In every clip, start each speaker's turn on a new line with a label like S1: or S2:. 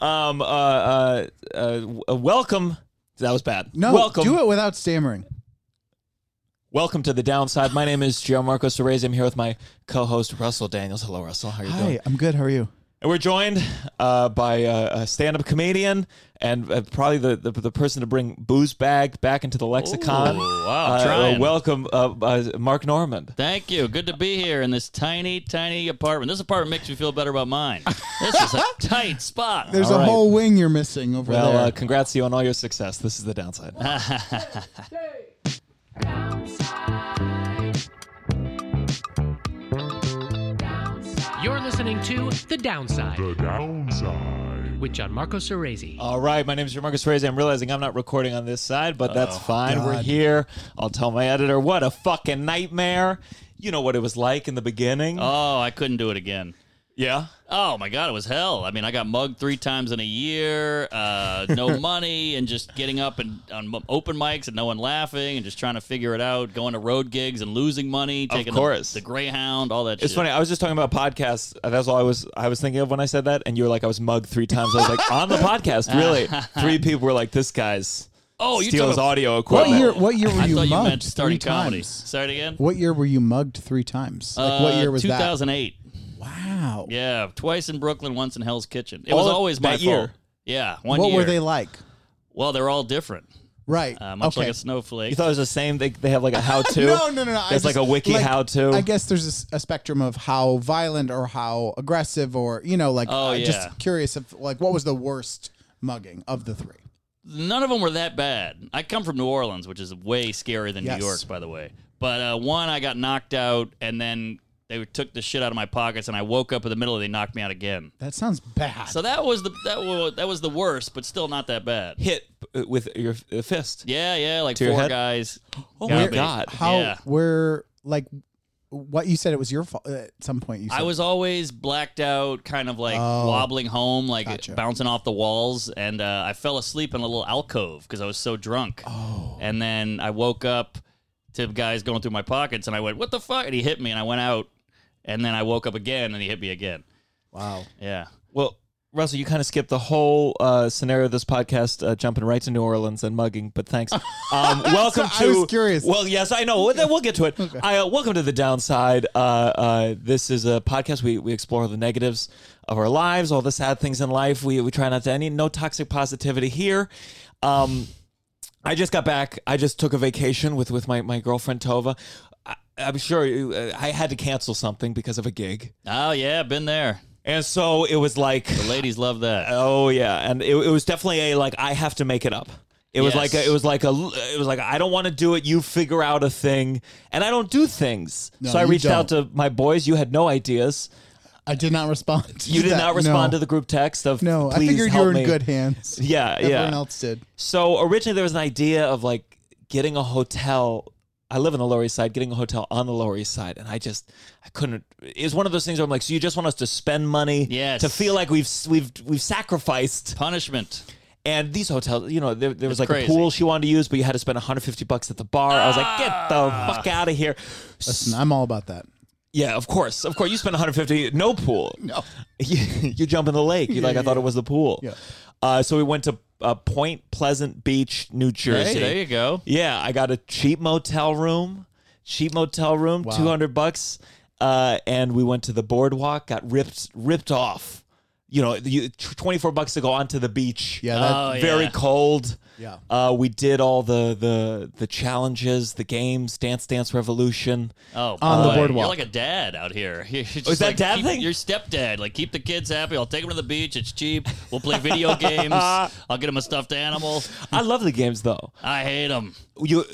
S1: Um, uh, uh, uh, w- uh, welcome. That was bad.
S2: No,
S1: welcome.
S2: do it without stammering.
S1: Welcome to the downside. My name is Gianmarco Cerezi. I'm here with my co-host Russell Daniels. Hello, Russell. How are you doing?
S2: Hi, I'm good. How are you?
S1: And we're joined uh, by uh, a stand-up comedian and uh, probably the, the the person to bring booze bag back into the lexicon.
S3: Ooh, wow,
S1: Uh,
S3: trying.
S1: uh, welcome, uh, uh, Mark Norman.
S3: Thank you. Good to be here in this tiny, tiny apartment. This apartment makes me feel better about mine. This is a tight spot.
S2: There's
S1: All
S2: a
S1: right.
S2: whole wing you're missing over
S1: Well,
S2: there.
S1: uh, congrats to you on all your success. This is the downside.
S4: You're listening to The Downside
S5: The downside.
S4: with Gianmarco Cerezi.
S1: All right, my name is Marcus Reyes. I'm realizing I'm not recording on this side, but
S2: Oh,
S1: that's fine. We're here. I'll tell my editor what a fucking nightmare. You know what it was like in the beginning.
S3: Oh, I couldn't do it again.
S1: yeah.
S3: Oh my God, it was hell. I mean, I got mugged three times in a year, uh, no money, and just getting up and on m- open mics and no one laughing, and just trying to figure it out. Going to road gigs and losing money, taking the-
S1: course.
S3: The, Greyhound, all that.
S1: It's
S3: shit.
S1: funny. I was just talking about podcasts. Uh, That's all I was I was thinking of when I said that, and you were like, I was mugged three times. I was like, on the podcast, really? Three people were like, this guy's
S3: Oh, you
S1: steals
S3: talking-
S1: audio
S2: what
S1: equipment.
S2: year? What year were
S3: I
S2: you
S3: thought
S2: mugged?
S3: you meant
S2: three
S3: starting comedy.
S2: times?
S3: Say it again.
S2: What year were you mugged three times? Like what
S3: Uh,
S2: year was that?
S3: 2008.
S2: Wow.
S3: Yeah, twice in Brooklyn, once in Hell's Kitchen. It
S1: All
S3: was
S1: of-
S3: always my
S1: that year?
S3: fault. Yeah, one
S2: What
S3: year.
S2: were they like?
S3: Well, they're all different.
S2: Right.
S3: Uh, much
S2: okay.
S3: like a snowflake.
S1: You thought it was the same? They, they have like a how to?
S2: No, no, no, no. I
S1: It's like
S2: just-
S1: a wiki how to.
S2: I guess there's a s- a, spectrum of how violent or how aggressive or you know, like
S3: Oh,
S2: uh,
S3: yeah.
S2: just curious if like what was the worst mugging of the three?
S3: None of them were that bad. I come from New Orleans, which is way scarier than
S2: Yes.
S3: New York, by the way. But uh, one, I got knocked out, and then they took the shit out of my pockets, and I woke up in the middle, and they knocked me out again.
S2: That sounds bad.
S3: So that was the that was, that was the worst, but still not that bad.
S1: Hit uh, with your uh, fist.
S3: Yeah, yeah, like
S1: To your
S3: four
S1: head?
S3: guys.
S1: Oh
S3: got
S1: my
S3: me.
S1: God.
S2: how
S3: yeah.
S2: we're like what you said it was your fault uh, at some point you said
S3: I was always blacked out, kind of like wobbling home, like
S2: Gotcha.
S3: bouncing off the walls, and uh, I fell asleep in a little alcove because I was so drunk. Oh. And then I woke up to guys going through my pockets, and I went, "What the fuck?" And he hit me, and I went out, and then I woke up again, and he hit me again.
S2: wow
S3: Yeah.
S1: Well, Russell, you kind of skipped the whole uh, scenario of this podcast, uh, jumping right to New Orleans and mugging. But thanks. Um, welcome to.
S2: So I was curious.
S1: Well, yes, I know. Well, then We'll get to it. I, uh, welcome to the downside. Uh, uh, this is a podcast. We we explore the negatives of our lives, all the sad things in life. We we try not to any no toxic positivity here. Um, I just got back. I just took a vacation with with my my girlfriend Tova. I, I'm sure you, uh, I had to cancel something because of a gig,
S3: Oh yeah, been there.
S1: and so it was like
S3: The ladies love that.
S1: Oh yeah, and it, it was definitely a like I have to make it up. It was
S3: Yes.
S1: like a, it was like a it was like I don't want to do it. You figure out a thing, and I don't do things.
S2: No,
S1: so I
S2: you
S1: reached out to my boys. You had no ideas.
S2: i did not respond to
S1: You did
S2: that.
S1: not respond
S2: no.
S1: to the group text of
S2: no i
S1: "Please
S2: figured you
S1: help
S2: were in
S1: me."
S2: good hands
S1: Yeah,
S2: everyone
S1: yeah.
S2: else did
S1: So originally there was an idea of like getting a hotel. I live in the Lower East Side, getting a hotel on the Lower East Side, and I just I couldn't. It's one of those things where I'm like, so you just want us to spend money,
S3: Yes.
S1: to feel like we've we've we've sacrificed
S3: Punishment.
S1: And these hotels, you know, there, there was like
S3: It's crazy.
S1: a pool she wanted to use, but you had to spend 150 bucks at the bar. I was like, get
S3: Ah.
S1: the fuck out of here.
S2: listen i'm all about that
S1: Yeah, of course. Of course. You spend 150, no pool.
S2: no
S1: You, you jump in the lake. You're like, I thought it was the pool.
S2: Yeah.
S1: Uh, so we went to uh, Point Pleasant Beach, New Jersey.
S3: Hey, there you go.
S1: Yeah, I got a cheap motel room, cheap motel room,
S2: Wow.
S1: 200 bucks. Uh, and we went to the boardwalk, got ripped ripped off. You know, you, 24 bucks to go onto the beach.
S2: yeah that,
S3: Oh,
S1: very
S3: yeah.
S1: cold.
S2: Yeah.
S1: Uh, we did all the the the challenges, the games, Dance Dance Revolution.
S3: Oh,
S2: On the
S3: boy.
S2: boardwalk.
S3: You're like a dad out here. You're just
S1: Oh, is that
S3: like,
S1: dad
S3: keep-
S1: thing?
S3: Your stepdad. Like, keep the kids happy. I'll take them to the beach. It's cheap. We'll play video games. I'll get them a stuffed animal.
S2: Hmm.
S1: I love the games though.
S3: I hate them.
S1: You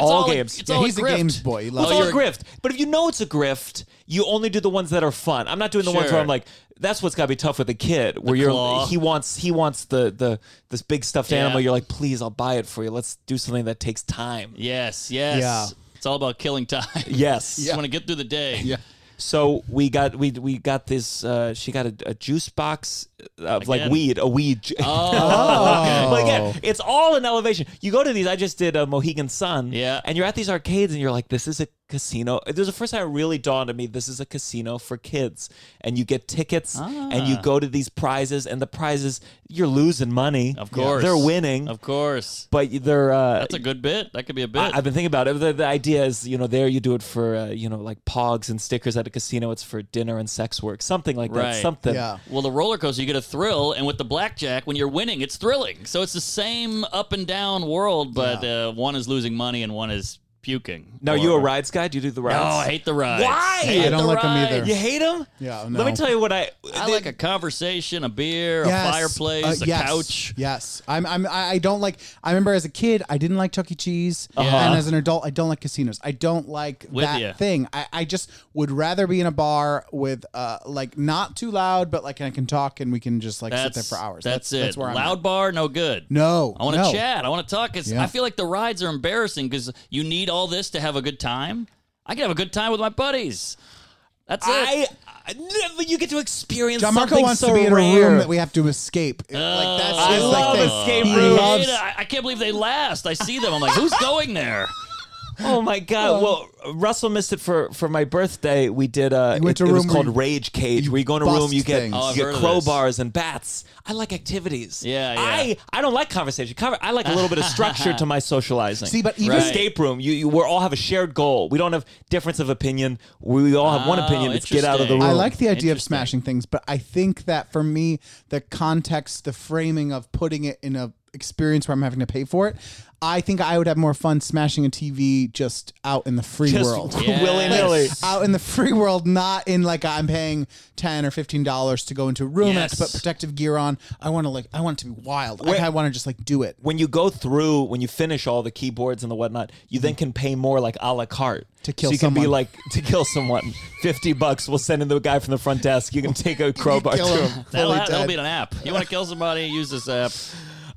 S1: all, games.
S3: it's
S2: Yeah,
S3: all
S2: he's a
S3: grift.
S2: games boy. He
S3: Well,
S2: loves
S1: it's all
S3: Oh, you're-
S1: a grift. But if you know it's a grift, you only do the ones that are fun. I'm not doing the ones where
S3: Sure.
S1: I'm like, that's what's got to be tough with a kid, where you're
S3: claw.
S1: he wants he wants the the this big stuffed
S3: Yeah.
S1: animal. You're like, please, I'll buy it for you. Let's do something that takes time.
S3: Yes, yes.
S2: Yeah.
S3: It's all about killing time.
S1: Yes.
S3: Just want to get through the day.
S2: yeah
S1: So we got we we got this. Uh, she got a, a juice box of like
S3: Again.
S1: weed, a weed. ju-
S3: Oh,
S1: But again, it's all in elevation. You go to these. I just did a Mohegan Sun.
S3: Yeah.
S1: And you're at these arcades, and you're like, "This is a casino. It was the first time it really dawned on me this is a casino for kids. And you get tickets and
S3: Ah.
S1: you go to these prizes, and the prizes, you're losing money.
S3: Of course.
S1: They're winning,
S3: Of course.
S1: but they're. Uh,
S3: That's a good bit. That could be a bit.
S1: I, have been thinking about it. The, the idea is, you know, there you do it for, uh, you know, like pogs and stickers at a casino. It's for dinner and sex work, something like that.
S3: Right.
S1: Something.
S2: Yeah.
S3: well, the roller coaster, you get a thrill, and with the blackjack, when you're winning, it's thrilling. So it's the same up and down world, but uh, one is losing money and one is puking.
S1: Now, are you a rides guy? Do you do the
S3: No,
S1: rides?
S3: I hate the rides.
S1: Why?
S3: Hate
S1: I
S2: don't
S3: the
S2: like 'em
S3: rides.
S2: either.
S1: You hate them?
S2: Yeah,
S1: Let me
S2: no.
S1: tell you what I.
S3: I
S1: the-
S3: like a conversation, a beer, a fireplace,
S2: uh,
S3: a
S2: yes,
S3: couch.
S2: Yes, I'm. I'm. I I don't like. I remember as a kid, I didn't like Chuck E. Cheese, and as an adult, I don't like casinos. I don't like
S3: Uh-huh. With
S2: that
S3: ya.
S2: thing. I, I just would rather be in a bar with, uh, like not too loud, but like I can talk and we can just like sit
S3: That's
S2: there for hours.
S3: That's, it.
S2: That's where I'm.
S3: Loud
S2: At.
S3: bar, no good.
S2: No,
S3: I want to
S2: no.
S3: chat. I want to talk. 'cause
S2: Yeah.
S3: I feel like the rides are embarrassing because you need all this to have a good time. I can have a good time with my buddies. That's
S1: I,
S3: it.
S1: I never, you get to experience
S2: John Marco
S1: something
S2: wants
S1: so
S2: to be in a
S1: rare.
S2: room that we have to escape. It- like that's
S1: I
S2: his, like,
S1: love
S2: thing.
S1: escape
S2: He
S1: rooms.
S2: loves-
S3: I, I can't believe they last. I see them. I'm like, who's going there?
S1: Oh my god! Well, Russell missed it for for my birthday. We did a.
S2: You went
S1: it,
S2: to
S1: it
S2: a
S1: was
S2: room where
S1: called
S2: you-
S1: Rage Cage.
S2: you
S1: where you go in a
S2: bust
S1: room, you get
S2: things.
S3: Oh, I've
S1: you
S3: heard
S1: get
S3: of
S1: crowbars and bats. I like activities.
S3: Yeah, yeah.
S1: I I don't like conversation. Conver- I like a little bit of structure to my socializing.
S2: See, but even- Right.
S1: escape room, you, you we all have a shared goal. We don't have difference of opinion. We all have one
S3: Oh,
S1: opinion. It's get out of the room.
S3: interesting.
S2: I like the idea of
S3: Interesting.
S2: smashing things, but I think that for me, the context, the framing of putting it in a experience where I'm having to pay for it, I think I would have more fun smashing a TV just out in the free
S1: Just
S2: world.
S1: willy nilly.
S3: Yes.
S2: Out in the free world, not in like I'm paying ten or fifteen dollars to go into a room and I have to
S3: Yes.
S2: put protective gear on. I want to like I want it to be wild. Like,
S1: Where-
S2: I want to just like do it.
S1: when you go through, when you finish all the keyboards and the whatnot, you then can pay more like a la carte.
S2: Mm-hmm. To kill
S1: so you can be
S2: someone.
S1: like to kill someone. Fifty bucks. We'll send in the guy from the front desk. You can take a crowbar to
S2: Kill
S1: him.
S2: him.
S3: That'll,
S2: Fully
S3: that'll
S2: dead.
S3: be an app. You want to kill somebody? Use this app.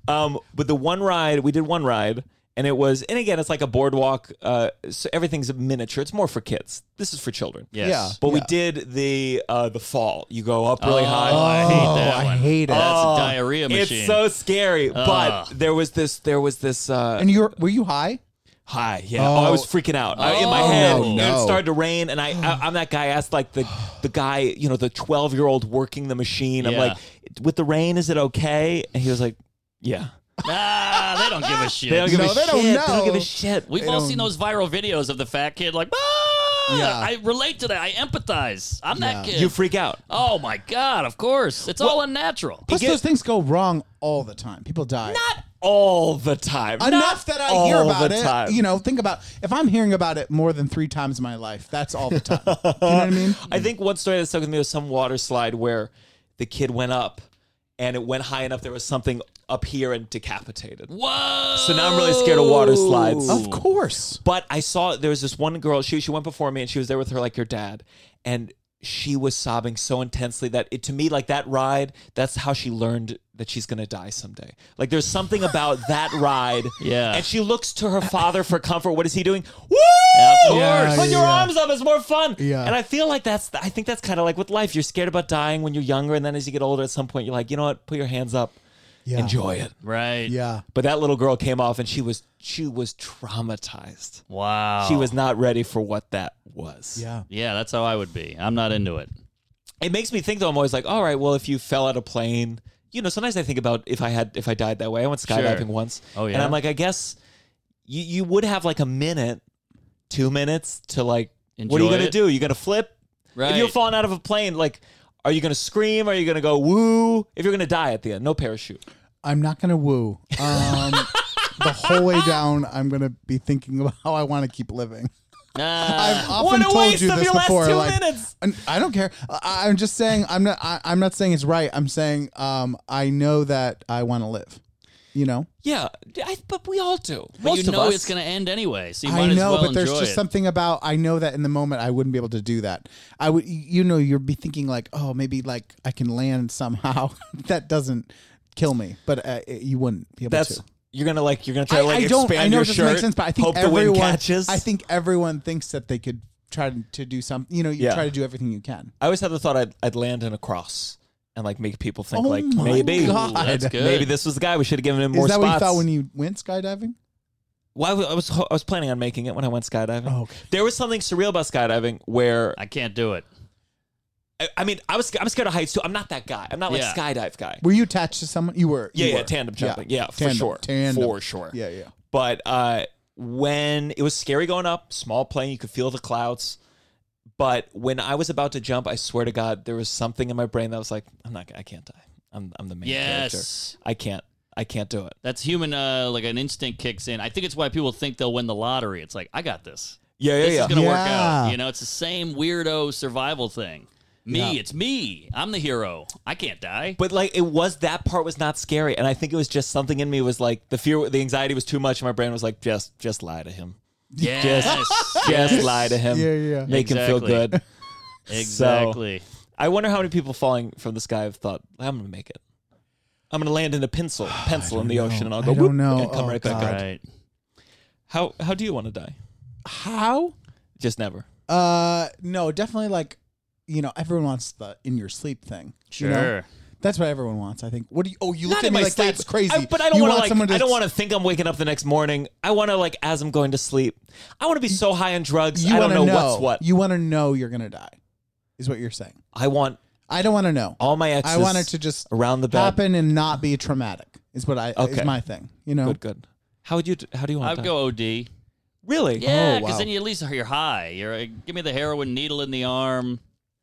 S1: Um, but the one ride we did one ride, and it was, and again, it's like a boardwalk. Uh, so everything's miniature. It's more for kids. This is for children.
S3: Yes.
S2: Yeah.
S1: But we did the uh, the fall. You go up really
S3: Oh,
S1: high.
S3: I hate that
S2: I
S3: one.
S2: hate it.
S3: That's
S1: Oh,
S3: a diarrhea machine.
S1: It's so scary.
S3: Ugh.
S1: But there was this. There was this. Uh,
S2: And you were were you high?
S1: Hi, yeah. Oh, I was freaking out I, in my
S3: Oh,
S1: head.
S2: no,
S1: It
S2: no.
S1: started to rain, and I, I I'm that guy. I asked like the the guy, you know, the 12 year old working the machine. I'm
S3: Yeah.
S1: like, with the rain, is it okay? And he was like, Yeah.
S3: Nah, Ah, they don't give a shit.
S1: They don't give
S2: No,
S1: a
S2: they
S1: shit.
S2: don't
S1: They don't
S2: know.
S1: give a shit.
S3: We've
S2: They
S3: all
S2: don't-
S3: seen those viral videos of the fat kid like, ah!
S2: Yeah.
S3: I relate to that. I empathize. I'm that
S2: Yeah.
S3: kid.
S1: you freak out.
S3: oh my god! Of course, it's all unnatural.
S2: Plus
S1: get-
S2: those things go wrong all the time. People die.
S1: Not all the time. Not
S2: enough that I hear
S1: all
S2: about
S1: the
S2: it.
S1: time.
S2: You know, think about if I'm hearing about it more than three times in my life, that's all the time. you know what I mean?
S1: I think one story that stuck with me was some water slide where the kid went up, and it went high enough. There was something up here and decapitated.
S3: Whoa!
S1: So now I'm really scared of water slides.
S2: Of course.
S1: But I saw there was this one girl. She she went before me, and she was there with her like your dad, and she was sobbing so intensely that it to me like that ride. That's how she learned that she's gonna die someday. Like there's something about that ride.
S3: Yeah.
S1: And she looks to her father for comfort. What is he doing? Woo!
S3: Of course.
S2: Yeah,
S1: Put your
S2: yeah.
S1: arms up. It's more fun.
S2: Yeah.
S1: And I feel like that's. I think that's kind of like with life. You're scared about dying when you're younger, and then as you get older, at some point, you're like, you know what? Put your hands up.
S2: Yeah.
S1: Enjoy it.
S3: Right.
S2: Yeah.
S1: But that little girl came off, and she was she was traumatized
S3: Wow.
S1: she was not ready for what that was.
S2: Yeah.
S3: Yeah, that's how I would be. I'm not into it.
S1: It makes me think though, I'm always like, all right, well, if you fell out of plane, you know, sometimes I think about if I had if I died that way. I went skydiving
S3: Sure.
S1: once.
S3: Oh,
S1: And
S3: yeah?
S1: I'm like, I guess you you would have like a minute, two minutes to like what are you
S3: Enjoy
S1: gonna
S3: it.
S1: do? You gonna flip? If you're
S3: Right.
S1: falling out of a plane, like are you gonna scream? Are you gonna go woo? If you're gonna die at the end, no parachute.
S2: I'm not gonna woo. Um, the whole way down, I'm gonna be thinking about how I want to keep living. I've
S3: Nah.
S2: often
S1: what a
S2: told
S1: waste
S2: you
S1: of
S2: this
S1: your last
S2: before.
S1: two
S2: like,
S1: minutes.
S2: And I don't care. I, I'm just saying. I'm not. I, I'm not saying it's right. I'm saying um, I know that I want to live. You know.
S1: Yeah, I, but we all do.
S3: but
S1: Most
S3: you
S1: of
S3: know
S1: us.
S3: it's gonna end anyway, so you
S2: I
S3: might as
S2: know,
S3: well
S2: but there's
S3: enjoy
S2: just
S3: it.
S2: something about I know that in the moment I wouldn't be able to do that. I would, you know, you'd be thinking like, oh, maybe like I can land somehow. that doesn't kill me, but uh, it- you wouldn't be able
S1: That's
S2: to.
S1: you're gonna like you're gonna try
S2: I,
S1: to like
S2: I don't.
S1: expand
S2: I know
S1: your
S2: it doesn't
S1: shirt.
S2: make sense, but I think
S1: hope
S2: everyone.
S1: the wind catches.
S2: I think everyone thinks that they could try to, to do something. You know, you
S1: Yeah.
S2: try to do everything you can.
S1: I always had the thought I'd, I'd land in a cross and like make people think
S2: Oh
S1: like
S2: my
S1: maybe
S2: God.
S3: That's good.
S1: maybe this was the guy we should have given him
S2: Is
S1: more
S2: that what you
S1: spots.
S2: thought when you went skydiving?
S1: Why well, I was I was planning on making it when I went skydiving.
S2: Oh, okay.
S1: There was something surreal about skydiving where
S3: I can't do it.
S1: I, I mean I was I'm scared of heights too. I'm not that guy. I'm not like
S3: Yeah.
S1: skydive guy.
S2: Were you attached to someone? You were. you
S1: Yeah, yeah,
S2: were.
S1: tandem jumping. Yeah, for
S2: Tandem,
S1: sure.
S2: Tandem.
S1: For sure.
S2: Yeah, yeah.
S1: But uh, when it was scary going up, small plane, you could feel the clouds. But when I was about to jump, I swear to God, there was something in my brain that was like, "I'm not. I can't die. I'm. I'm the main
S3: Yes.
S1: character. I can't. I can't do it."
S3: That's human, uh, like an instinct kicks in. I think it's why people think they'll win the lottery. It's like, I got this.
S1: Yeah, yeah,
S3: This
S1: yeah.
S3: is going to work
S2: Yeah.
S3: out. You know, it's the same weirdo survival thing. Me, it's me. I'm the hero. I can't die.
S1: but like, it was that part was not scary, and I think it was just something in me was like the fear, the anxiety was too much, and my brain was like, "Just, just lie to him.
S3: yes.
S1: Just lie to him.
S2: Yeah, yeah.
S1: Make him feel
S3: Exactly.
S1: good."
S3: Exactly.
S1: I wonder how many people falling from the sky have thought, I'm going to make it. I'm going to land in a pencil, pencil in the ocean, and I'll go
S2: I don't
S1: whoop,
S2: know.
S1: and come
S2: Oh,
S1: right back
S2: God.
S1: up.
S3: Right.
S1: How how do you want to die?
S2: How?
S1: Just never.
S2: Uh, no, definitely like, you know, everyone wants the in your sleep thing. you
S3: Sure.
S2: know? That's what everyone wants, I think. What do you? Oh, you look
S1: Not
S2: at
S1: in
S2: me
S1: my
S2: like
S1: sleep.
S2: that's crazy.
S1: I- but I don't
S2: You
S1: want
S2: want
S1: to
S2: someone
S1: like.
S2: to-
S1: I don't want to think I'm waking up the next morning. I want to like as I'm going to sleep. I want to be so high on drugs.
S2: You
S1: I don't
S2: wanna
S1: know, what's what.
S2: You want to know you're gonna die, is what you're saying.
S1: I want
S2: I don't want to know.
S1: all my exes.
S2: I want it to just
S1: around the bed.
S2: happen and not be traumatic. Is what I
S1: Okay.
S2: is my thing. You know.
S1: Good, good. How would you? How do you want?
S3: I'd
S1: to die?
S3: go OD.
S1: Really?
S3: Yeah,
S2: Oh,
S3: because
S2: wow.
S3: then you at least you're high. You're uh, give me the heroin needle in the arm.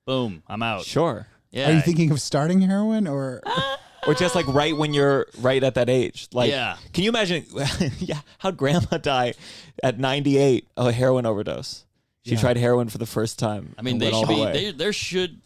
S3: Boom, I'm out.
S1: Sure.
S3: Yeah.
S2: Are you thinking of starting heroin or?
S1: or just like right when you're right at that age. Like,
S3: Yeah.
S1: can you imagine? yeah, how'd grandma die at 98 of a heroin overdose? She tried heroin for the first time.
S3: I mean, they should be. They, there should.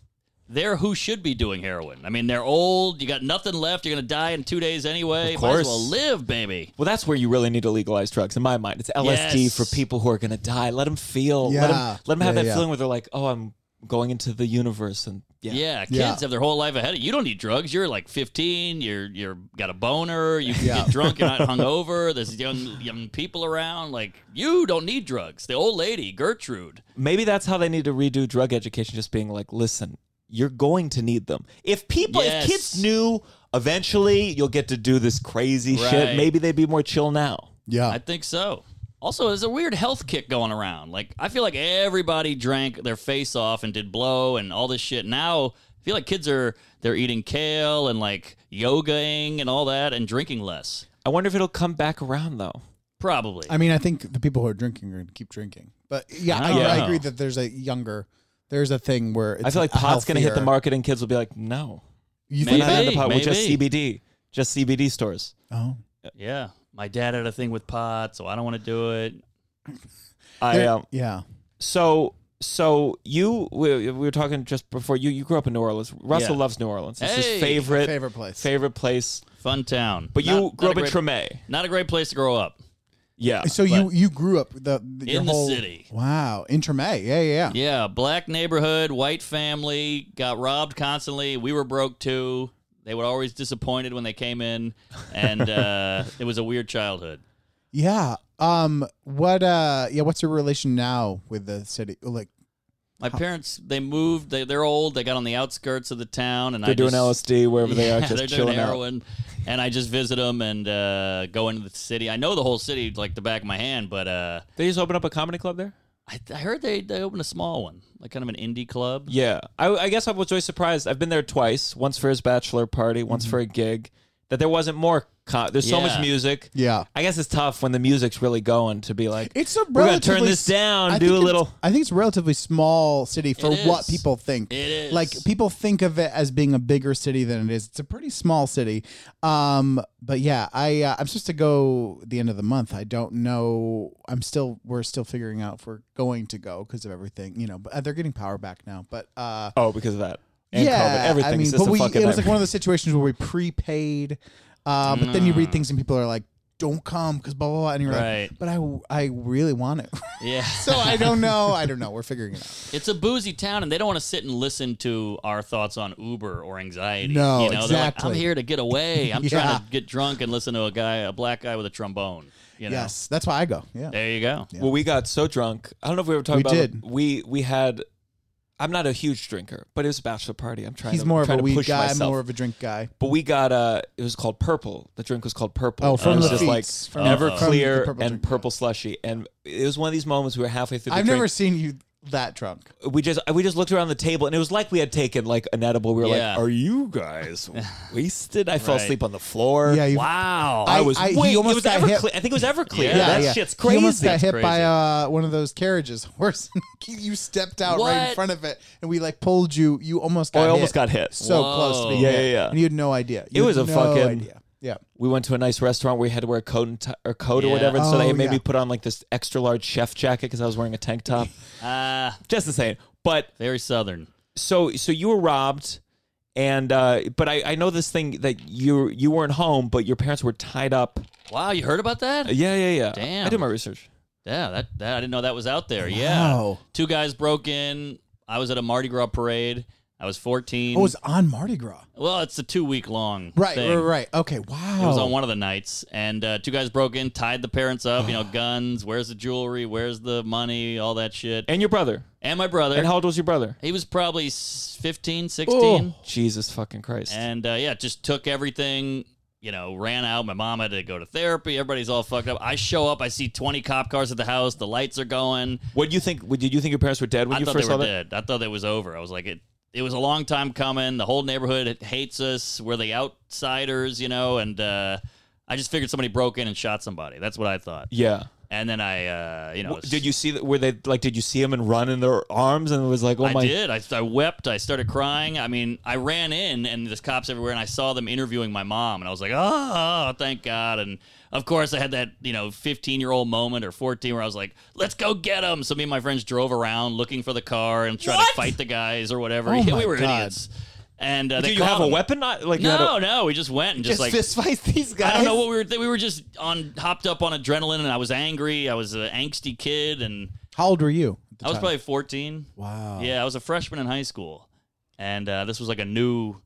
S3: They're who should be doing heroin. I mean, they're old. You got nothing left. You're gonna die in two days anyway.
S1: Of
S3: Might
S1: course.
S3: as well live, baby.
S1: well, that's where you really need to legalize drugs, in my mind. It's LSD
S3: Yes.
S1: for people who are going to die. Let them feel. Let 'em Let,
S2: Yeah.
S1: them, have
S2: Yeah,
S1: that
S2: yeah.
S1: feeling where they're like, oh, I'm going into the universe. And yeah.
S3: Yeah, kids
S2: Yeah.
S3: have their whole life ahead of you. You don't need drugs. You're like 15. You're you're got a boner. You can get drunk. You're not hungover. There's young young people around. Like you don't need drugs. The old lady Gertrude.
S1: Maybe that's how they need to redo drug education, just being like, listen, you're going to need them. If people,
S3: Yes.
S1: if kids knew eventually you'll get to do this crazy
S3: Right.
S1: shit, maybe they'd be more chill now.
S2: yeah.
S3: I think so. Also, there's a weird health kick going around. Like, I feel like everybody drank their face off and did blow and all this shit. Now, I feel like kids are they're eating kale and like yogaing and all that and drinking less.
S1: I wonder if it'll come back around though.
S3: Probably.
S2: I mean, I think the people who are drinking are going to keep drinking. But yeah, I,
S3: Oh.
S2: I agree that there's a younger, there's a thing where it's
S1: I feel like
S2: a
S1: pot's going to hit the
S2: healthier-
S1: market, and kids will be like, "No,
S2: You
S1: we're
S2: think
S1: not
S2: that?
S1: into pot. We're just
S3: maybe.
S1: CBD, just CBD stores."
S2: Oh,
S3: yeah. My dad had a thing with pot, so I don't want to do it.
S1: I
S2: There-
S1: um,
S2: yeah.
S1: so so you we, we were talking just before you you grew up in New Orleans. Russell
S3: Yeah.
S1: loves New Orleans. It's
S3: Hey.
S1: his favorite
S2: Favorite place.
S1: favorite place.
S3: Fun town.
S1: But you
S3: Not-
S1: grew
S3: not
S1: up
S3: a
S1: in
S3: great-
S1: Treme.
S3: Not a great place to grow up.
S1: Yeah.
S2: so you you grew up the, the your
S3: In the
S2: whole-
S3: city.
S2: Wow, in Treme. Yeah, yeah, yeah.
S3: Yeah, black neighborhood, white family, got robbed constantly. We were broke too. They were always disappointed when they came in, and uh, it was a weird childhood.
S2: Yeah. Um. What? Uh. Yeah. What's your relation now with the city? Like,
S3: My parents, they moved. They, they're old. They got on the outskirts of the town, and
S1: they're
S3: I
S1: doing
S3: just,
S1: LSD wherever they are,
S3: Yeah,
S1: just
S3: they're
S1: chilling
S3: doing
S1: out.
S3: heroin, and I just visit them and uh, go into the city. I know the whole city like the back of my hand, but uh,
S1: They just opened up a comedy club there.
S3: I, I heard they they opened a small one, like kind of an indie club.
S1: Yeah, I, I guess I was always surprised. I've been there twice. Once for his bachelor party, once for a gig. That there wasn't more. Co- There's so much
S3: Yeah.
S1: music.
S2: yeah.
S1: I guess it's tough when the music's really going to be like,
S2: It's a
S1: we're gonna
S2: relatively
S1: turn this down,
S2: I
S1: do
S2: think
S1: a
S2: it's-
S1: little.
S2: I think it's a relatively small city for
S3: It
S2: what
S3: is.
S2: people think.
S3: It is.
S2: Like people think of it as being a bigger city than it is. It's a pretty small city. Um, but yeah, I uh, I'm supposed to go the end of the month. I don't know. I'm still we're still figuring out if we're going to go because of everything. You know, but uh, they're getting power back now. But uh,
S1: Oh, because of that. And
S2: yeah,
S1: COVID, everything's
S2: I mean,
S1: just
S2: but
S1: a
S2: we,
S1: fucking.
S2: it was like
S1: nightmare.
S2: one of those situations where we prepaid, uh, but then you read things and people are like, "Don't come" because blah blah blah, and you're
S3: Right.
S2: like, "But I I really want it."
S3: Yeah.
S2: So I don't know. I don't know. We're figuring it out.
S3: It's a boozy town, and they don't want to sit and listen to our thoughts on Uber or anxiety.
S2: No,
S3: you know? They're like,
S2: exactly.
S3: I'm here to get away. I'm
S2: Yeah.
S3: trying to get drunk and listen to a guy, a black guy with a trombone. You know?
S2: Yes, that's why I go. Yeah.
S3: There you go.
S1: Well, we got so drunk. I don't know if we ever talked
S2: We
S1: about.
S2: did.
S1: We we had I'm not a huge drinker, but it was a bachelor party. I'm trying.
S2: He's
S1: to,
S2: more of
S1: trying
S2: a
S1: to
S2: weed
S1: push
S2: guy,
S1: myself.
S2: more of a drink guy.
S1: but we got uh, it was called purple. The drink was called purple.
S2: Oh,
S1: And
S2: from
S1: it was
S2: the
S1: just like
S2: Feats, from- from the
S1: Everclear
S2: Purple
S1: and
S2: Drink.
S1: purple slushy, and it was one of these moments we were halfway through. The
S2: I've
S1: drink.
S2: never seen you that drunk.
S1: we just we just looked around the table and it was like we had taken like an edible. We were
S3: Yeah.
S1: like, "Are you guys wasted?" I fell
S3: Right.
S1: asleep on the floor.
S2: Yeah, you-
S3: Wow.
S1: I,
S2: I-
S1: was.
S2: I- he
S1: wait, it
S2: almost
S1: was
S2: got
S1: Everclear.
S2: hit.
S1: I think it was Everclear.
S3: Yeah.
S1: that
S2: yeah.
S1: shit's
S2: He
S1: crazy.
S2: almost got
S3: It's
S2: hit
S3: crazy.
S2: by uh, one of those carriages, horse. you stepped out right in
S3: What?
S2: front of it, and we like pulled you. You almost
S1: Oh,
S2: got.
S1: I
S2: hit.
S1: almost got hit.
S2: So
S3: Whoa.
S2: close to being
S1: Yeah,
S2: hit.
S1: yeah, yeah.
S2: And you had no idea. You
S1: It was
S2: had
S1: a
S2: no
S1: fucking-
S2: idea. Yeah.
S1: we went to a nice restaurant where we had to wear a coat and t- or coat or
S3: Yeah.
S1: whatever, and so they
S2: Oh,
S1: made
S2: yeah.
S1: me put on like this extra large chef jacket because I was wearing a tank top.
S3: Ah,
S1: Just insane. But
S3: very southern.
S1: so so you were robbed, and uh, but I, I know this thing that you you weren't home, but your parents were tied up.
S3: Wow, you heard about that?
S1: Yeah, yeah, yeah.
S3: Damn.
S1: I did my research.
S3: Yeah, that, that I didn't know that was out there. Yeah.
S2: Wow. Oh,
S3: Two guys broke in. I was at a Mardi Gras parade. I was 14.
S2: Oh, it was on Mardi Gras.
S3: well, it's a two week long
S2: Right,
S3: thing.
S2: right, right. Okay, wow.
S3: It was
S1: Oh.
S3: on one of the nights, and uh, two guys broke in, tied the parents up. You know, guns. Where's the jewelry? Where's the money? All that shit. And,
S1: And your brother.
S3: my brother.
S1: And how old was your brother?
S3: he was probably s- 15, 16.
S1: Jesus fucking Christ.
S3: And uh, yeah, just took everything, you know, ran out. My mom had to go to therapy. Everybody's all fucked up. I show up, I see 20 cop cars at the house. The lights are going.
S1: what do you think? Did you think your parents were dead when
S3: I
S1: you
S3: thought
S1: first
S3: they
S1: saw
S3: were
S1: that?
S3: dead. I thought it was over. I was like, it. It was a long time coming. The whole neighborhood hates us. We're the outsiders, you know. And uh, I just figured somebody broke in and shot somebody. That's what I thought.
S1: Yeah.
S3: And then I, uh, you know,
S1: W- Did you see that? Were they like? Did you see him and run in their arms and it was like, oh
S3: I
S1: my.
S3: did. I, I wept. I started crying. I mean, I ran in and there's cops everywhere, and I saw them interviewing my mom, and I was like, oh, thank God. And of course, I had that you know 15 year old moment or 14 where I was like, let's go get them. So me and my friends drove around looking for the car and trying to fight the guys or whatever.
S2: Oh
S3: yeah,
S2: my
S3: we were
S2: God.
S3: idiots. And uh,
S1: Do
S3: they
S1: you have
S3: caught
S1: a
S3: 'em.
S1: weapon? Not like you had
S3: No,
S1: a-
S3: no. We just went and
S2: just
S3: just, like
S2: fist fight these guys.
S3: I don't know what we were. Th- we were just on hopped up on adrenaline, and I was angry. I was an angsty kid, and
S2: How old were you? at the
S3: I was
S2: time?
S3: probably 14.
S2: wow.
S3: Yeah, I was a freshman in high school, and uh, this was like a new,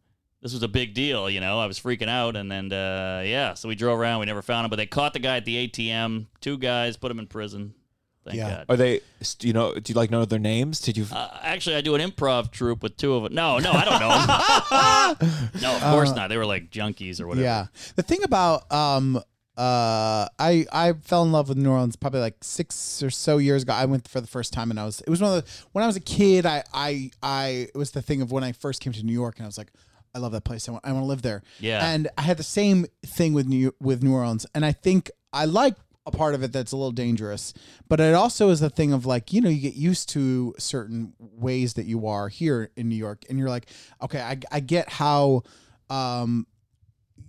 S3: this was a big deal. You know, I was freaking out, and then uh, yeah, so we drove around. We never found him, but they caught the guy at the ATM. Two guys put him in prison. Thank
S2: Yeah.
S3: God.
S1: Are they? Do you know? Do you like know their names? Did you?
S3: Uh, actually, I do an improv troupe with two of them. No, no, I don't know. 'em. no, of course not. They were like junkies or whatever.
S2: Yeah. The thing about um uh I I fell in love with New Orleans probably like 6 or so years ago. I went for the first time and I was it was one of the when I was a kid I I I it was the thing of when I first came to New York and I was like I love that place. I want I want to live there.
S3: Yeah.
S2: And I had the same thing with New with New Orleans and I think I like a part of it that's a little dangerous, but it also is a thing of like, you know, you get used to certain ways that you are here in New York and you're like, okay, I, I get how um,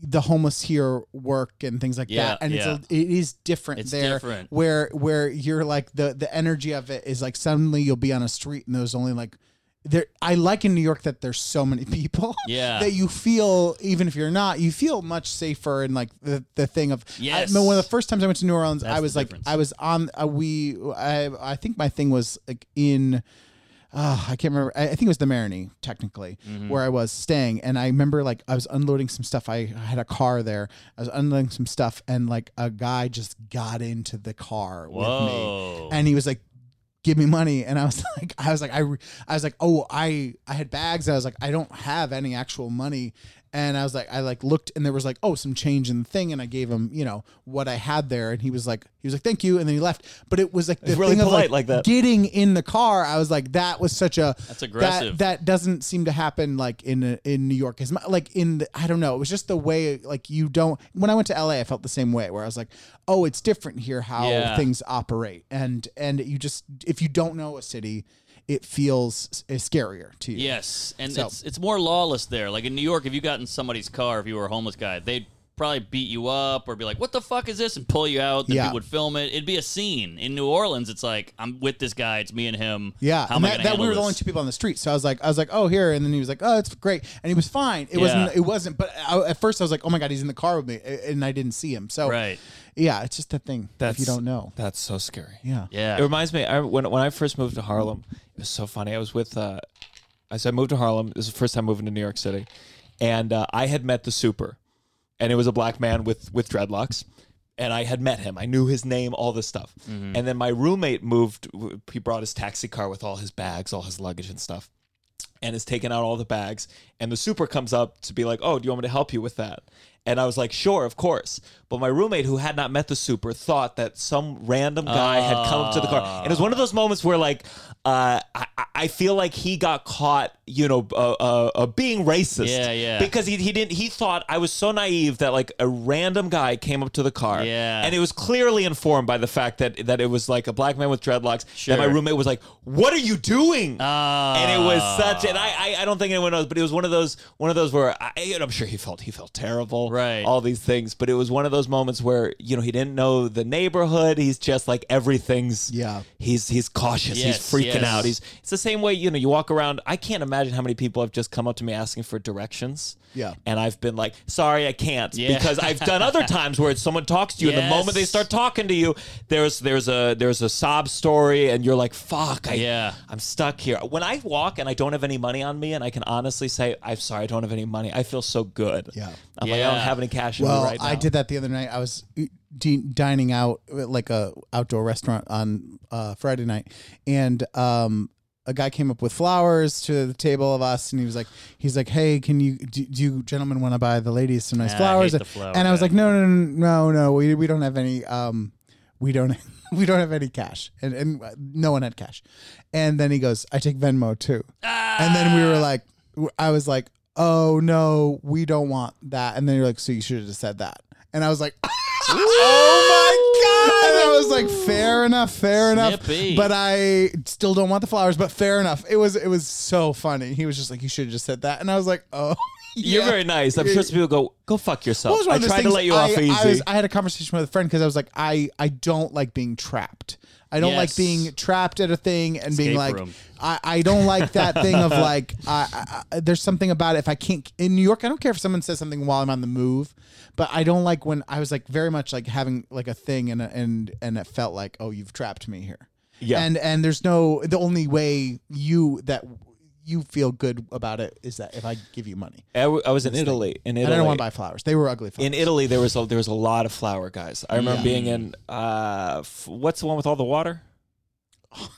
S2: the homeless here work and things like
S3: Yeah,
S2: that and
S3: yeah.
S2: it's a, it is different
S3: It's
S2: there
S3: different.
S2: where where you're like the the energy of it is like suddenly you'll be on a street and there's only like there I like in New York that there's so many people
S3: Yeah.
S2: that you feel even if you're not you feel much safer and like the, the thing of I
S3: Yes.
S2: remember one of the first times I went to New Orleans
S3: That's
S2: I
S3: the
S2: was like
S3: difference.
S2: I was on uh, we I I think my thing was like in uh, I can't remember. I, I think it was the Marini, technically,
S3: Mm-hmm.
S2: where I was staying. And I remember, like, I was unloading some stuff. I had a car there. I was unloading some stuff, and like a guy just got into the car
S3: Whoa.
S2: with me, and he was like, "Give me money." And I was like, I was like, I, re- I was like, oh, I, I had bags. And I was like, I don't have any actual money. And I was like, I like looked, and there was like, oh, some change in the thing, and I gave him, you know, what I had there, and he was like, he was like, thank you, and then he left. But it was like the
S1: He's really
S2: thing
S1: polite
S2: of
S1: like that.
S2: getting in the car, I was like, that was such a
S3: That's aggressive.
S2: That, that doesn't seem to happen like in in New York as much. Like in the, I don't know. It was just the way like you don't. When I went to LA, I felt the same way where I was like, oh, it's different here how
S3: Yeah.
S2: things operate, and and you just if you don't know a city, it feels s- eh, scarier to you.
S3: Yes, and
S2: So-
S3: it's it's more lawless there. Like in New York, if you got in somebody's car, if you were a homeless guy, they'd probably beat you up or be like, "What the fuck is this?" and pull you out. Then
S2: Yeah.
S3: people would film it. It'd be a scene. In New Orleans, it's like I'm with this guy. It's me and him.
S2: Yeah,
S3: how am
S2: and that,
S3: I
S2: that
S3: gonna
S2: we
S3: handle
S2: were the only
S3: this?
S2: two people on the street. So I was like, I was like, oh, here, and then he was like, oh, it's great, and he was fine. It wasn't,
S3: Yeah.
S2: it wasn't. But I, at first, I was like, oh my god, he's in the car with me, a- and I didn't see him. So
S3: Right.
S2: yeah, it's just that thing if you don't know.
S1: That's so scary.
S2: Yeah,
S3: Yeah,
S1: It reminds me. I, when when I first moved to Harlem, it was so funny. I was with. Uh, I said I moved to Harlem. This is the first time moving to New York City, and uh, I had met the super, and it was a black man with with dreadlocks, and I had met him. I knew his name, all this stuff.
S3: Mm-hmm.
S1: And then my roommate moved. w- He brought his taxi car with all his bags, all his luggage and stuff, and has taken out all the bags. And the super comes up to be like, "Oh, do you want me to help you with that?" And I was like, "Sure, of course." But my roommate, who had not met the super, thought that some random guy had come up to the car, and it was one of those moments where, like, uh, I, I- I feel like he got caught, you know, uh, uh, uh, being racist.
S3: Yeah, yeah.
S1: Because he, he didn't. He thought I was so naive that like a random guy came up to the car.
S3: Yeah.
S1: And it was clearly informed by the fact that that it was like a black man with dreadlocks.
S3: Sure.
S1: That my roommate was like, "What are you doing?"
S3: Ah.
S1: and it was such. And I, I I don't think anyone knows, but it was one of those one of those where I, and I'm sure he felt he felt terrible.
S3: Right.
S1: All these things, but it was one of those moments where you know he didn't know the neighborhood. He's just like everything's.
S2: Yeah.
S1: He's he's cautious. he's
S3: Yes,
S1: freaking
S3: yes.
S1: out. He's it's the same way you know you walk around. I can't imagine how many people have just come up to me asking for directions.
S2: Yeah.
S1: and I've been like, sorry, I can't
S3: Yeah.
S1: because I've done other times where it's someone talks to you and the
S3: Yes.
S1: moment they start talking to you, there's there's a there's a sob story and you're like, fuck, I,
S3: Yeah.
S1: I'm stuck here. When I walk and I don't have any money on me and I can honestly say, I'm sorry, I don't have any money. I feel so good.
S2: Yeah.
S1: I'm like, I don't
S3: Yeah.
S1: have any cash.
S2: Well,
S1: in me right now.
S2: I did that the other night. I was d- dining out at, like a outdoor restaurant on uh, Friday night, and um, a guy came up with flowers to the table of us, and he was like, he's like, hey, can you do, do you gentlemen want to buy the ladies some nice
S3: Ah, I
S2: flowers?
S3: hate the flower
S2: and I was
S3: guy.
S2: like, no, no, no, no, no, we we don't have any. Um, we don't. We don't have any cash, and, and uh, no one had cash. And then he goes, "I take Venmo too." And then we were like, I was like, oh no, we don't want that. And then you're like, so you should have just said that. And I was like, oh my God. And I was like, fair enough, fair
S3: Snippy.
S2: enough. But I still don't want the flowers, but fair enough. It was, it was so funny. He was just like, you should have just said that. And I was like, oh.
S1: You're
S2: yeah.
S1: very nice. I'm sure some people go, go fuck
S2: Well, it
S1: yourself.
S2: was one
S1: I
S2: of those
S1: tried to
S2: things
S1: let you
S2: I-
S1: off easy.
S2: I, was, I had a conversation with a friend because I was like, I, I don't like being trapped. I don't
S3: Yes.
S2: like being trapped at a thing and being
S3: Escape
S2: like,
S3: room.
S2: I, I don't like that thing of like, I, I, I- there's something about it. If I can't, in New York, I don't care if someone says something while I'm on the move, but I don't like when I was like very much like having like a thing and, and, and it felt like, oh, you've trapped me here.
S1: Yeah.
S2: And, and there's no, the only way you that you feel good about it is that if I give you money.
S1: I w- I was in Italy. In Italy.
S2: And I don't want to buy flowers. They were ugly flowers.
S1: in Italy, there was a, there was a lot of flower guys. I remember
S2: Yeah.
S1: being in uh, f- what's the one with all the water?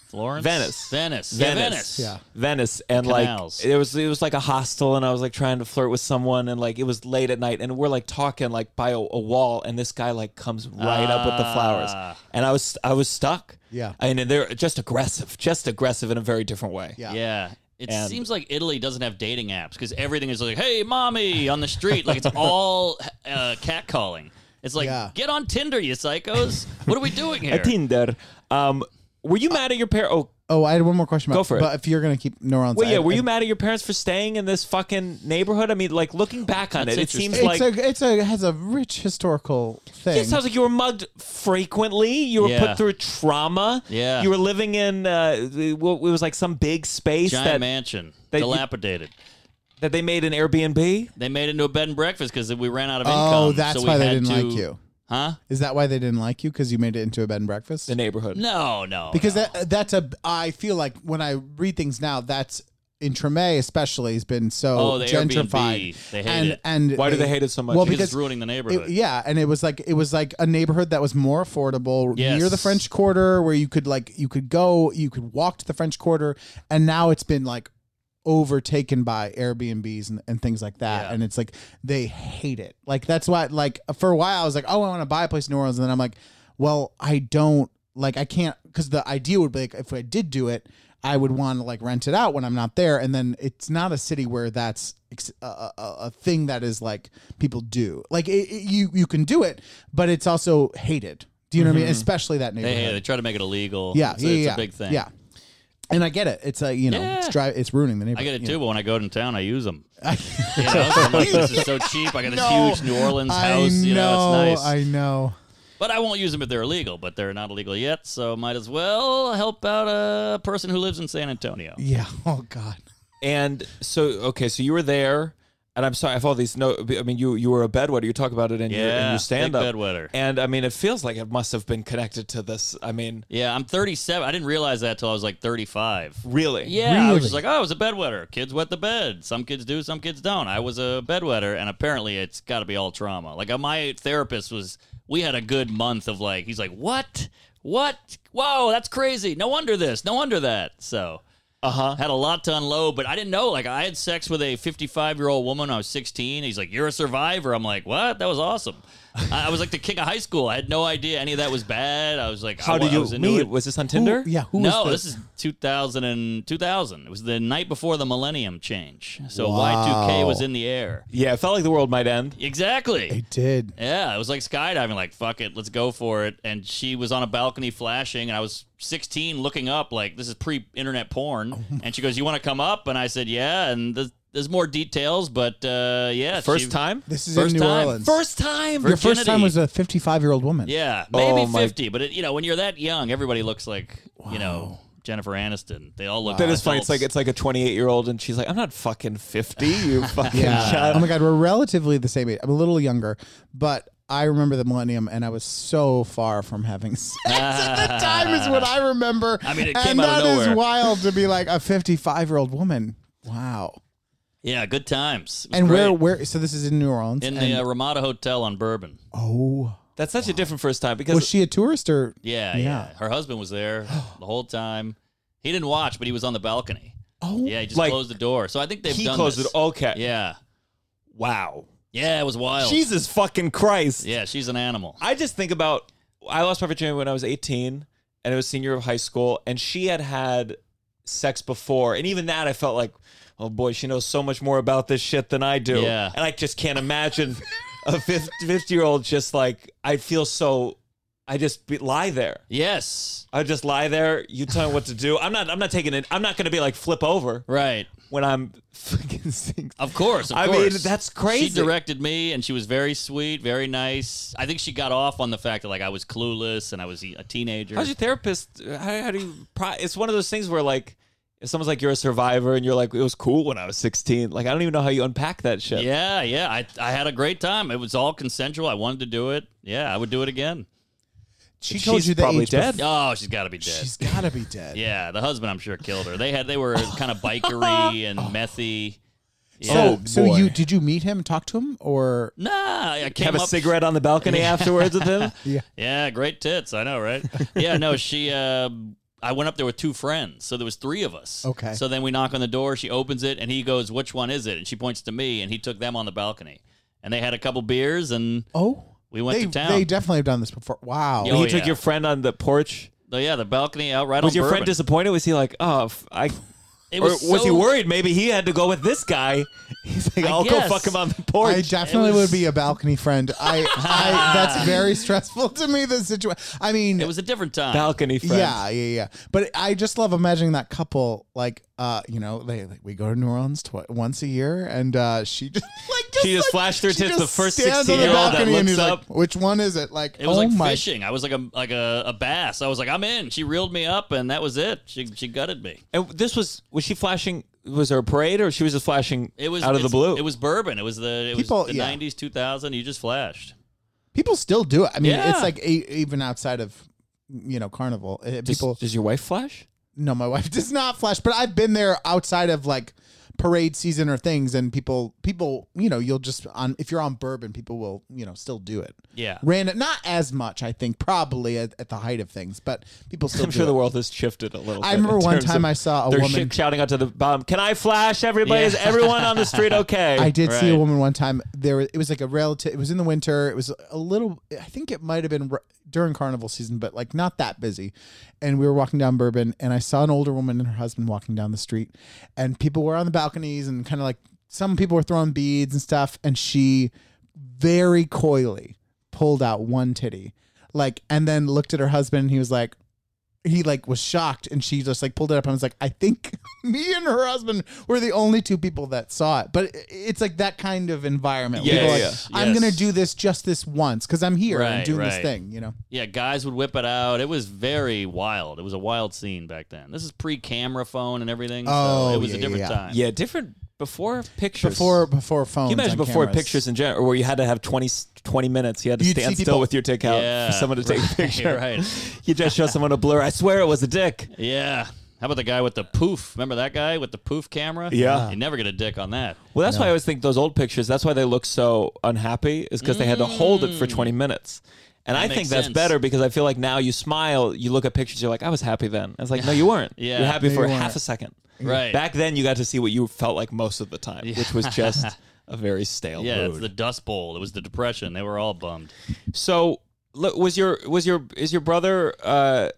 S3: Florence,
S1: Venice.
S3: Venice,
S1: Venice.
S3: Yeah, Venice.
S2: Yeah.
S1: Venice, and
S3: Canals.
S1: like it was it was like a hostel, and I was like trying to flirt with someone, and like it was late at night, and we're like talking like by a, a wall, and this guy like comes right up with the
S3: Ah.
S1: flowers, and I was I was stuck.
S2: Yeah.
S1: and they're just aggressive, just aggressive in a very different way.
S2: Yeah.
S3: Yeah. It
S1: And-
S3: seems like Italy doesn't have dating apps because everything is like, hey, mommy, on the street. Like, it's all uh, catcalling. It's like,
S2: Yeah.
S3: get on Tinder, you psychos. What are we doing here?
S1: A Tinder. Um, were
S3: Uh,
S1: you mad at your parents? Oh,
S2: Oh, I had one more question. About,
S1: Go for it.
S2: But if you're gonna keep neurons,
S1: well, yeah.
S2: I-
S1: Were
S2: I-
S1: you mad at your parents for staying in this fucking neighborhood? I mean, like looking back on
S3: That's
S1: it, it seems
S2: It's
S1: like
S2: a, it's a, it has a rich historical thing.
S1: It sounds like you were mugged frequently. You were
S3: Yeah.
S1: put through trauma.
S3: Yeah.
S1: You were living in uh, it wa- it was like some big space
S3: Giant
S1: that,
S3: mansion,
S1: that you-
S3: dilapidated.
S1: that they made an Airbnb.
S3: They made it into a bed and breakfast because we ran out of income.
S2: oh, that's
S3: so we
S2: why they
S3: had
S2: didn't
S3: to-
S2: like you.
S3: Huh?
S2: Is that why they didn't like you? Because you made it into a bed and breakfast.
S1: The neighborhood.
S3: No, no.
S2: because
S3: no.
S2: that that's a. I feel like when I read things now, that's in Tremay especially has been so
S3: Oh, the Airbnb.
S2: gentrified.
S3: They hate
S2: and
S3: it.
S2: and
S1: Why do they hate it so much?
S2: Well,
S1: Because
S3: because
S2: because
S3: it's ruining the neighborhood.
S2: It- yeah, and it was like it was like a neighborhood that was more affordable
S3: Yes.
S2: near the French Quarter, where you could like you could go, you could walk to the French Quarter, and now it's been like overtaken by Airbnbs and, and things like that.
S3: Yeah.
S2: And it's like they hate it. Like that's why like for a while I was like, oh, I want to buy a place in New Orleans, and then I'm like, well, I don't like I can't because the idea would be like if I did do it. I would want to like rent it out when I'm not there, and then it's not a city where that's ex- a, a, a a thing that is like people do. Like it, it- you you can do it, but it's also hated. Do you know what I mean? Especially that
S3: Mm-hmm. They
S2: neighborhood.
S3: hate it. They try to make it illegal.
S2: Yeah,
S3: It's,
S2: yeah,
S3: it's
S2: yeah,
S3: a big thing.
S2: Yeah, and I get it. It's like you know,
S3: Yeah.
S2: it's dri- it's ruining the neighborhood.
S3: I get it
S2: you
S3: too,
S2: know.
S3: but when I go in town, I use them. You know, so I'm like, this is so cheap. I got this huge New Orleans house.
S2: I know,
S3: you know, it's nice.
S2: I know.
S3: But I won't use them if they're illegal, but they're not illegal yet, so might as well help out a person who lives in San Antonio.
S2: Yeah. Oh God.
S1: And so, okay, so you were there, and I'm sorry, I have all these. No, I mean, you you were a bedwetter. You talk about it in your, in
S3: Yeah,
S1: your
S3: big
S1: stand up
S3: bedwetter.
S1: And I mean, it feels like it must have been connected to this. I mean,
S3: Yeah, I'm 37. I didn't realize that till I was like 35.
S1: really,
S3: Yeah, I was just like, oh, I was a bedwetter. Kids wet the bed. Some kids do, some kids don't. I was a bedwetter, and apparently it's got to be all trauma. Like uh, my therapist was we had a good month of like he's like what what whoa that's crazy no wonder this no wonder that so
S1: Uh huh.
S3: had a lot to unload but i didn't know like i had sex with a 55 year old woman when i was 16 he's like you're a survivor i'm like what that was awesome I, I was like the king of high school i had no idea any of that was bad i was like
S1: How
S3: I,
S1: did
S3: I
S1: you
S3: was into
S1: meet?
S3: it.
S1: Was this on Tinder?
S2: Who, yeah, who
S3: no,
S2: was
S3: this is 2000 and 2000. It was the night before the millennium change. So
S2: Wow.
S3: Y2K was in the air.
S1: Yeah, it felt like the world might end.
S3: Exactly.
S2: It did.
S3: Yeah, it was like skydiving, like, fuck it, let's go for it. And she was on a balcony flashing, and I was 16 looking up, like, this is pre internet porn.
S2: Oh
S3: and she goes, You want to come up? And I said, Yeah. And th- there's more details, but uh, yeah.
S1: First
S3: she-
S1: time?
S2: This is
S3: First
S2: in New
S3: time.
S2: Orleans.
S1: First time.
S2: Your first time
S3: virginity.
S2: was a 55 year old woman.
S3: Yeah,
S1: Oh,
S3: maybe
S1: my-
S3: 50. But, it, you know, when you're that young, everybody looks like, you know, Jennifer Aniston. They all look
S1: That is funny. It's
S3: adults.
S1: like it's like a 28 year old, and she's like, "I'm not fucking 50, you fucking
S2: Yeah.
S1: child."
S2: Oh my God, we're relatively the same age. I'm a little younger, but I remember the millennium, and I was so far from having sex at the time is what I remember. I
S3: mean, it
S2: and
S3: came out of
S2: that is
S3: nowhere.
S2: wild to be like a 55 year old woman. Wow.
S3: Yeah, good times. It was
S2: And
S3: great.
S2: where where? So this is in New Orleans.
S3: in
S2: and-
S3: the uh, Ramada Hotel on Bourbon.
S2: oh,
S1: That's such a different first time because
S2: was she a tourist or?
S3: Yeah, yeah,
S2: Yeah.
S3: Her husband was there the whole time. He didn't watch, but he was on the balcony.
S2: Oh,
S3: Yeah, he just
S1: Like,
S3: closed the door. So I think they've
S1: he
S3: done
S1: closed
S3: this.
S1: it. Okay.
S3: Yeah,
S1: Wow.
S3: yeah, it was wild.
S1: Jesus fucking Christ.
S3: yeah, she's an animal.
S1: I just think about I lost my virginity when I was 18 and I was senior of high school and she had had sex before and even that I felt like oh boy she knows so much more about this shit than I do
S3: Yeah.
S1: and I just can't imagine a 50 year old just like I'd feel so I just be, lie there
S3: yes,
S1: I just lie there you tell me what to do I'm not I'm not taking it I'm not going to be like flip over
S3: right.
S1: when I'm fucking single.
S3: Of course, of
S1: I mean,
S3: course.
S1: that's crazy.
S3: She directed me, and she was very sweet, very nice. I think she got off on the fact that like I was clueless and I was a teenager.
S1: How's your therapist? How, how do you? Pro- it's one of those things where like, if someone's like, "You're a survivor," and you're like, "It was cool when I was 16." Like, I don't even know how you unpack that shit.
S3: yeah, yeah. I I had a great time. It was all consensual. I wanted to do it. Yeah, I would do it again.
S2: She told
S1: She's
S2: you the
S1: probably
S2: age
S1: dead.
S2: before-
S3: Oh, she's got to be dead.
S2: She's gotta be dead.
S3: Yeah, the husband I'm sure killed her. They had they were kind of
S1: Oh.
S3: bikery and methy. Yeah.
S2: So, so
S1: boy.
S2: you did you meet him, talk to him, or
S3: nah, I came
S1: Have a
S3: up-
S1: cigarette on the balcony afterwards with him.
S3: Yeah, great tits. I know, right? yeah, no, she. Uh, I went up there with two friends, so there was three of us.
S2: Okay.
S3: So then we knock on the door. She opens it, and he goes, "Which one is it?" And she points to me, and he took them on the balcony, and they had a couple beers, and
S2: oh,
S3: we went
S2: they
S3: to town.
S2: they definitely have done this before. Wow.
S3: Yeah. Oh,
S1: he took your friend on the porch.
S3: so Oh, yeah, the balcony out right
S1: Was
S3: on
S1: your
S3: Bourbon.
S1: friend disappointed? Was he like, "Oh, f- I"?
S3: It
S1: Or
S3: was,
S1: was
S3: so-
S1: he worried? Maybe he had to go with this guy. He's like,
S3: I
S1: "I'll
S3: guess.
S1: go fuck him on the
S2: I
S1: porch."
S2: definitely would
S3: was-
S2: be a balcony friend. I, I that's very stressful to me. The situation. I mean,
S3: It was a different time.
S1: balcony friend.
S2: yeah, yeah, yeah. But I just love imagining that couple. Like, uh, you know, they, they- we go to New Orleans twi- once a year, and uh, she just like just,
S1: She just
S2: like,
S1: flashed her
S2: she
S1: tits
S2: just
S1: the first
S2: stands on the
S1: 16-year-old that
S2: balcony and
S1: looks
S2: he's
S1: up.
S2: Like, Which one is it? Like,
S3: It was
S2: oh
S3: like
S2: my
S3: fishing. I was like a like a, a bass. I was like, I'm in. She reeled me up, and that was it. She she gutted me.
S1: And this was was she flashing? Was there a parade, or she was just flashing?
S3: It was
S1: out of the
S3: it's-
S1: blue.
S3: It was bourbon. It was the it
S2: People-
S3: was the
S2: yeah.
S3: 90s, 2000. You just flashed.
S2: people still do it. I mean,
S3: Yeah.
S2: it's like e even outside of you know carnival, eh,
S1: Does-
S2: people
S1: does your wife flash?
S2: No, my wife does not flash, but I've been there outside of like parade season or things and people people, you know, you'll just on if you're on bourbon, people will, you know, still do it.
S3: Yeah.
S2: Random not as much, I think, probably at, at the height of things, but people still
S1: I'm
S2: do
S1: sure
S2: it.
S1: the world has shifted a little.
S2: I
S1: bit
S2: remember
S1: in
S2: one
S1: terms
S2: time
S1: of
S2: I saw a
S1: they're
S2: woman-
S1: sh- shouting out to the bomb. Can I flash? Everybody, is
S3: Yeah.
S1: everyone on the street okay?
S2: I did see a
S3: Right.
S2: woman one time. There, it was like a relative. It was in the winter. It was a little. I think it might have been r- during carnival season, but like not that busy. And we were walking down Bourbon, and I saw an older woman and her husband walking down the street, and people were on the balconies and kind of like some people were throwing beads and stuff, and she very coyly pulled out one titty, like, and then looked at her husband, and he was like. He like was shocked, and she just like pulled it up, and was like, "I think me and her husband were the only two people that saw it." But i- it's like that kind of environment. where
S1: Yes,
S2: people are like,
S1: yes,
S2: I'm gonna
S3: yes.
S2: do this just this once because I'm here and
S3: Right,
S2: doing this
S3: right.
S2: thing. You know,
S3: Yeah, guys would whip it out. It was very wild. It was a wild scene back then. This is pre-camera phone and everything.
S2: Oh,
S3: so it was
S2: yeah,
S3: a different
S2: yeah, yeah.
S3: time.
S1: yeah, different before pictures.
S2: before before phones.
S1: Can you imagine
S2: on
S1: before
S2: cameras.
S1: pictures in general, where you had to have 20, 20 minutes, you had to
S2: You'd
S1: stand
S2: see
S1: still
S2: people-
S1: with your dick out
S3: Yeah,
S1: for someone to take a picture.
S3: right.
S1: You just show someone a blur. I swear it was a dick.
S3: Yeah. How about the guy with the poof? Remember that guy with the poof camera?
S1: Yeah.
S3: You never get a dick on that.
S1: Well, that's why I always think those old pictures. That's why they look so unhappy, is because they had to hold it for twenty minutes, And I
S3: Mm. makes
S1: think that's
S3: sense.
S1: better because I feel like now you smile, you look at pictures, you're like, I was happy then. It's like, no, you weren't.
S3: Yeah.
S1: You're happy
S2: No,
S1: for
S2: you
S1: half
S2: weren't.
S1: a second.
S3: Right.
S1: Back then, you got to see what you felt like most of the time, which was just a very stale
S3: yeah, it's
S1: mood.
S3: the Dust Bowl. It was the Depression. They were all bummed.
S1: so, look, was your was your is your brother? Uh,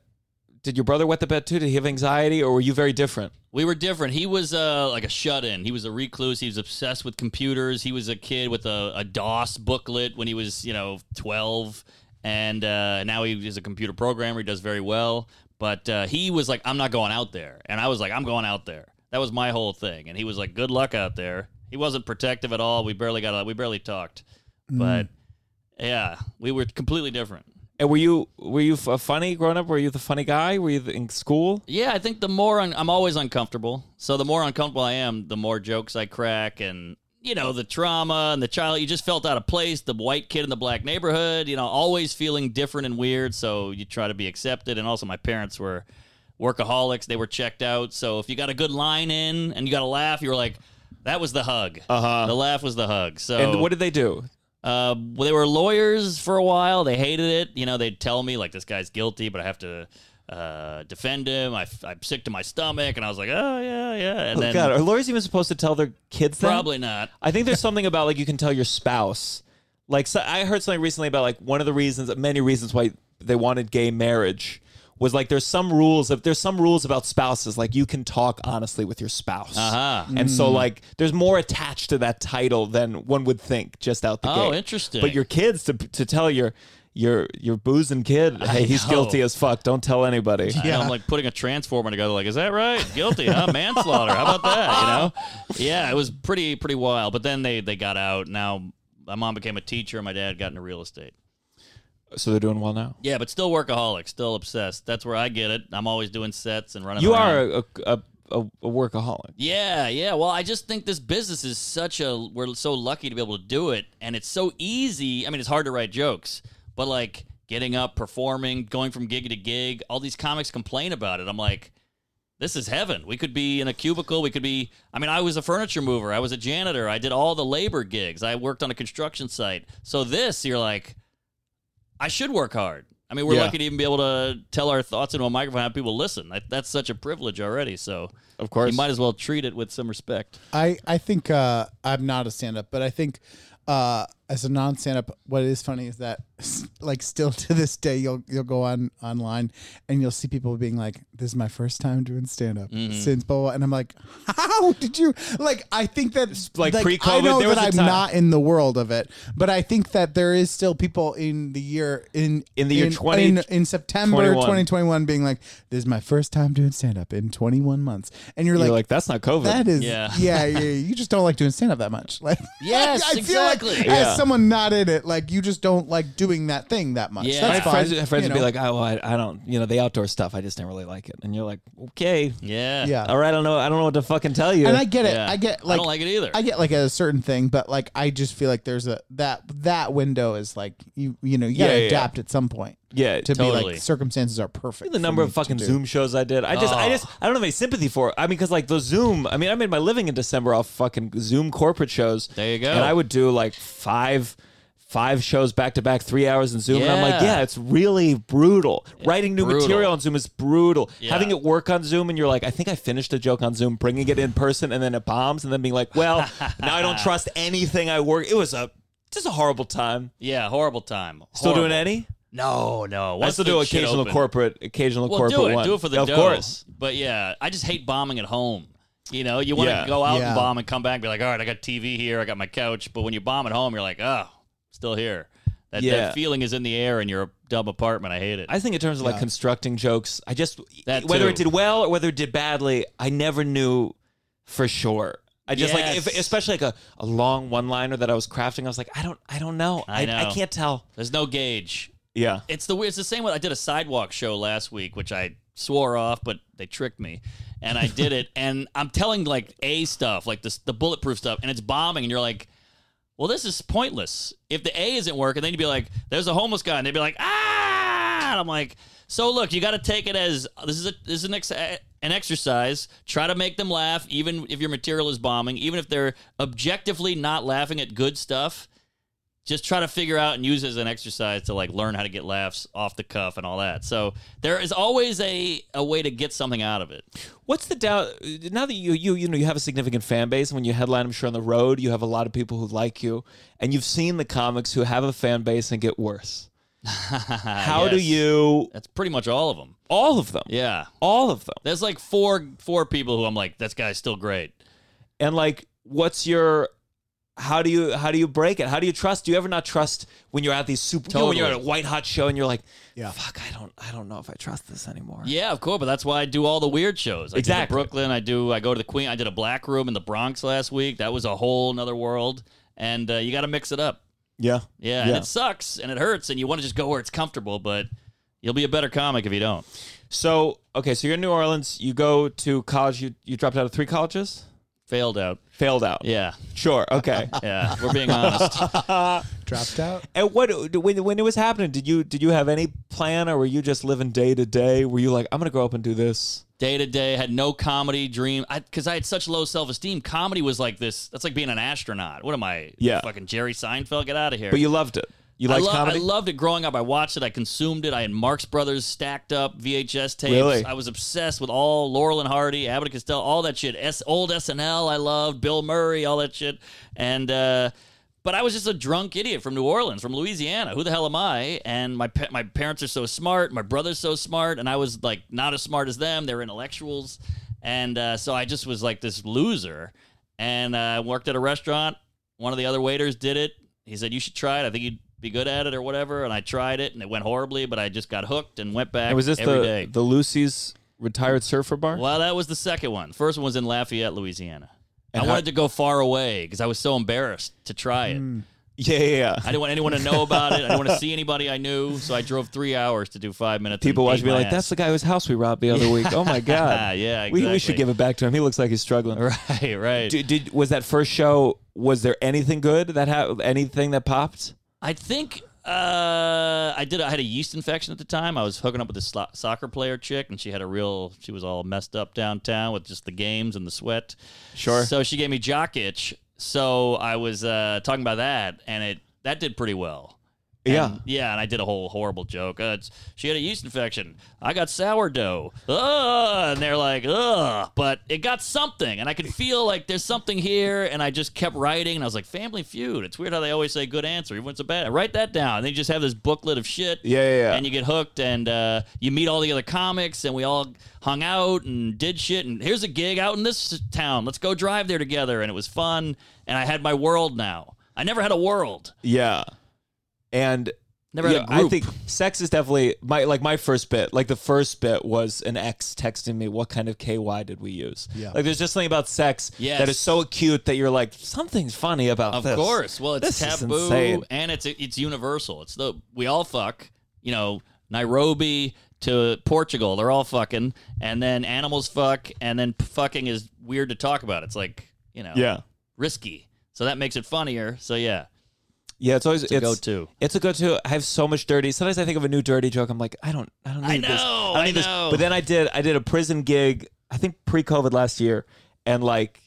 S1: did your brother wet the bed too? Did he have anxiety, or were you very different?
S3: We were different. He was uh, like a shut-in. He was a recluse. He was obsessed with computers. He was a kid with a, a DOS booklet when he was, you know, twelve, and uh, now he is a computer programmer. He does very well, but uh, he was like, "I'm not going out there," and I was like, "I'm going out there." That was my whole thing, and he was like, "Good luck out there." He wasn't protective at all. We barely got. We barely talked, but yeah, we were completely different.
S1: And were you were you f- funny growing up? Were you the funny guy? Were you the, in school?
S3: Yeah, I think the more un- I'm always uncomfortable. So the more uncomfortable I am, the more jokes I crack, and you know the trauma and the child. You just felt out of place. The white kid in the black neighborhood. You know, always feeling different and weird. So you try to be accepted. And also, my parents were workaholics. They were checked out. So if you got a good line in and you got a laugh, you were like, "That was the hug." Uh huh. The laugh was the hug. So
S1: Uh-huh. And what did they do?
S3: uh, well, they were lawyers for a while. They hated it. You know, they'd tell me like, "This guy's guilty, but I have to uh, defend him. I, am sick to my stomach," and I was like, "Oh yeah, yeah." And
S1: Oh,
S3: then
S1: God, are lawyers even supposed to tell their kids that?
S3: probably not.
S1: I think there's something about like you can tell your spouse. Like so, I heard something recently about like one of the reasons, many reasons why they wanted gay marriage was like there's some rules of there's some rules about spouses like you can talk honestly with your spouse.
S3: Uh-huh.
S1: And so like there's more attached to that title than one would think just out the
S3: Oh,
S1: gate.
S3: interesting.
S1: But your kids to to tell your your your boozing kid, hey, he's
S3: know.
S1: guilty as fuck. Don't tell anybody.
S3: I know, I'm like putting a transformer together. Like, is that right? Guilty, huh? Manslaughter. How about that? You know? Yeah, it was pretty pretty wild. But then they they got out. Now my mom became a teacher. and My dad got into real estate.
S1: So they're doing well now.
S3: Yeah, but still workaholic, still obsessed. That's where I get it. I'm always doing sets and running.
S1: You
S3: around.
S1: are a, a, a, a workaholic.
S3: Yeah, yeah. Well, I just think this business is such a we're so lucky to be able to do it and it's so easy. I mean, it's hard to write jokes, but like getting up, performing, going from gig to gig, all these comics complain about it. I'm like, this is heaven. We could be in a cubicle, we could be I mean, I was a furniture mover, I was a janitor, I did all the labor gigs. I worked on a construction site. So this, you're like I should work hard. I mean, we're
S1: Yeah.
S3: lucky to even be able to tell our thoughts into a microphone and have people listen. That that's such a privilege already. So,
S1: Of course.
S3: you might as well treat it with some respect.
S2: I I think uh, I'm not a stand up, but I think uh, as a non stand up, what is funny is that like still to this day, you'll you'll go on online and you'll see people being like, "This is my first time doing stand up
S1: Mm-hmm.
S2: since Boa," and I'm like, "How did you like?" I think that
S1: like,
S2: I
S1: pre-COVID,
S2: know
S1: there was
S2: that
S1: a
S2: I'm
S1: time.
S2: not in the world of it, but I think that there is still people in the year in
S1: In the year 20
S2: in, in September
S1: 21.
S2: 2021 being like, "This is my first time doing stand up in 21 months," and you're
S1: You're
S2: like
S1: like, that's not COVID.
S2: that is,
S3: Yeah.
S2: yeah. yeah, yeah. You just don't like doing stand up that much. Like,
S3: Yes,
S2: I feel
S3: exactly.
S2: like
S1: Yeah.
S2: as someone not in it, like you just don't like doing that thing that much.
S3: Yeah.
S2: That's
S1: My
S2: fine.
S1: friends, friends
S2: you
S1: would be
S2: know?
S1: like, "Oh, well, I, I don't, you know, the outdoor stuff. I just didn't really like it." And you're like, "Okay,
S3: Yeah.
S2: yeah.
S1: all right, I don't know, I don't know what to fucking tell you."
S2: And I get it.
S3: Yeah.
S2: I get
S3: I
S2: like
S3: don't like it either.
S2: I get like a certain thing, but like I just feel like there's a that that window is like you you know you gotta
S1: Yeah, yeah, yeah.
S2: adapt at some point
S1: yeah,
S2: to be
S3: Totally.
S2: like circumstances are perfect.
S1: the
S2: for
S1: number
S2: me
S1: of
S2: to
S1: fucking
S2: do.
S1: Zoom shows I did. I just, I
S3: Oh.
S1: just, I don't have any sympathy for it. I mean, because like the Zoom, I mean, I made my living in December off fucking Zoom corporate shows.
S3: There you go.
S1: And I would do like five. Five shows back to back, three hours in Zoom, and I'm like,
S3: Yeah.
S1: yeah, it's really brutal. Writing new
S3: brutal.
S1: material on Zoom is brutal.
S3: Yeah.
S1: Having it work on Zoom, and you're like, I think I finished a joke on Zoom, bringing it in person, and then it bombs, and then being like, well, now I don't trust anything I work. It was a just a horrible time.
S3: Yeah, horrible time.
S1: Still
S3: Horrible.
S1: doing any?
S3: No, no.
S1: I
S3: Once
S1: still
S3: the
S1: do
S3: shit
S1: occasional
S3: opened-
S1: corporate, occasional
S3: Well,
S1: corporate
S3: do it.
S1: one.
S3: Do it for the
S1: of
S3: dough.
S1: course.
S3: But yeah, I just hate bombing at home. You know, you want to
S1: Yeah.
S3: go out
S2: Yeah.
S3: and bomb and come back and be like, all right, I got TV here, I got my couch. But when you bomb at home, you're like, oh, still here. That,
S1: Yeah.
S3: that feeling is in the air in your dumb apartment. I hate it.
S1: I think in terms of like constructing jokes, I just
S3: That
S1: whether
S3: too.
S1: it did well or whether it did badly, I never knew for sure. I just like if,
S3: Yes.
S1: especially like a, a long one liner that I was crafting, I was like, I don't I don't know.
S3: I know.
S1: can't tell.
S3: There's no gauge.
S1: Yeah.
S3: It's the it's the same. way I did a sidewalk show last week, which I swore off, but they tricked me, and I did it. And I'm telling like A stuff, like this the bulletproof stuff, and it's bombing, and you're like, well, this is pointless. If the A isn't working, then you'd be like, there's a homeless guy, and they'd be like, ah, and I'm like, so look, you got to take it as this is a this is an ex- an exercise. Try to make them laugh, even if your material is bombing, even if they're objectively not laughing at good stuff just try to figure out and use it as an exercise to like learn how to get laughs off the cuff and all that. So there is always a, a way to get something out of it.
S1: What's the down now that you you you know you have a significant fan base and when you headline I'm sure on the road you have a lot of people who like you and you've seen the comics who have a fan base and get worse. How do
S3: Ah, Yes.
S1: you
S3: That's pretty much all of them.
S1: all of them?
S3: Yeah.
S1: All of them.
S3: There's like four four people who I'm like, this guy's still great.
S1: And like what's your how do you how do you break it? How do you trust? Do you ever not trust when you're at these super you know, when you're at a
S3: Totally.
S1: white hot show and you're like,
S2: Yeah.
S1: fuck, I don't I don't know if I trust this anymore.
S3: Yeah, of course, but that's why I do all the weird shows. I do the
S1: Exactly.
S3: Brooklyn, I do I go to the Queen, I did a black room in the Bronx last week. That was a whole nother world. And uh, you gotta mix it up.
S1: Yeah.
S3: Yeah, and it sucks and it hurts and you want to just go where it's comfortable, but you'll be a better comic if you don't.
S1: So okay, so you're in New Orleans, you go to college, you, you dropped out of three colleges?
S3: Failed out.
S1: Failed out.
S3: Yeah.
S1: Sure. Okay.
S3: Yeah. We're being honest.
S2: Dropped out.
S1: And what when when it was happening, did you did you have any plan, or were you just living day to day? Were you like, I'm gonna grow up and do this?
S3: Day to day, had no comedy dream. I because I had such low self esteem. Comedy was like this that's like being an astronaut. What am I?
S1: Yeah.
S3: Fucking Jerry Seinfeld, get out of here.
S1: But you loved it. You liked
S3: I, lo-
S1: comedy.
S3: I loved it growing up. I watched it. I consumed it. I had Marx Brothers stacked up VHS tapes.
S1: Really?
S3: I was obsessed with all Laurel and Hardy, Abbott and Costello, all that shit. S- old SNL, I loved Bill Murray, all that shit. And uh, but I was just a drunk idiot from New Orleans, from Louisiana. Who the hell am I? And my pa- my parents are so smart. My brother's so smart, and I was like not as smart as them. They're intellectuals, and uh, so I just was like this loser. And uh, I worked at a restaurant. One of the other waiters did it. He said, "You should try it. I think you'd be good at it, or whatever." And I tried it, and it went horribly. But I just got hooked and went back.
S1: and was this
S3: every
S1: the
S3: day.
S1: the Lucy's retired surfer bar?
S3: Well, that was the second one. First one was in Lafayette, Louisiana.
S1: And
S3: I
S1: how-
S3: wanted to go far away because I was so embarrassed to try it.
S1: Hmm. Yeah, yeah, yeah.
S3: I didn't want anyone to know about it. I didn't want to see anybody I knew. So I drove three hours to do five minutes.
S1: People
S3: and
S1: watch
S3: ate
S1: me
S3: my
S1: like,
S3: ass.
S1: that's the guy whose house we robbed the other week. Oh my god.
S3: Yeah,
S1: We, we should
S3: exactly.
S1: give it back to him. He looks like he's struggling.
S3: right, right.
S1: Did, did was that first show? Was there anything good that ha- anything that popped?
S3: I think uh, I did. I had a yeast infection at the time. I was hooking up with this slo- soccer player chick, and she had a real. She was all messed up downtown with just the games and the sweat.
S1: Sure.
S3: So she gave me jock itch. So I was uh, talking about that, and it that did pretty well.
S1: yeah.
S3: And- yeah, and I did a whole horrible joke. Uh, it's, she had a yeast infection. I got sourdough. Ugh, and they're like, ugh. But it got something, and I could feel like there's something here. And I just kept writing, and I was like, Family Feud. It's weird how they always say good answer, even when it's a bad. Write that down. And they just have this booklet of shit.
S1: Yeah, yeah, yeah.
S3: And you get hooked, and uh, you meet all the other comics, and we all hung out and did shit. And here's a gig out in this town. Let's go drive there together. And it was fun. And I had my world now. I never had a world.
S1: Yeah. And
S3: Never had a
S1: I
S3: group.
S1: think sex is definitely my like my first bit. Like the first bit was an ex texting me, "What kind of KY did we use?"
S2: Yeah.
S1: Like there's just something about sex
S3: Yes.
S1: that is so acute that you're like, something's funny about
S3: Of
S1: this.
S3: course. Well, it's
S1: This is
S3: taboo
S1: insane.
S3: and it's it's universal. It's the we all fuck. You know, Nairobi to Portugal, they're all fucking, and then animals fuck, and then p- fucking is weird to talk about. It's like you know,
S1: Yeah.
S3: risky. So that makes it funnier. So yeah,
S1: Yeah, it's always it's
S3: a go-to.
S1: It's a go-to. I have so much dirty. Sometimes I think of a new dirty joke. I'm like, I don't, I don't need
S3: I
S1: this.
S3: know,
S1: don't
S3: I
S1: need this.
S3: know.
S1: But then I did, I did a prison gig. I think pre-COVID last year, and like,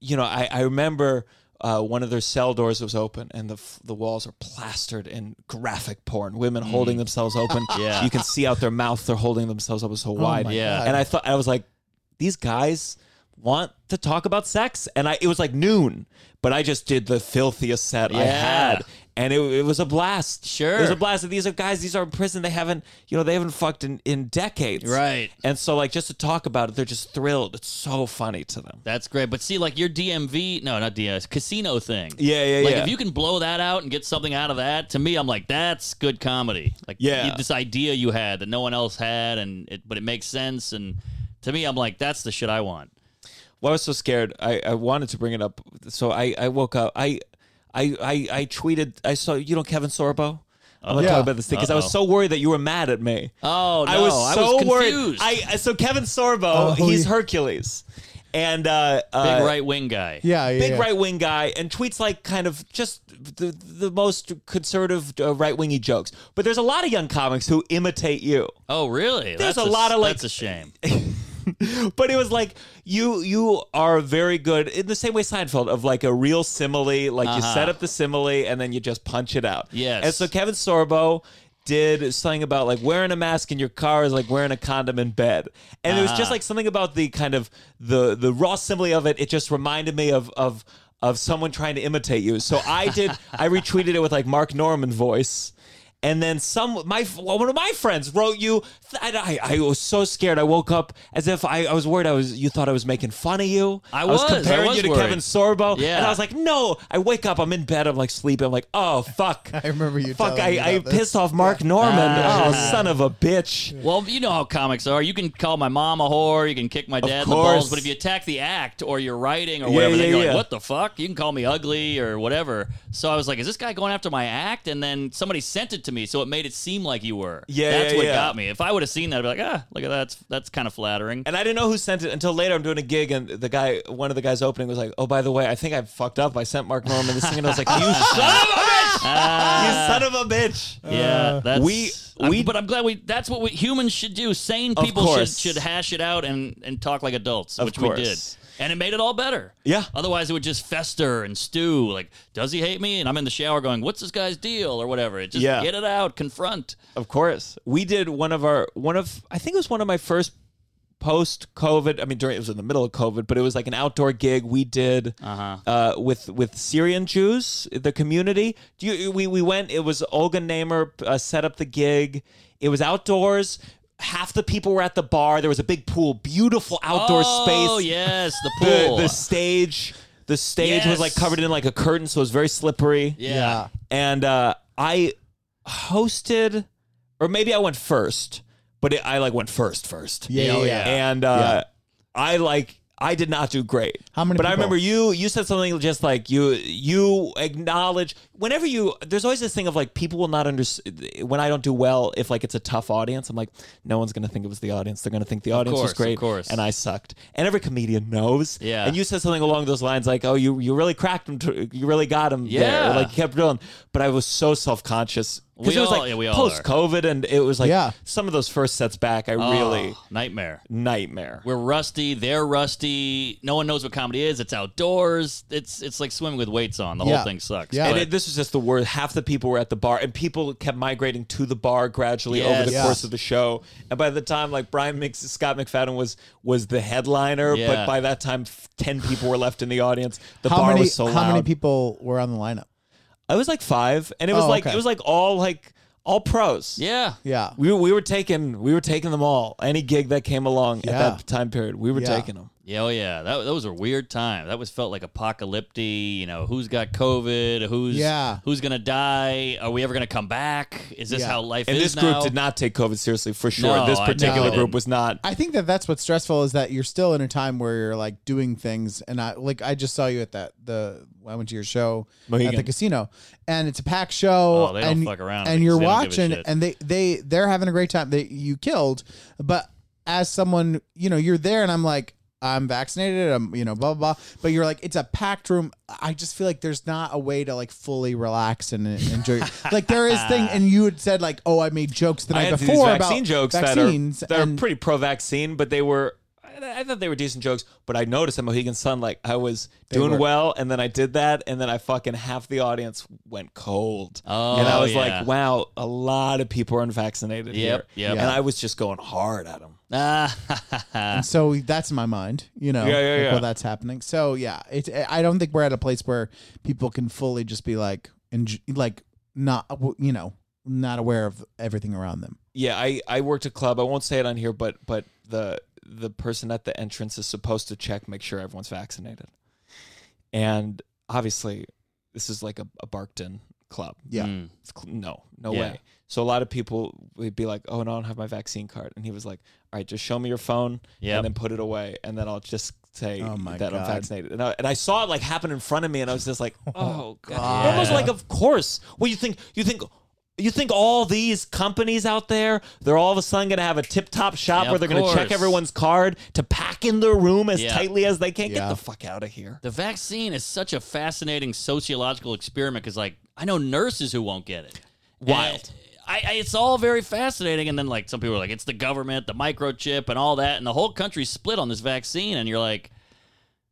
S1: you know, I I remember uh, one of their cell doors was open, and the f- the walls are plastered in graphic porn. Women holding themselves open.
S3: Mm. Yeah.
S1: you can see out their mouth. They're holding themselves open so wide.
S2: my
S3: Yeah. God.
S1: and I thought I was like, these guys want to talk about sex, and I it was like noon, but I just did the filthiest set I
S3: Yeah.
S1: had and it, it was a blast.
S3: Sure.
S1: it was a blast. And these are guys; these are in prison. They haven't, you know, they haven't fucked in in decades,
S3: Right.
S1: And so, like, just to talk about it, they're just thrilled. It's so funny to them.
S3: that's great. But see, like your DMV, no, not DMV, casino thing.
S1: Yeah, yeah,
S3: Like
S1: yeah.
S3: if you can blow that out and get something out of that, to me, I'm like, that's good comedy. Like
S1: Yeah.
S3: you- this idea you had that no one else had, and it, but it makes sense. And to me, I'm like, that's the shit I want.
S1: Well, I was so scared. I, I wanted to bring it up, so I I woke up. I I I, I tweeted. I saw you know Kevin Sorbo. I'm gonna
S2: Oh, Yeah.
S1: talk about this thing because I was so worried that you were mad at me.
S3: Oh no,
S1: I was so worried.
S3: confused.
S1: I so Kevin Sorbo,
S2: Oh,
S1: he's
S2: yeah.
S1: Hercules, and uh, uh,
S3: Big right wing guy.
S2: Yeah, yeah.
S1: big
S2: yeah.
S1: right wing guy and tweets like kind of just the, the most conservative uh, right wingy jokes. But there's a lot of young comics who imitate you.
S3: Oh really?
S1: There's
S3: That's
S1: a lot of, like-
S3: That's a shame.
S1: but it was like you you are very good in the same way Seinfeld of like a real simile, like you
S3: Uh-huh.
S1: set up the simile and then you just punch it out.
S3: Yes.
S1: And so Kevin Sorbo did something about like wearing a mask in your car is like wearing a condom in bed. And it was
S3: Ah.
S1: just like something about the kind of the the raw simile of it, it just reminded me of of of someone trying to imitate you. So I did I retweeted it with like Mark Norman voice. And then some, my well, one of my friends wrote you. I, I, I was so scared. I woke up as if I, I was worried. I was you thought I was making fun of you.
S3: I
S1: was
S3: was, I
S1: comparing
S3: was
S1: you to
S3: worried.
S1: Kevin Sorbo.
S3: Yeah.
S1: and I was like, no. I wake up. I'm in bed. I'm like sleeping. I'm like, oh fuck.
S2: I remember you
S1: Fuck.
S2: telling me
S1: I, I
S2: about this. Ah.
S1: pissed off Mark Norman. oh son of a bitch.
S3: Well, you know how comics are. You can call my mom a whore. You can kick my dad in the
S1: course.
S3: balls. But if you attack the act or your writing or
S1: Yeah,
S3: whatever,
S1: yeah,
S3: then you're
S1: yeah.
S3: like, what the fuck? You can call me ugly or whatever. So I was like, is this guy going after my act? And then somebody sent it to me, so it made it seem like you were.
S1: Yeah,
S3: That's
S1: yeah,
S3: what
S1: yeah.
S3: got me. If I would have seen that, I'd be like, ah, look at that. That's, that's kind of flattering.
S1: And I didn't know who sent it until later. I'm doing a gig, and the guy, one of the guys opening, was like, "Oh, by the way, I think I fucked up. I sent Mark Norman this thing." And I was like, "You son of a bitch! you son of a bitch!"
S3: Yeah, that's
S1: we-
S3: I'm-
S1: we-
S3: but I'm glad we. That's what we, humans should do. Sane
S1: Of
S3: people should
S1: course.
S3: should hash it out and and talk like adults, which we did,
S1: course.
S3: and it made it all better.
S1: Yeah.
S3: Otherwise, it would just fester and stew. Like, does he hate me? And I'm in the shower going, "What's this guy's deal?" or whatever. It just
S1: Yeah.
S3: get it out, confront.
S1: Of course, we did one of our one of I think it was one of my first post COVID. I mean, during it was in the middle of COVID, but it was like an outdoor gig we did
S3: Uh-huh.
S1: uh with with Syrian Jews, the community. Do you, we we went. It was Olga Namer uh, set up the gig. It was outdoors. Half the people were at the bar. There was a big pool, beautiful outdoor space.
S3: Oh yes, the
S1: the,
S3: pool.
S1: the stage the stage was like
S3: Yes.
S1: covered in like a curtain so it was very slippery
S3: yeah.
S1: and uh, i hosted or maybe i went first but it, i like went first first
S2: Yeah, yeah,
S3: Oh,
S2: yeah.
S1: and uh, i like i did not do great
S2: How many
S1: but i
S2: people?
S1: remember you you said something just like you you acknowledge whenever you there's always this thing of like people will not understand when i don't do well if like it's a tough audience i'm like no one's gonna think it was the audience they're gonna think the audience
S3: course,
S1: was
S3: of
S1: great
S3: course.
S1: and i sucked and every comedian knows
S3: Yeah.
S1: and you said something along those lines like oh you you really cracked him to, you really got him there.
S3: Yeah.
S1: like kept going. But I was so self conscious because
S3: We
S1: it was
S3: all-
S1: like
S3: yeah, we all are.
S1: post COVID, and it was like
S2: Yeah.
S1: some of those first sets back. I
S3: Oh,
S1: really
S3: nightmare.
S1: nightmare.
S3: We're rusty. They're rusty. No one knows what comedy is. It's outdoors. It's it's like swimming with weights on. The
S2: Yeah.
S3: whole thing sucks.
S2: Yeah.
S1: And
S3: But-
S1: it, this was just the word. Half the people were at the bar, and people kept migrating to the bar gradually over the
S3: Yes.
S1: course of the show. And by the time, like Brian Mix, Scott McFadden was was the headliner, but
S3: Yeah.
S1: by that time, f- ten people were left in the audience. The
S2: how
S1: bar
S2: many
S1: was so
S2: how many
S1: loud.
S2: people were on the lineup?
S1: I was like five, and it was
S2: Oh,
S1: like
S2: okay.
S1: it was like all like all pros.
S3: yeah.
S2: Yeah.
S1: We, we were taking we were taking them all. Any gig that came along
S2: Yeah.
S1: at that time period, we were
S2: Yeah.
S1: taking them.
S3: Yeah, oh yeah, that those were weird times. That was felt like apocalyptic. You know, who's got COVID? Who's
S2: Yeah.
S3: Who's gonna die? Are we ever gonna come back? Is this
S2: Yeah.
S3: how life
S1: And this
S3: is
S1: group
S3: now?
S1: did not take COVID seriously for sure.
S3: No,
S1: this
S3: I-
S1: particular
S3: no.
S1: group was not.
S2: I think that that's what's stressful is that you're still in a time where you're like doing things, and I like I just saw you at that the I went to your show
S1: Mohegan.
S2: at the casino, and it's a packed show.
S3: Oh, they don't
S2: and,
S3: fuck around
S2: And
S3: because
S2: you're
S3: they don't give a
S2: watching,
S3: shit.
S2: and they they they're having a great time. They you killed, but as someone you know you're there, and I'm like. I'm vaccinated. I'm, you know, blah, blah, blah. But you're like, it's a packed room. I just feel like there's not a way to like fully relax and uh, enjoy. like there is thing, and you had said like, oh, I made jokes the
S1: I
S2: night
S1: had these
S2: before about
S1: vaccine jokes
S2: vaccines.
S1: that are they're
S2: and-
S1: pretty pro-vaccine, but they were. I I thought they were decent jokes, but I noticed at Mohegan Sun, like I was doing
S2: were.
S1: well, and then I did that, and then I fucking half the audience went cold,
S3: Oh,
S1: and I was
S3: yeah.
S1: like, "Wow, a lot of people are unvaccinated
S3: Yep,
S1: here,"
S3: yep.
S1: and I was just going hard at them.
S3: Ah,
S2: And so that's in my mind, you know,
S1: Yeah, yeah,
S2: like,
S1: yeah.
S2: while that's happening. So yeah, it's I don't think we're at a place where people can fully just be like, and like not, you know, not aware of everything around them.
S1: yeah i i worked a club i won't say it on here but but the the person at the entrance is supposed to check make sure everyone's vaccinated and obviously this is like a, a barkton club
S2: Yeah.
S3: Mm.
S1: It's cl- no no
S3: Yeah.
S1: way so a lot of people would be like oh no i don't have my vaccine card and he was like all right just show me your phone
S3: Yep.
S1: and then put it away and then i'll just say
S2: Oh, my
S1: that i'm
S2: God.
S1: vaccinated and I, and I saw it like happen in front of me and i was just like oh god
S2: God.
S1: almost like of course well you think you think you think all these companies out there they're all of a sudden going to have a tip top shop
S3: Yeah,
S1: where
S3: of
S1: they're going to check
S3: course.
S1: everyone's card to pack in their room as
S3: Yeah.
S1: tightly as they can get
S2: Yeah.
S1: the fuck out of here
S3: the vaccine is such a fascinating sociological experiment because, like, I know nurses who won't get it.
S1: Wild.
S3: And I I, I, it's all very fascinating. And then like some people are like, it's the government, the microchip, and all that, and the whole country's split on this vaccine. And you're like,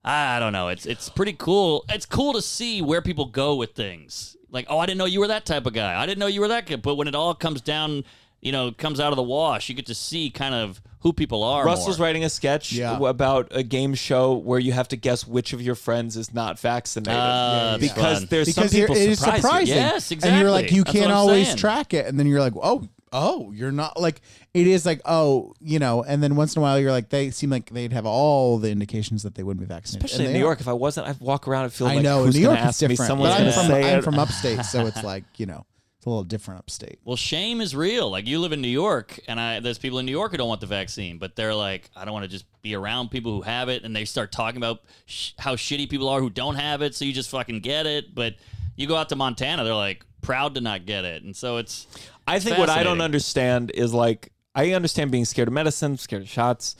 S3: I don't know. It's it's pretty cool. It's cool to see where people go with things. Like, oh, I didn't know you were that type of guy. I didn't know you were that good. But when it all comes down, you know, comes out of the wash, you get to see kind of who people are.
S1: Russell's
S3: more.
S1: writing a sketch
S2: Yeah.
S1: w- about a game show where you have to guess which of your friends is not vaccinated
S3: Ah, that's
S1: because
S3: fun.
S1: there's
S2: because
S1: some
S2: you're-
S1: people
S2: it is
S1: surprise you.
S2: surprising.
S3: Yes,
S2: And you're like,
S3: exactly.
S2: you
S3: That's
S2: can't
S3: what I'm
S2: always
S3: saying.
S2: track it, and then you're like, oh, oh, you're not like. It is like, oh, you know, and then once in a while you're like, they seem like they'd have all the indications that they wouldn't be vaccinated,
S1: Especially
S2: And
S1: in
S2: they
S1: New
S2: are.
S1: York, if I wasn't, I'd walk around and feel
S2: I
S1: like
S2: know
S1: who's
S2: New York
S1: gonna
S2: is
S1: ask me?
S2: different,
S1: Someone's
S2: but I'm
S1: gonna
S2: from
S1: say
S2: I'm
S1: it.
S2: from upstate, so it's like you know, it's a little different upstate.
S3: Well, shame is real. Like you live in New York, and I there's people in New York who don't want the vaccine, but they're like, I don't want to just be around people who have it, and they start talking about sh- how shitty people are who don't have it. So you just fucking get it. But you go out to Montana, they're like proud to not get it, and so it's.
S1: I think what I don't
S3: Fascinating.
S1: understand is like I understand being scared of medicine, scared of shots.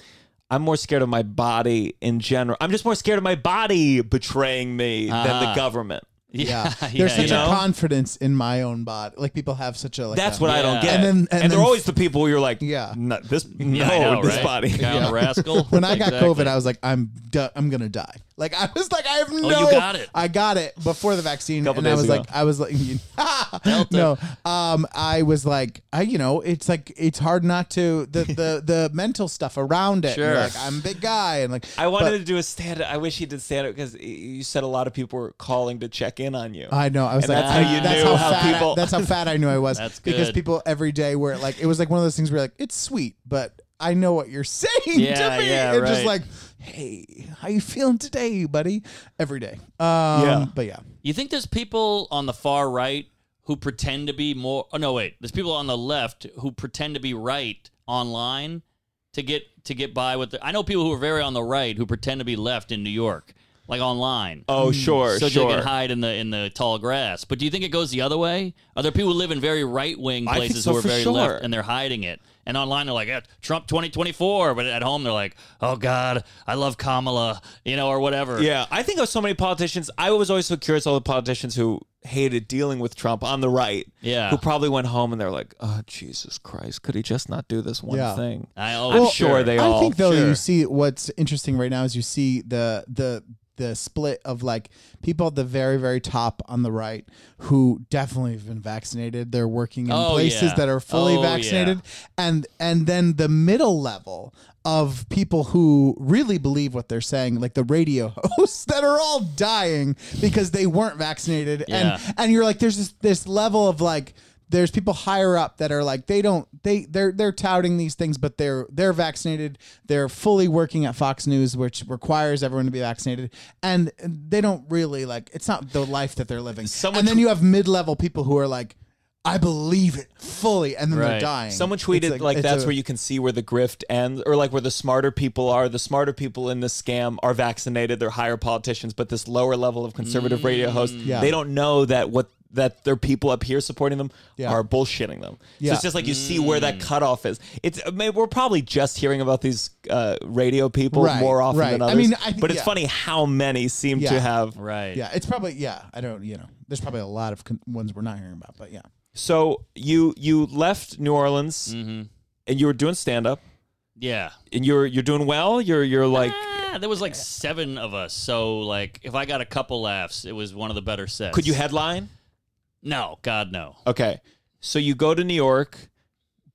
S1: I'm more scared of my body in general. I'm just more scared of my body betraying me than the
S3: Ah.
S1: government.
S2: Yeah,
S3: yeah,
S2: there's such
S1: you
S2: a
S1: know?
S2: confidence in my own body. Like people have such a like.
S1: That's
S2: a-
S1: what I don't
S3: Yeah.
S1: get.
S2: And
S1: And then,
S2: then- and then-
S1: they're always the people where you're like,
S2: Yeah.
S1: yeah, this no,
S3: Yeah, I know,
S1: this
S3: right?
S1: body.
S3: Guy on a rascal.
S2: When I got
S3: Exactly.
S2: COVID, I was like, I'm du- I'm gonna die. Like I was like, I
S1: Oh,
S2: have no.
S3: you got it.
S2: I got it before the vaccine,
S1: Couple
S2: and I
S1: days
S2: was
S1: ago.
S2: like, I was like, no. Um, I was like, I you know, it's like it's hard not to the the the mental stuff around it. You're
S3: Sure.
S2: like I'm a big guy, and like
S1: I wanted
S2: but-
S1: to do a stand up. I wish he did stand up because you said a lot of people were calling to check in on you.
S2: I know. I was
S1: And
S2: like, "Ah,
S1: that's how you
S2: that's
S1: knew
S2: how,
S1: how
S2: fat I-
S1: people-
S2: that's how fat I knew I was.
S3: That's
S2: Because
S3: good.
S2: people every day were like, it was like one of those things where like, it's sweet, but I know what you're saying to
S3: Yeah,
S2: me.
S3: yeah,
S2: and just
S3: right.
S2: like, hey, how you feeling today, buddy? Every day. Um,
S1: Yeah.
S2: But yeah,
S3: You think there's people on the far right who pretend to be more? Oh no, wait. There's people on the left who pretend to be right online to get to get by with. The, I know people who are very on the right who pretend to be left in New York, like online.
S2: mm,
S1: oh sure,
S3: so
S1: sure.
S3: they can hide in the in the tall grass. But do you think it goes the other way? Are there people who live in very right wing
S1: I think
S3: places
S1: so,
S3: who are
S1: for
S3: very
S1: sure.
S3: left and they're hiding it? And online they're like, eh, Trump twenty twenty four, but at home they're like, oh God, I love Kamala, you know, or whatever.
S1: Yeah, I think of so many politicians. I was always so curious all the politicians who hated dealing with Trump on the right.
S3: Yeah.
S1: who probably went home and they're like, "Oh Jesus Christ, could he just not do this one
S2: Yeah.
S1: thing?"
S3: I,
S1: I'm sure they all.
S2: I think though
S1: sure.
S2: you see what's interesting right now is you see the the the split of like people at the very very top on the right who definitely have been vaccinated. They're working in
S3: Oh,
S2: places
S3: yeah.
S2: that are fully
S3: Oh,
S2: vaccinated, and and then the middle level of people who really believe what they're saying, like the radio hosts that are all dying because they weren't vaccinated,
S3: Yeah.
S2: and and you're like there's this this level of like there's people higher up that are like they don't they they're they're touting these things but they're they're vaccinated they're fully working at Fox News which requires everyone to be vaccinated and they don't really like it's not the life that they're living
S1: Someone
S2: and then
S1: tw-
S2: you have mid-level people who are like I believe it fully and then they're
S3: Right.
S2: dying
S1: Someone
S2: It's
S1: tweeted like,
S2: it's
S1: that's
S2: a-
S1: where you can see where the grift ends, or like where the smarter people are. The smarter people in the scam are vaccinated; they're higher politicians, but this lower level of conservative radio hosts,
S2: Mm. Yeah.
S1: they don't know that what that their people up here supporting them
S2: Yeah.
S1: are bullshitting them.
S2: Yeah.
S1: So it's just like you see where that cutoff is. It's I mean, we're probably just hearing about these uh, radio people
S2: Right,
S1: more often
S2: right.
S1: than
S2: I
S1: others.
S2: mean, I-
S1: but it's
S2: yeah.
S1: funny how many seem
S2: Yeah.
S1: to have
S3: right.
S2: yeah it's probably yeah I don't you know there's probably a lot of con- ones we're not hearing about but yeah
S1: So you you left New Orleans and you were doing stand up
S3: Yeah.
S1: and you're you're doing well. You're you're like
S3: Ah, there was like seven of us, so like if I got a couple laughs, it was one of the better sets.
S1: could you headline?
S3: No, God no.
S1: Okay. So you go to New York,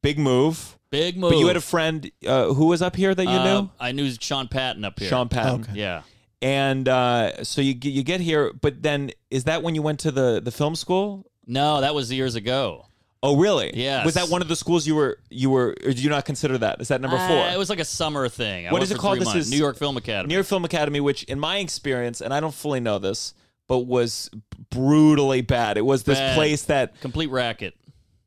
S1: big move.
S3: Big move.
S1: But you had a friend uh, who was up here that you
S3: Uh,
S1: knew,
S3: I knew Sean Patton up here.
S1: Sean Patton.
S2: Okay.
S3: Yeah.
S1: And uh, so you get- you get here, but then is that when you went to the the film school?
S3: No, that was years ago.
S1: Oh, really?
S3: Yes.
S1: Was that one of the schools you were you were? Or do you not consider that? Is that number four?
S3: Uh, it was like a summer thing. I
S1: What
S3: went
S1: is it
S3: for
S1: called?
S3: three
S1: This
S3: months.
S1: is-
S3: New York Film Academy.
S1: Near Film Academy, which in my experience, and I don't fully know this, but was brutally bad. It was this
S3: Bad.
S1: place that,
S3: Complete racket.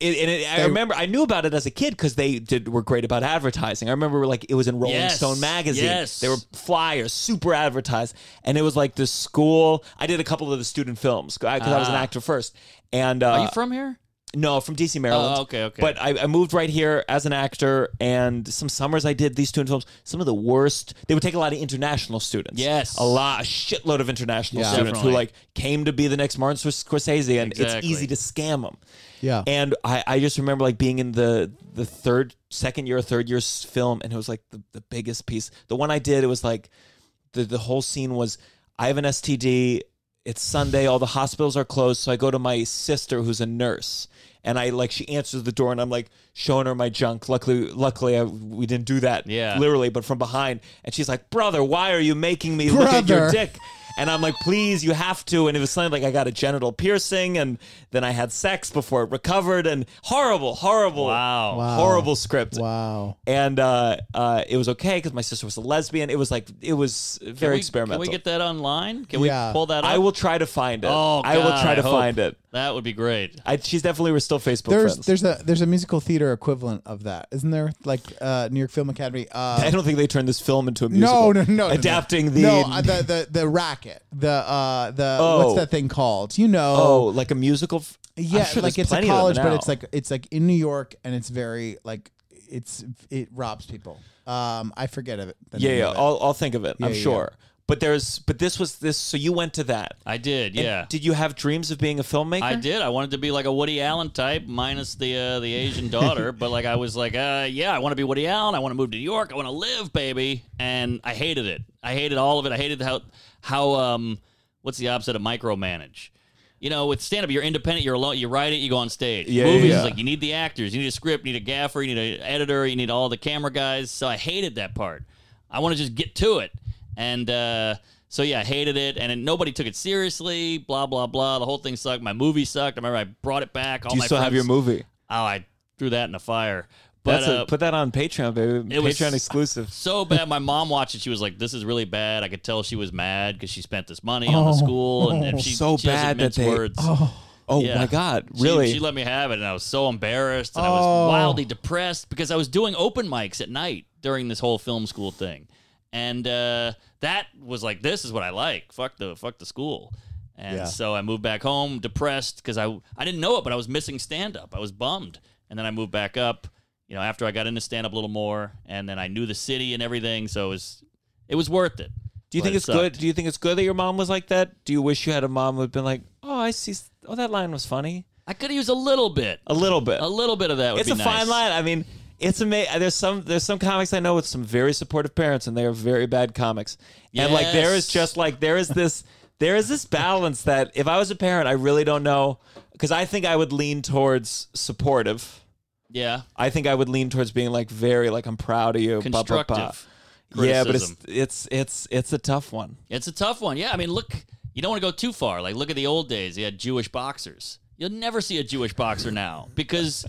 S1: it, and it, I remember I knew about it as a kid because they did were great about advertising. I remember like it was in Rolling
S3: Yes.
S1: Stone magazine.
S3: Yes.
S1: They were flyers, super advertised, and it was like this school. I did a couple of the student films because I was an
S3: Ah.
S1: actor first, and uh,
S3: Are you from here?
S1: No, from DC, Maryland.
S3: Oh, okay, okay.
S1: But I, I moved right here as an actor, and some summers I did these student films. Some of the worst. They would take a lot of international students.
S3: Yes.
S1: a lot, a shitload of international
S2: Yeah.
S1: students
S3: Definitely.
S1: who like came to be the next Martin Scors- Scorsese, and it's
S3: Exactly.
S1: easy to scam them.
S2: Yeah.
S1: And I, I just remember like being in the the third, second year, or third year s- film, and it was like the, the biggest piece. The one I did, it was like the the whole scene was I have an STD. It's Sunday. All the hospitals are closed. So I go to my sister, who's a nurse, and I like she answers the door, and I'm like showing her my junk. Luckily, luckily I, we didn't do that.
S3: Yeah.
S1: literally, but from behind, and she's like, "Brother, why are you making me look at your
S2: Brother.
S1: dick?" And I'm like, "Please, you have to." And it was something like I got a genital piercing, and then I had sex before it recovered, and horrible, horrible,
S3: Wow.
S2: Wow.
S1: horrible script
S2: Wow.
S1: and uh, uh, it was okay because my sister was a lesbian. It was like it was very
S3: Can we-
S1: experimental.
S3: Can we get that online? Can
S2: Yeah.
S3: we pull that up?
S1: I will try to find it.
S3: Oh,
S1: I will
S3: God,
S1: try to
S3: hope.
S1: find it.
S3: That would be great.
S1: I, she's definitely we're still Facebook
S2: There's
S1: friends.
S2: there's a there's a musical theater equivalent of that, isn't there? Like uh, New York Film Academy. Uh,
S1: I don't think they turned this film into a
S2: no,
S1: musical.
S2: no, no, no, no.
S1: Adapting the
S2: no uh, the the the racket the uh the
S1: Oh.
S2: what's that thing called? You know,
S1: oh, like a musical. f- I'm
S2: yeah,
S1: sure
S2: like
S1: there's
S2: it's a
S1: plenty of them
S2: college, but
S1: now.
S2: it's like it's like in New York, and it's very like it's it robs people. Um, I forget of it. the
S1: yeah,
S2: name
S1: yeah.
S2: of it.
S1: I'll, I'll think of it. I'm
S2: yeah, yeah.
S1: sure. But there's but this was this. So you went to that.
S3: I did,
S1: And
S3: yeah.
S1: Did you have dreams of being a filmmaker?
S3: I did. I wanted to be like a Woody Allen type, minus the uh, the Asian daughter. but like, I was like, uh, yeah, I want to be Woody Allen. I want to move to New York. I want to live, baby. And I hated it. I hated all of it. I hated how how um, what's the opposite of micromanage? You know, with stand up, you're independent. You're alone. You write it. You go on stage.
S1: Yeah, yeah,
S3: Movies is
S1: yeah.
S3: like you need the actors. You need a script. You need a gaffer. You need an editor. You need all the camera guys. So I hated that part. I want to just get to it. And uh, so yeah, I hated it. And then nobody took it seriously. Blah blah blah. The whole thing sucked. My movie sucked. I remember I brought it back. All
S1: Do you
S3: my
S1: still have your
S3: friends-
S1: movie?
S3: Oh, I threw that in the fire. But
S1: That's
S3: uh,
S1: a, put that on Patreon, baby.
S3: it was-
S1: Patreon exclusive.
S3: so bad. My mom watched it. She was like, "This is really bad." I could tell she was mad because she spent this money on the school, and, and she
S1: Oh. So
S3: she doesn't
S1: bad that
S3: mince
S1: they-
S3: words.
S1: Oh
S3: Yeah.
S1: my God!
S3: She-
S1: Really? Oh.
S3: She, let me have it, and I was so embarrassed, and I was wildly depressed because I was doing open mics at night during this whole film school thing, and uh, that was like, this is what I like. Fuck the fuck the school. And
S2: Yeah.
S3: so I moved back home depressed because I I didn't know it, but I was missing stand up. I was bummed, and then I moved back up. You know, after I got into stand up a little more, and then I knew the city and everything, so it was it was worth it.
S1: Do you
S3: But
S1: think
S3: it
S1: it's good?
S3: sucked.
S1: Do you think it's good that your mom was like that? Do you wish you had a mom who'd been like, "Oh, I see. Oh, that line was funny.
S3: I could use a little bit,
S1: A little bit.
S3: a little bit of that. Would
S1: it's
S3: be
S1: a
S3: nice.
S1: fine line. I mean, it's amazing. There's some there's some comics I know with some very supportive parents, and they are very bad comics. And like there is
S3: Yes.
S1: just like there is this there is this balance that if I was a parent, I really don't know because I think I would lean towards supportive.
S3: Yeah,
S1: I think I would lean towards being like very like I'm proud of you. blah, blah,
S3: constructive.
S1: blah. Yeah, but it's
S3: criticism.
S1: it's it's it's a tough one.
S3: It's a tough one. Yeah, I mean, look, you don't want to go too far. Like, look at the old days. You had Jewish boxers. You'll never see a Jewish boxer now because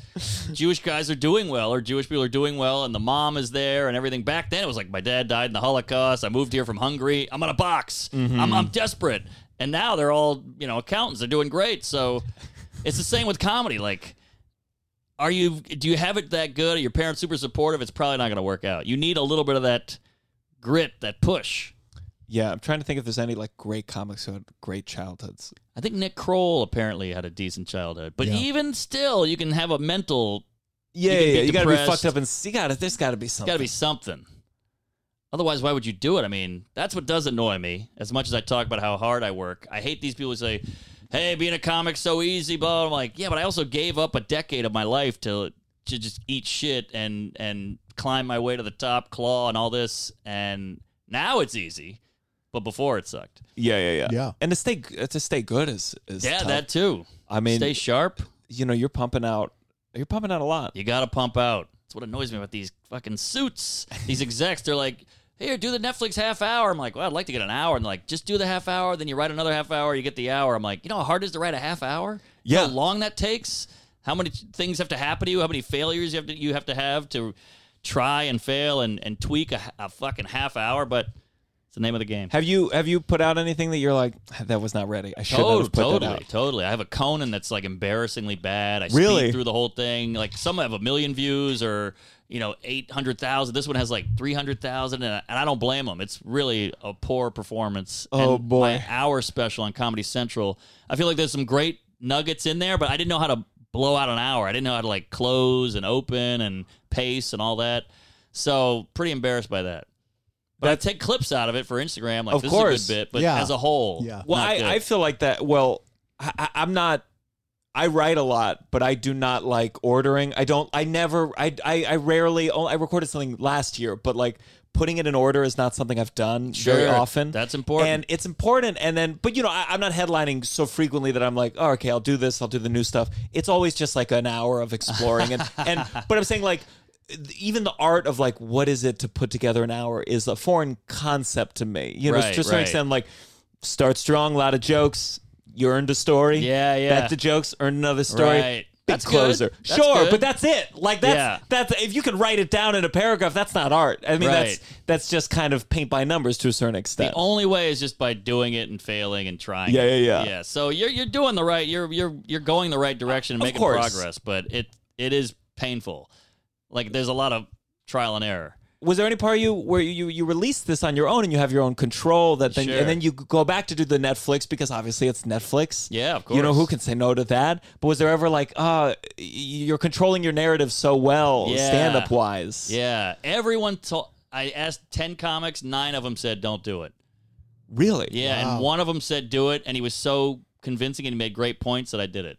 S3: Jewish guys are doing well, or Jewish people are doing well, and the mom is there and everything. Back then, it was like my dad died in the Holocaust. I moved here from Hungary. I'm gonna box. I'm, I'm desperate. And now they're all you know accountants. They're doing great. So it's the same with comedy. Like are you do you have it that good? Are your parents super supportive? It's probably not going to work out. You need a little bit of that grit, that push.
S1: Yeah, I'm trying to think if there's any like great comics who had great childhoods.
S3: I think Nick Kroll apparently had a decent childhood, but even still, you can have a mental.
S1: Yeah,
S3: You could
S1: yeah,
S3: be
S1: yeah. You gotta be
S3: depressed.
S1: fucked up and you gotta. There's gotta be
S3: It's
S1: something.
S3: got to be something. Otherwise, why would you do it? I mean, that's what does annoy me. As much as I talk about how hard I work, I hate these people who say, "Hey, being a comic's so easy." Blah. I'm like, yeah, but I also gave up a decade of my life to to just eat shit and and climb my way to the top, claw and all this, and now it's easy, but before it sucked.
S1: Yeah, yeah, yeah.
S2: Yeah.
S1: And to stay uh, to stay good is is
S3: yeah,
S1: tough.
S3: that too.
S1: I mean,
S3: Stay sharp.
S1: you know, you're pumping out. You're pumping out a lot.
S3: You gotta pump out. That's what annoys me about these fucking suits. These execs, they're like, here, do the Netflix half hour. I'm like, well, I'd like to get an hour. And they're like, just do the half hour, then you write another half hour, you get the hour. I'm like, you know how hard it is to write a half hour? You know
S1: Yeah.
S3: How long that takes? How many things have to happen to you? How many failures you have to you have to have to try and fail and, and tweak a, a fucking half hour, but it's the name of the game.
S1: Have you have you put out anything that you're like that was not ready? I should
S3: Totally,
S1: have put
S3: totally,
S1: that out.
S3: totally. I have a Conan that's like embarrassingly bad. I
S1: Really?
S3: speed through the whole thing. Like some have a million views or you know eight hundred thousand. This one has like three hundred thousand, and, I- and I don't blame them. It's really a poor performance.
S1: Oh,
S3: And
S1: boy.
S3: My hour special on Comedy Central. I feel like there's some great nuggets in there, but I didn't know how to blow out an hour. I didn't know how to like close and open and pace and all that. So pretty embarrassed by that. But I take clips out of it for Instagram. Like
S1: Of
S3: this
S1: course.
S3: is a good bit, but
S2: Yeah.
S3: as a whole,
S2: Yeah.
S1: Well,
S3: not
S1: I,
S3: good.
S1: I feel like that. Well, I, I- I'm not. I write a lot, but I do not like ordering. I don't. I never. I I, I rarely. oh, I recorded something last year, but like putting it in order is not something I've done very
S3: Sure.
S1: often.
S3: That's important.
S1: and it's important. And then, but you know, I, I'm not headlining so frequently that I'm like, oh, okay, I'll do this. I'll do the new stuff. It's always just like an hour of exploring. And and but I'm saying like. Even the art of like what is it to put together an hour is a foreign concept to me. You know,
S3: Right,
S1: to a certain
S3: right.
S1: extent, like start strong, a lot of jokes. You earned a story.
S3: Yeah, yeah.
S1: Bet the jokes, earn another story.
S3: Right.
S1: Big
S3: That's good.
S1: closer.
S3: That's
S1: sure,
S3: good.
S1: but that's it. Like that's
S3: Yeah.
S1: that's if you can write it down in a paragraph, that's not art. I mean that's
S3: Right.
S1: that's just kind of paint by numbers to a certain extent.
S3: The only way is just by doing it and failing and trying.
S1: Yeah,
S3: it.
S1: yeah, yeah.
S3: Yeah. So you're you're doing the right. You're you're you're going the right direction and
S1: Of
S3: making
S1: course.
S3: progress, but it it is painful. Like there's a lot of trial and error.
S1: Was there any part of you where you you released this on your own and you have your own control that then
S3: Sure.
S1: and then you go back to do the Netflix because obviously it's Netflix.
S3: Yeah, of
S1: You know
S3: course.
S1: who can say no to that? But was there ever like, uh, you're controlling your narrative so well,
S3: Yeah.
S1: stand up wise?
S3: Yeah. Everyone told. I asked ten comics. Nine of them said don't do it.
S1: Really?
S3: Yeah, and one of them said do it, and he was so convincing and he made great points that I did it.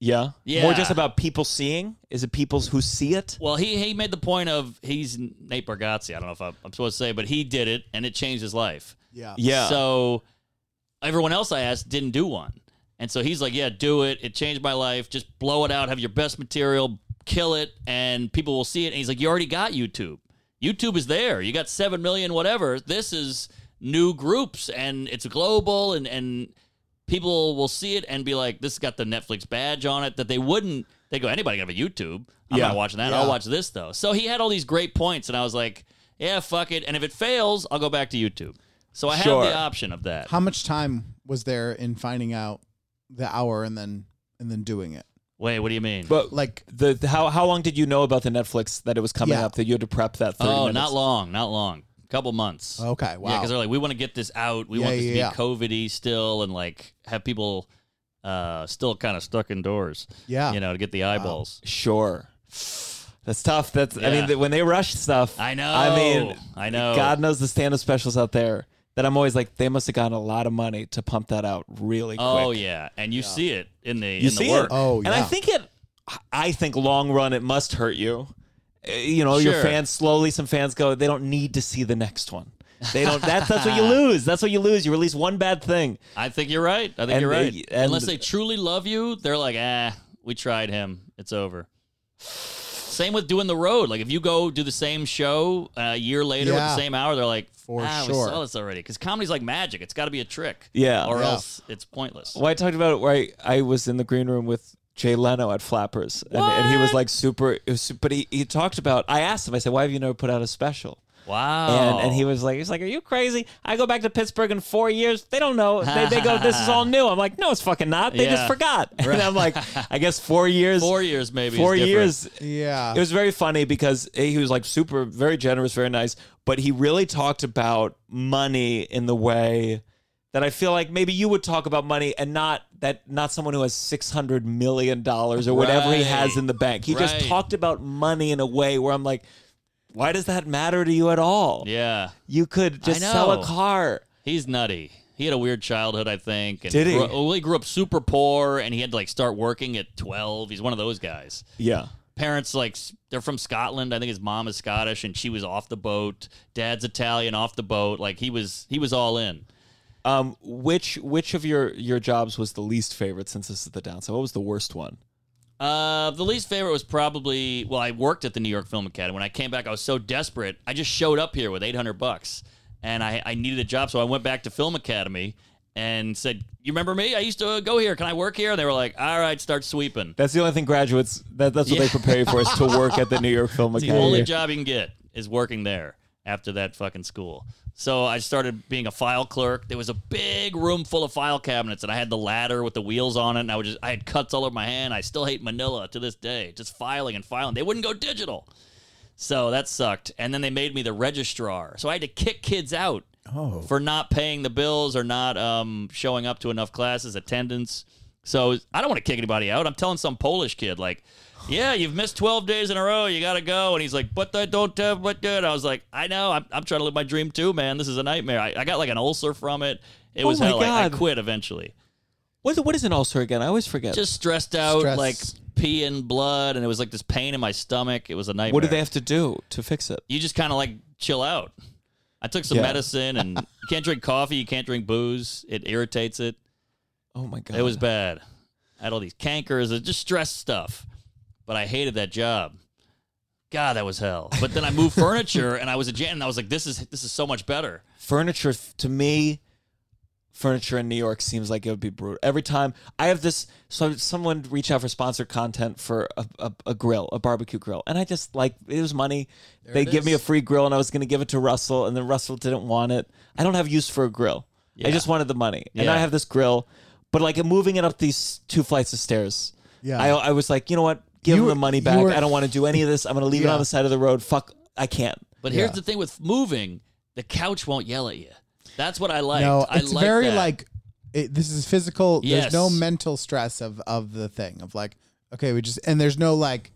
S1: Yeah.
S3: Yeah.
S1: More just about people seeing. Is it people who see it?
S3: Well, he he made the point of he's Nate Bargatze. I don't know if I'm, I'm supposed to say, but he did it, and it changed his life.
S2: Yeah.
S1: Yeah.
S3: So everyone else I asked didn't do one. And so he's like, yeah, do it. It changed my life. Just blow it out. Have your best material. Kill it. And people will see it. And he's like, you already got YouTube. YouTube is there. You got 7 million, whatever. This is new groups and it's global and, and people will see it and be like, this has got the Netflix badge on it that they wouldn't. They go, anybody can have a YouTube. I'm
S1: Yeah.
S3: not watching that.
S2: Yeah.
S3: I'll watch this though. So he had all these great points, and I was like, yeah, fuck it. And if it fails, I'll go back to YouTube. So I
S1: Sure.
S3: have the option of that.
S2: How much time was there in finding out the hour and then and then doing it?
S3: Wait, what do you mean?
S1: but like
S2: Like
S1: the, the- how how long did you know about the Netflix that it was coming
S2: Yeah.
S1: up that you had to prep that? 30
S3: oh,
S1: minutes?
S3: not long, not long. couple months.
S2: Oh, okay,
S3: Yeah,
S2: wow.
S3: because they're like, we want to get this out. We
S2: Yeah,
S3: want this
S2: yeah,
S3: to be COVID-y still, and like have people uh, still kind of stuck indoors.
S2: Yeah.
S3: you know, to get the eyeballs.
S1: Sure. That's tough. That's I mean
S3: Yeah.
S1: th- when they rush stuff.
S3: I know.
S1: I mean,
S3: I know.
S1: God knows the stand-up specials out there that I'm always like they must have gotten a lot of money to pump that out really quick.
S3: Oh yeah, and you see it in the
S1: you
S3: in
S1: see
S3: the work.
S1: it.
S2: Oh,
S1: And I
S2: yeah.
S1: think it. I think long run it must hurt you. Uh, You know, your
S3: Sure.
S1: fans slowly. Some fans go. They don't need to see the next one. They don't. That's that's what you lose. That's what you lose. You release one bad thing.
S3: I think you're right. I think
S1: And
S3: you're
S1: they-
S3: right.
S1: and-
S3: Unless they truly love you, they're like, ah, we tried him. It's over. Same with doing the road. Like if you go do the same show a year later with
S2: Yeah.
S3: the same hour, they're like,
S2: For
S3: ah,
S2: sure.
S3: we saw this already. Because comedy's like magic. It's got to be a trick.
S1: Yeah.
S3: Or
S2: Yeah.
S3: else it's pointless.
S1: Well, I talked about it where I, I was in the green room with Jay Leno at Flappers, and, and he was like super. It was, su- but he, he talked about. I asked him. I said, "Why have you never put out a special?"
S3: Wow.
S1: And,
S3: Oh.
S1: and he was like, he's like, are you crazy? I go back to Pittsburgh in four years. They don't know. They, they go, this is all new. I'm like, no, it's fucking not. They just
S3: Yeah.
S1: forgot. And I'm like, I guess four years.
S3: four years maybe. is
S1: four
S3: different.
S1: years.
S2: yeah.
S1: It was very funny because he was like super, very generous, very nice, but he really talked about money in the way that I feel like maybe you would talk about money and not that not someone who has six hundred million dollars or whatever he has
S3: Right.
S1: in the bank. He just
S3: Right.
S1: talked about money in a way where I'm like, why does that matter to you at all?
S3: Yeah.
S1: You could just
S3: I
S1: sell
S3: know.
S1: a car.
S3: He's nutty. He had a weird childhood, I think. And
S1: Did he?
S3: Grew, well, he grew up super poor, and he had to like start working at twelve. He's one of those guys.
S1: Yeah.
S3: parents like s- they're from Scotland. I think his mom is Scottish, and she was off the boat. Dad's Italian, off the boat. Like he was, he was all in.
S1: Um, which which of your your jobs was the least favorite since this is the downside? What was the worst one?
S3: Uh, the least favorite was probably well, I worked at the New York Film Academy. When I came back, I was so desperate. I just showed up here with eight hundred bucks, and I I needed a job, so I went back to Film Academy and said, "You remember me? I used to uh, go here. Can I work here?" And they were like, "All right, start sweeping."
S1: That's the only thing graduates that, that's what
S3: Yeah.
S1: they prepare you for is to work at the New York Film
S3: The only
S1: Academy.
S3: job you can get is working there after that fucking school. So I started being a file clerk. There was a big room full of file cabinets, and I had the ladder with the wheels on it, and I would just I had cuts all over my hand. I still hate Manila to this day. Just filing and filing. They wouldn't go digital. So that sucked. And then they made me the registrar. So I had to kick kids out for not paying the bills or not um, showing up to enough classes, attendance. So I don't want to kick anybody out. I'm telling some Polish kid like, "Yeah, you've missed 12 days in a row. You gotta go." And he's like, "But I don't have what good." I was like, "I know. I'm, I'm trying to live my dream too, man. This is a nightmare. I, I got like an ulcer from it. It
S1: Oh
S3: was
S1: my
S3: hell. I, I
S1: God.
S3: quit eventually.
S1: What, what is an ulcer again? I always forget.
S3: Just stressed out,
S2: Stress.
S3: like peeing blood, and it was like this pain in my stomach. It was a nightmare.
S1: what do they have to do to fix it?
S3: You just kind of like chill out. I took some
S1: Yeah.
S3: medicine, and you can't drink coffee. You can't drink booze. It irritates it.
S1: Oh my god!
S3: It was bad. I had all these cankers, it was just stress stuff. But I hated that job. God, that was hell. But then I moved furniture and I was a jan and I was like, this is this is so much better.
S1: furniture f- to me furniture in new york seems like it would be brutal every time i have this so someone reached out for sponsored content for a, a, a grill a barbecue grill and i just like it was money they
S2: it
S1: give me a
S2: is.
S1: free grill and i was going to give it to russell and then russell didn't want it i don't have use for a grill i
S3: Yeah.
S1: just wanted the money and
S3: Yeah.
S1: i have this grill but like moving it up these two flights of stairs
S2: Yeah.
S1: i, I was like you know what give
S2: You
S1: them
S2: were-
S1: the money
S2: you
S1: back
S2: were-
S1: i don't want to do any of this i'm going to leave it
S2: Yeah.
S1: on the side of the road fuck i can't
S3: But here's
S2: Yeah.
S3: the thing with moving, the couch won't yell at you. That's what I like.
S2: No,
S3: I
S2: it's
S3: like
S2: very
S3: that.
S2: like it, this is physical.
S3: Yes.
S2: There's no mental stress of of the thing of like okay, we just and there's no like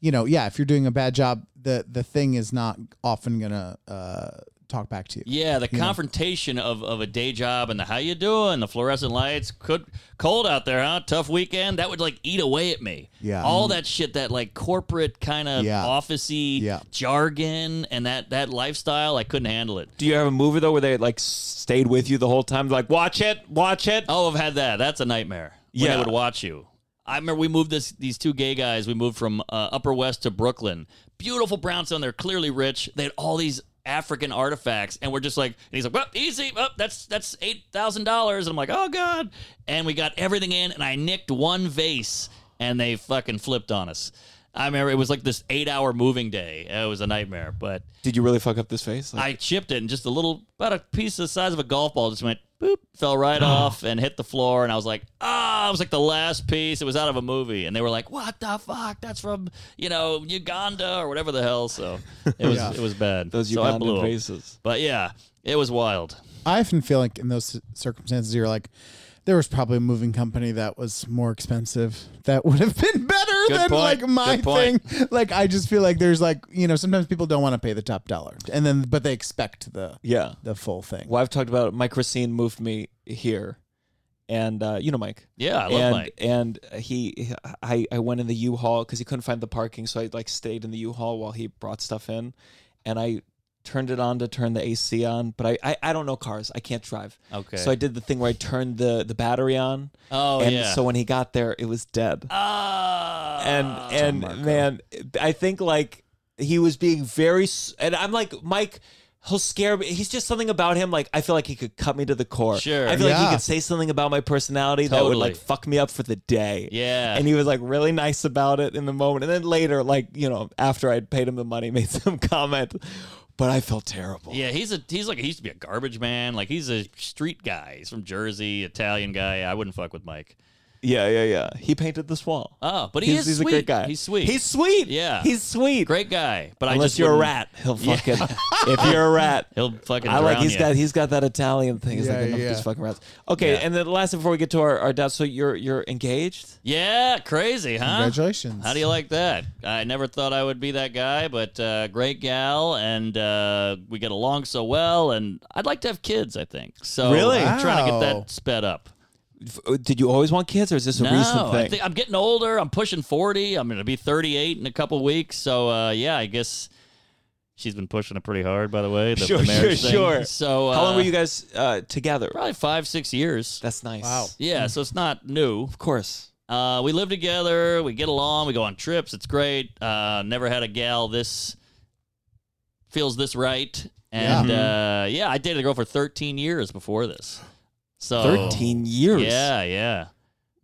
S2: you know yeah. If you're doing a bad job, the the thing is not often gonna uh, talk back to you.
S3: Yeah, the confrontation of, of a day job and the how you doing, the fluorescent lights, could cold out there, huh? Tough weekend. That would like eat away at me.
S2: Yeah. Mm-hmm.
S3: All that shit, that like corporate kind of
S2: Yeah.
S3: officey
S2: Yeah.
S3: jargon and that that lifestyle, I couldn't handle it.
S1: Do you have a movie though where they like stayed with you the whole time? Like, watch it, watch it.
S3: Oh, I've had that. That's a nightmare. When
S1: Yeah.
S3: they would watch you. I remember we moved this these two gay guys. We moved from uh, Upper West to Brooklyn. Beautiful brownstone. They're clearly rich. They had all these African artifacts, and we're just like, and he's like, well, easy. Up, that's that's eight thousand dollars. And I'm like, oh god. And we got everything in, and I nicked one vase, and they fucking flipped on us. I remember it was like this eight hour moving day. It was a nightmare, but
S1: Did you really fuck up this face? Like,
S3: I chipped it, and just a little, about a piece the size of a golf ball just went boop, fell right off and hit the floor. And I was like, ah, it was like the last piece. It was out of a movie. And they were like, what the fuck? That's from, you know, Uganda or whatever the hell. So it was,
S2: Yeah.
S3: it was bad.
S1: those
S3: so I blew
S1: Ugandan
S3: them.
S1: faces.
S3: But yeah, it was wild.
S2: I often feel like in those circumstances, you're like, there was probably a moving company that was more expensive that would have been better
S3: Good
S2: than
S3: point.
S2: like my
S3: Good point.
S2: thing. Like, I just feel like there's like, you know, sometimes people don't want to pay the top dollar and then, but they expect the,
S1: Yeah.
S2: the full thing.
S1: Well, I've talked about it. Mike Racine moved me here, and uh, you know Mike.
S3: Yeah, I love
S1: and,
S3: Mike.
S1: And he, I, I went in the U-Haul because he couldn't find the parking, so I like stayed in the U-Haul while he brought stuff in, and I turned it on to turn the AC on, but I, I, I don't know cars. I can't drive.
S3: Okay.
S1: So I did the thing where I turned the the battery on.
S3: Oh,
S1: and
S3: yeah.
S1: so when he got there, it was dead.
S3: Ah.
S1: and and man, I think like he was being very, s- and I'm like Mike. He'll scare me. He's just something about him. Like I feel like he could cut me to the core.
S3: Sure.
S1: I feel like
S2: Yeah.
S1: he could say something about my personality that would
S3: Totally.
S1: like fuck me up for the day.
S3: Yeah.
S1: And he was like really nice about it in the moment, and then later, like you know, after I'd paid him the money, made some comment, but I felt terrible.
S3: Yeah, he's a he's like he used to be a garbage man. Like he's a street guy. He's from Jersey, Italian guy. I wouldn't fuck with Mike.
S1: yeah, yeah. yeah. He painted this wall.
S3: Oh, but he
S1: he's,
S3: is
S1: he's
S3: sweet.
S1: a great guy.
S3: He's sweet.
S1: He's sweet.
S3: Yeah.
S1: He's sweet.
S3: great guy. But I
S1: Unless
S3: just
S1: you're a
S3: wouldn't-
S1: rat, he'll
S3: Yeah.
S1: fucking. if you're a rat,
S3: He'll fucking.
S1: I like
S3: drown
S1: he's
S3: you.
S1: got he's got that Italian thing. He's
S2: Yeah,
S1: like enough of
S2: yeah.
S1: these fucking rats. Okay,
S3: Yeah.
S1: and then last before we get to our, our doubts, so you're you're engaged.
S3: Yeah, crazy, huh?
S2: Congratulations.
S3: How do you like that? I never thought I would be that guy, but uh, great gal, and uh, we get along so well. And I'd like to have kids. I think so.
S1: Really?
S3: I'm trying to get
S2: Wow.
S3: that sped up.
S1: F- uh, Did you always want kids, or is this a
S3: no,
S1: recent
S3: I
S1: thing?
S3: think I'm getting older. I'm pushing 40. I'm going to be 38 in a couple weeks. So uh, yeah, I guess she's been pushing it pretty hard. By the way, the, the
S1: Sure,
S3: marriage
S1: sure,
S3: thing.
S1: sure.
S3: So uh,
S1: How long were you guys uh, together?
S3: Probably five, six years.
S1: That's nice.
S2: Wow.
S3: Yeah, so it's not new.
S1: Of course.
S3: Uh, we live together. We get along. We go on trips. It's great. Uh, never had a gal this feels this right. And
S1: Mm-hmm.
S3: uh, yeah, I dated a girl for 13 years before this. So
S1: Thirteen years.
S3: Oh. Yeah, yeah,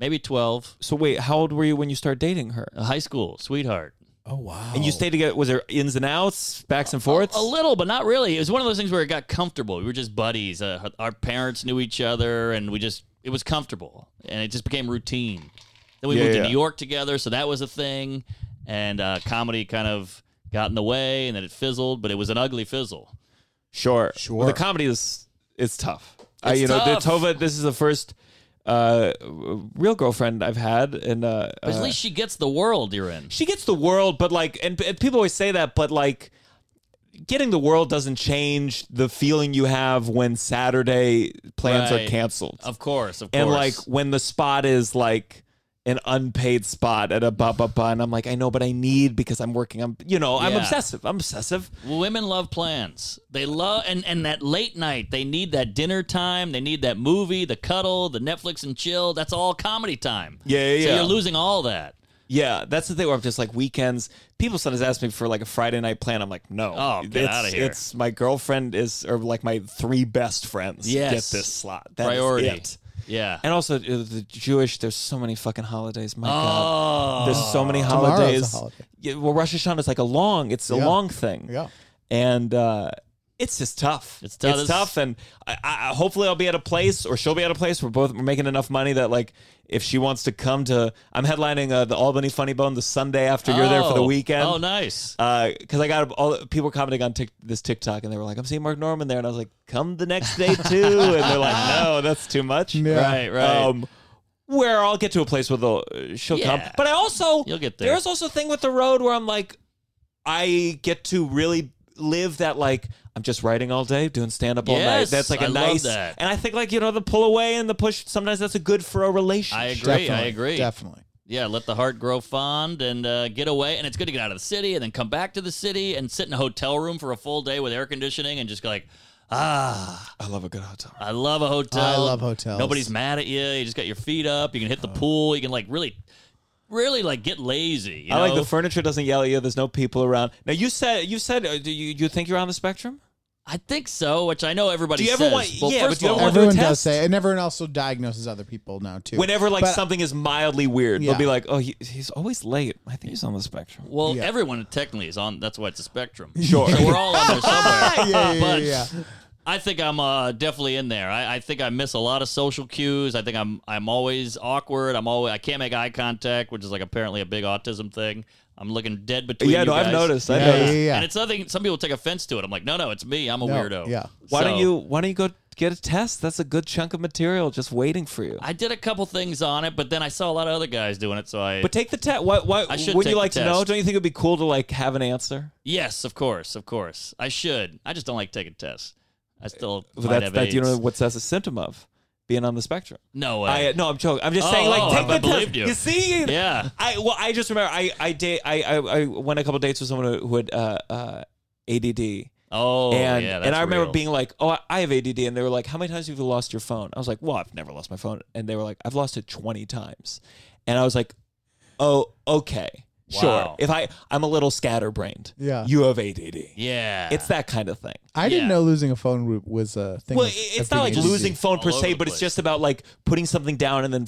S3: maybe 12.
S1: So wait, how old were you when you started dating her?
S3: A high school sweetheart.
S2: Oh, wow.
S1: And you stayed together? Was there ins and outs, backs and forths?
S3: A little, but not really. It was one of those things where it got comfortable. We were just buddies. Uh, our parents knew each other, and we just it was comfortable, and it just became routine. Then we
S1: Yeah,
S3: moved
S1: yeah.
S3: to New York together, so that was a thing, and uh, comedy kind of got in the way, and then it fizzled, but it was an ugly fizzle.
S1: Sure.
S2: Sure.
S1: Well, the comedy is it's tough. uh,
S3: It's
S1: you know, the
S3: tough.
S1: Tova. This is the first uh, real girlfriend I've had, and uh,
S3: But at
S1: uh,
S3: least she gets the world you're in.
S1: she gets the world, but like, and, and people always say that, but like, getting the world doesn't change the feeling you have when Saturday plans
S3: Right.
S1: are canceled,
S3: Of course, of course.
S1: and like when the spot is like an unpaid spot at a ba ba ba, and I'm like, I know, but I need because I'm working. I'm, you know, I'm
S3: Yeah.
S1: obsessive. I'm obsessive.
S3: Women love plans. They love and and that late night. They need that dinner time. They need that movie, the cuddle, the Netflix and chill. That's all comedy time.
S1: Yeah, yeah,
S3: So
S1: yeah.
S3: you're losing all that.
S1: Yeah, that's the thing where I'm just like weekends. People sometimes ask me for like a Friday night plan. I'm like, no.
S3: Oh, get
S1: It's-
S3: outta here.
S1: It's my girlfriend is or like my three best friends.
S3: Yes.
S1: get this slot. That is
S3: Priority.
S1: it.
S3: Yeah.
S1: And also uh, the Jewish. There's so many fucking holidays. My God.
S3: oh,
S1: There's so many
S2: Tomorrow's a
S1: holidays.
S2: holiday.
S1: Yeah, well, Rosh Hashanah is like a long. It's a
S2: Yeah.
S1: long thing.
S2: Yeah.
S1: And uh, it's just tough.
S3: It's tough.
S1: It's tough. And I, I, hopefully I'll be at a place, or she'll be at a place where both we're making enough money that like if she wants to come to, I'm headlining uh, the Albany Funny Bone the Sunday after you're there for the
S3: Oh.
S1: weekend.
S3: Oh, nice.
S1: Because Uh, I got all people were commenting on Tik this TikTok, and they were like, "I'm seeing Mark Norman there," and I was like, "Come the next day too," and they're like, "No, that's too much."
S2: Yeah.
S3: Right, right.
S1: Um, where I'll get to a place where the she'll come,
S3: Yeah.
S1: but I also
S3: You'll get there.
S1: There's also a thing with the road where I'm like, I get to really live that like I'm just writing all day, doing stand up all night.
S3: Yes,
S1: That's like a
S3: I love
S1: nice,
S3: that.
S1: and I think like you know the pull away and the push. Sometimes that's a good for a relationship.
S3: I agree.
S2: Definitely.
S3: I agree.
S2: Definitely.
S3: Yeah, let the heart grow fond and uh, get away. And it's good to get out of the city and then come back to the city and sit in a hotel room for a full day with air conditioning and just go like, ah,
S1: I love a good hotel.
S3: I love a hotel.
S2: I love hotels. Oh.
S3: Nobody's mad at you. You just got your feet up. You can hit the pool. You can like really, really like get lazy. you
S1: I like
S3: know?
S1: the furniture doesn't yell at you. There's no people around. Now you said you said uh, do you you think you're on the spectrum?
S3: I think so, which I know everybody
S1: Do you ever
S3: says.
S1: want-
S3: well,
S1: yeah,
S3: first
S1: but you don't
S3: of all,
S1: wanna do a
S2: everyone
S1: test.
S2: does say, and everyone also diagnoses other people now too.
S1: Whenever like
S2: But-
S1: something is mildly weird,
S2: Yeah.
S1: they'll be like, "Oh, he, he's always late. I think he's on the spectrum."
S3: well,
S2: Yeah.
S3: everyone technically is on. That's why it's a spectrum.
S1: Sure.
S3: So we're all on there somewhere.
S2: yeah, yeah,
S3: but
S2: yeah,
S3: I think I'm uh, definitely in there. I, I think I miss a lot of social cues. I think I'm I'm always awkward. I'm always I can't make eye contact, which is like apparently a big autism thing. I'm looking dead between.
S1: Yeah,
S3: you
S1: no, I've
S3: guys.
S1: noticed. I
S2: Yeah,
S1: noticed.
S2: yeah, yeah.
S3: And it's nothing. Some people take offense to it. I'm like, no, no, it's me. I'm a
S2: No,
S3: weirdo.
S2: yeah.
S1: Why don't
S3: So-
S1: you Why don't you go get a test? That's a good chunk of material just waiting for you.
S3: I did a couple things on it, but then I saw a lot of other guys doing it. So I.
S1: but take the test. Why, why
S3: I should
S1: Would
S3: take
S1: you
S3: the
S1: like to know?
S3: test.
S1: Don't you think it'd be cool to like have an answer?
S3: yes, of course, of course, I should. I just don't like taking tests. I still.
S1: But
S3: might
S1: that's
S3: have
S1: that. You
S3: AIDS.
S1: know what's that's a symptom of being on the spectrum.
S3: No way.
S1: I, uh, no, I'm joking. I'm just
S3: Oh,
S1: saying, like,
S3: oh,
S1: take
S3: I
S1: the test.
S3: believed you.
S1: see,
S3: Yeah.
S1: I well, I just remember I I date I I, I went a couple dates with someone who, who had uh, uh, ADD,
S3: oh,
S1: and
S3: yeah. That's
S1: and I remember
S3: real.
S1: being like, oh, I- I have ADD, and they were like, how many times have you lost your phone? I was like, well, oh, I've never lost my phone, and they were like, I've lost it twenty times, and I was like, oh, okay,
S3: Wow.
S1: sure. If I I'm a little scatterbrained,
S2: Yeah.
S1: you have ADD,
S3: Yeah.
S1: it's that kind of thing.
S2: I didn't
S3: Yeah.
S2: know losing a phone w- was a thing.
S1: Well,
S2: of-
S1: it-
S2: of
S1: it's not like
S2: being ADD.
S1: losing phone per
S3: All over
S1: se,
S3: the
S1: but it's
S3: place.
S1: just about like putting something down and then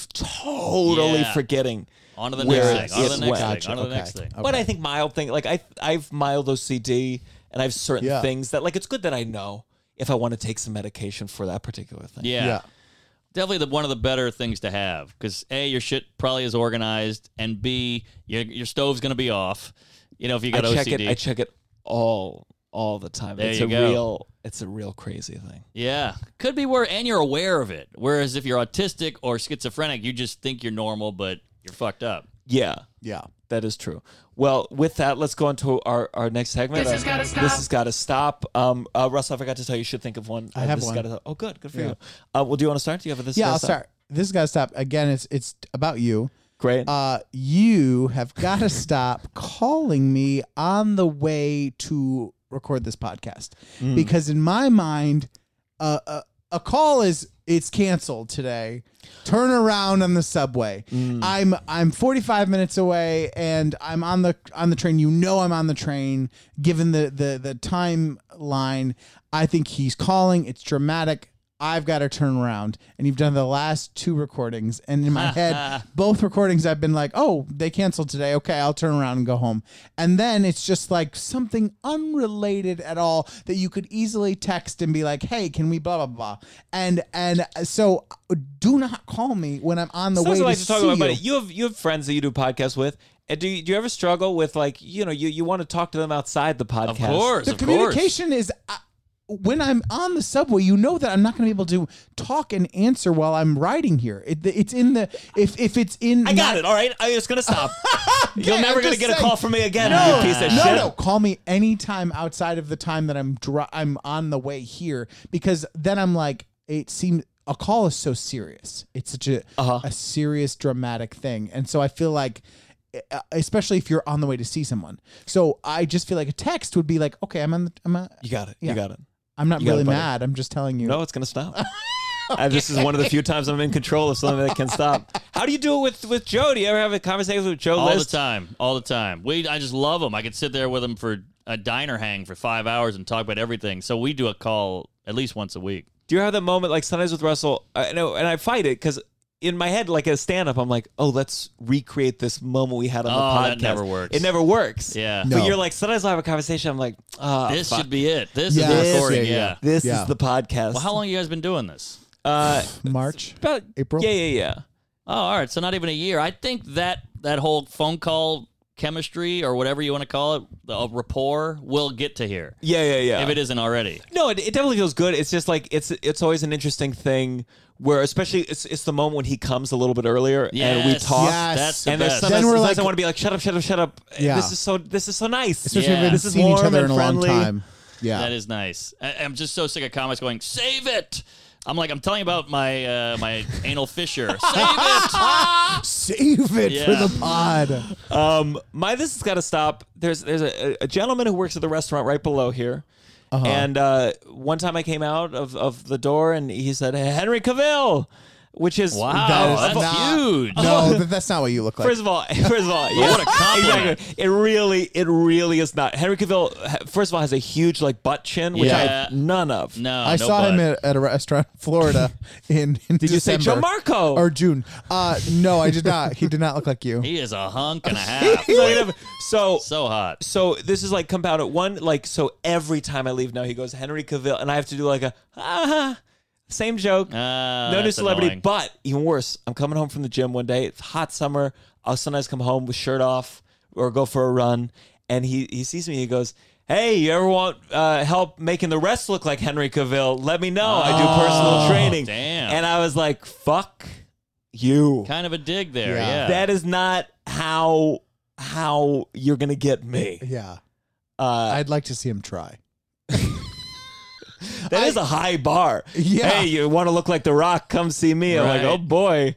S1: totally
S3: Yeah.
S1: forgetting.
S3: On to the
S1: where
S3: next thing. On to
S1: it's
S3: the next
S1: wet.
S3: thing. On to the
S2: Okay.
S3: next thing.
S2: Okay.
S1: But I think mild thing, like I, I've mild OCD, and I have certain
S2: Yeah.
S1: things that, like, it's good that I know if I want to take some medication for that particular thing.
S3: Yeah.
S2: Yeah.
S3: Definitely the, one of the better things to have because A, your shit probably is organized, and B, your, your stove's going to be off. You know, if you
S1: I
S3: got
S1: check
S3: OCD.
S1: it. I check it all, all the time.
S3: There
S1: it's
S3: you
S1: a
S3: go.
S1: real, it's a real crazy thing.
S3: yeah. Could be where, and you're aware of it. Whereas if you're autistic or schizophrenic, you just think you're normal, but you're fucked up.
S1: Yeah,
S2: Yeah.
S1: that is true. Well, with that, let's go on to our, our next segment.
S4: This has gotta stop.
S1: This has got to stop. Um, uh, Russ, I forgot to tell you, you should think of one.
S2: I
S1: Uh,
S2: have
S1: this has
S2: one.
S1: gotta- oh, good, good for you. Uh, well, do you want to start? Do you have a this?
S2: Yeah,
S1: gotta
S2: I'll start. This has got to stop. Again, it's it's about you.
S1: Great.
S2: Uh, you have got to stop calling me on the way to record this podcast because in my mind, uh, a, a call is it's canceled today. Turn around on the subway. I'm I'm 45 minutes away and I'm on the on the train. You know I'm on the train. Given the the the timeline, I think he's calling. It's dramatic. I've got to turn around. And you've done the last two recordings. And in my head, both recordings, I've been like, oh, they canceled today. Okay, I'll turn around and go home. And then it's just like something unrelated at all that you could easily text and be like, hey, can we blah, blah, blah. And and so uh, do not call me when I'm on the way
S1: Sometimes
S2: to
S1: I like to talk
S2: see
S1: about,
S2: you.
S1: but you have you have friends that you do podcasts with. And do you, do you ever struggle with like you know you, you want to talk to them outside the podcast?
S3: Of course.
S2: The
S3: of course.
S2: communication is uh, when I'm on the subway, you know that I'm not going to be able to talk and answer while I'm riding here. It, it's in the if if it's in.
S1: I got it. All right, I'm just gonna stop. You're
S2: I'm
S1: never gonna
S2: just
S1: get a
S2: saying.
S1: call from me again.
S2: No,
S1: you piece of
S2: no,
S1: shit.
S2: no. Call me anytime outside of the time that I'm dri- I'm on the way here because then I'm like it seems a call is so serious. It's such a
S1: Uh-huh.
S2: a serious dramatic thing, and so I feel like uh, especially if you're on the way to see someone. So I just feel like a text would be like, okay, I'm on the, I'm a,
S1: You got it.
S2: Yeah.
S1: You got it.
S2: I'm not
S1: You got
S2: really
S1: it, buddy.
S2: mad. I'm just telling you.
S1: No, it's gonna stop. Uh, this is one of the few times I'm in control of something that can stop. How do you do it with with Joe? Do you ever have a conversation with Joe?
S3: all the
S1: List?
S3: time, all the time. We, I just love him. I could sit there with him for a diner hang for five hours and talk about everything. So we do a call at least once a week.
S1: Do you have that moment like sometimes with Russell? uh, I know, and I fight it because in my head, like as stand up, I'm like, oh, let's recreate this moment we had on
S3: Oh,
S1: the podcast.
S3: that never works.
S1: It never works.
S3: Yeah,
S2: No.
S1: But you're like, sometimes I have a conversation. I'm like, ah,
S3: this
S1: fuck.
S3: should be it. This
S2: Yeah.
S3: is
S2: This-
S3: the recording.
S2: yeah,
S3: Yeah.
S2: yeah.
S1: This
S2: Yeah.
S1: is the podcast.
S3: Well, how long you guys been doing this?
S1: Uh,
S2: March.
S1: about
S2: April?
S1: Yeah, yeah, yeah.
S3: Oh, all right. So not even a year. I think that that whole phone call chemistry or whatever you want to call it, the uh, rapport, will get to here
S1: Yeah, yeah, yeah.
S3: if it isn't already.
S1: No, it, it definitely feels good. It's just like it's it's always an interesting thing where especially it's it's the moment when he comes a little bit earlier and we
S3: Yes.
S1: talk.
S2: Yes.
S3: That's the
S1: And there's
S3: best.
S1: sometimes,
S2: Then we're
S1: sometimes
S2: like-
S1: I want to be like, shut up, shut up, shut up.
S2: Yeah.
S1: This is so this is so nice.
S2: Especially if we
S3: Yeah.
S2: haven't
S1: This is
S2: seen each
S1: warm
S2: other in
S1: and
S2: a long
S1: friendly.
S2: time. Yeah.
S3: That is nice. I, I'm just so sick of comics going, save it. I'm like, I'm telling you about my uh, my anal fissure. Save it.
S2: Save it for
S3: Yeah.
S2: the pod.
S1: Um, my this has got to stop. There's there's a, a gentleman who works at the restaurant right below here,
S3: Uh-huh.
S1: and uh, one time I came out of, of the door and he said Henry Cavill, which is
S3: Wow,
S2: That is
S3: that's
S2: not-
S3: huge.
S2: No, th- that's not what you look like.
S1: First of all, first of all, yeah,
S3: What a compliment.
S1: Exactly. It really, it really is not. Henry Cavill, ha- first of all, has a huge like butt chin, which I
S3: Yeah.
S1: have none of.
S3: No,
S2: I
S3: Uh, no
S2: saw him
S3: bud.
S2: at, at a restaurant in Florida in, in
S1: Did you say Joe Marco?
S2: or June. Uh, no, I did not. He did not look like you.
S3: He is a hunk and a half.
S1: He's not gonna have- so,
S3: so hot.
S1: so this is like compound at one. Like so, every time I leave now, he goes Henry Cavill, and I have to do like a ah, same joke.
S3: Uh,
S1: no new
S3: that's
S1: celebrity,
S3: annoying.
S1: but even worse, I'm coming home from the gym one day. It's hot summer. I'll sometimes come home with shirt off or go for a run, and he he sees me. He goes, "Hey, you ever want uh, help making the rest look like Henry Cavill? Let me know. I do personal training."
S3: Oh, damn.
S1: And I was like, "Fuck you.
S3: kind of a dig there.
S2: Yeah.
S3: Yeah.
S1: That is not how how you're gonna get me."
S2: Yeah,
S1: Uh,
S2: I'd like to see him try.
S1: that is a high bar.
S2: Yeah.
S1: Hey, you want to look like The Rock? Come see me. I'm like,
S3: Right.
S1: oh boy.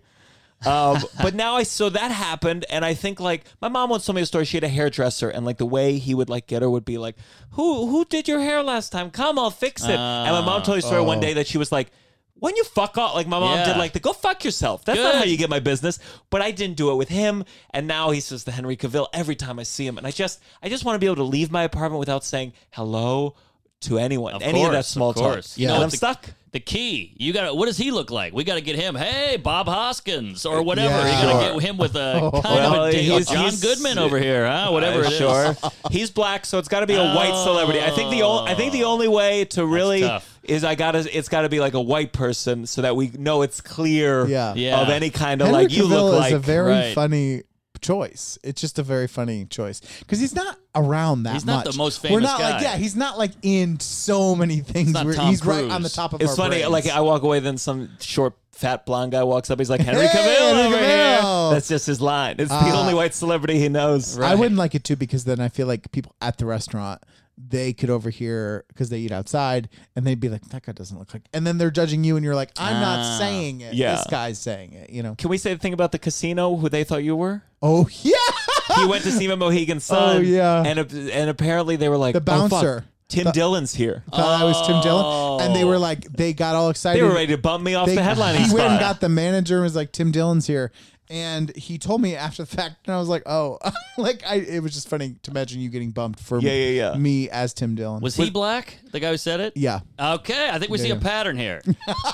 S1: Um, but now I so that happened, and I think like my mom once told me a story. She had a hairdresser, and like the way he would like get her would be like, "Who who did your hair last time? Come, I'll fix it." and my mom told me a story one day that she was like. When you fuck off, like my mom
S3: Oh. Yeah.
S1: did, like the go fuck yourself. That's not
S3: Good.
S1: how you get my business. But I didn't do it with him, and now he's just the Henry Cavill every time I see him, and I just, I just want to be able to leave my apartment without saying hello to anyone,
S3: Of
S1: any of that
S3: course,
S1: small
S3: of
S1: talk.
S3: course.
S1: Yeah,
S3: You
S2: know
S1: and
S2: what
S1: I'm
S3: the-
S1: stuck.
S3: The key. You got to What does he look like? We got to get him. Hey, Bob Hoskins or whatever.
S2: Yeah.
S3: You got to
S1: Uh, Sure.
S3: get him with a kind
S1: Well,
S3: of a dig. Oh,
S1: he's-
S3: John
S1: he's-
S3: Goodman over here, huh? Whatever.
S1: Uh,
S3: it is.
S1: sure. Oh. He's black, so it's got to be a white celebrity. I think the only I think the only way to really
S3: tough.
S1: is I got to it's got to be like a white person so that we know it's clear
S2: Yeah.
S3: Yeah.
S1: of any kind of
S2: Henry
S1: like you
S2: Cavill
S1: look
S2: is
S1: like
S2: a very
S3: right.
S2: funny choice. It's just a very funny choice because he's not around that
S3: He's
S2: much.
S3: not the most
S2: We're
S3: famous
S2: not like
S3: guy.
S2: yeah, he's not like in so many things.
S3: not
S2: where
S3: Tom
S2: he's right
S3: Cruise.
S2: on the top of
S1: It's
S2: our
S1: funny
S2: brains.
S1: like I walk away then some short fat blonde guy walks up he's like Henry
S2: Hey,
S1: Cavill
S2: Henry
S1: over
S2: Cavill.
S1: here. That's just his line. It's the
S2: Uh,
S1: only white celebrity he knows.
S2: I wouldn't like it too because then I feel like people at the restaurant they could overhear because they eat outside and they'd be like, "That guy doesn't look like," and then they're judging you, and you're like, "I'm not saying it.
S1: Ah, yeah.
S2: This guy's saying it." You know?
S1: Can we say the thing about the casino who they thought you were?
S2: Oh yeah,
S1: he went to Stephen Mohegan son.
S2: Oh, yeah.
S1: and ap- and apparently they were like
S2: The Oh.
S1: "Oh, fuck,
S2: bouncer.
S1: Tim Dillon's here.
S2: thought I was Tim Dillon, and they were like, they got all excited.
S1: Oh. They were ready to bump me off
S2: They-
S1: the headlining
S2: He
S1: spot.
S2: went and got the manager and was like, "Tim Dillon's here." And he told me after the fact, and I was like, "Oh, like I." It was just funny to imagine you getting bumped for
S1: Yeah, yeah, yeah.
S2: me as Tim Dillon.
S3: Was he black? The guy who said it?
S2: Yeah.
S3: Okay, I think we see a
S2: Yeah.
S3: pattern here.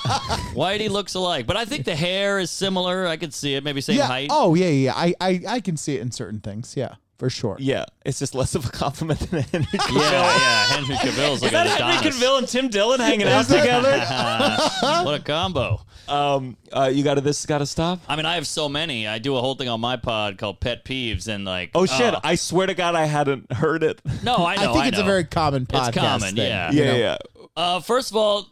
S3: Whitey looks alike, but I think the hair is similar. I could see it, maybe same
S2: yeah.
S3: height.
S2: Oh yeah, yeah. I, I I can see it in certain things. Yeah, for sure.
S1: yeah, it's just less of a compliment than Henry Cavill.
S3: yeah, yeah. Henry Cavill's
S1: Is
S3: like
S1: that
S3: an
S1: Henry
S3: Adonis.
S1: Cavill and Tim Dillon hanging out together?
S3: what a combo!
S1: um, uh, you got to this, got to stop.
S3: I mean, I have so many. I do a whole thing on my pod called Pet Peeves, and like, uh,
S1: Oh shit! I swear to God, I hadn't heard it.
S3: no, I know.
S2: I think it's a
S3: know.
S2: very common podcast.
S3: common,
S2: thing,
S3: yeah.
S2: you
S1: Yeah,
S2: know?
S1: yeah.
S3: Uh, first of all,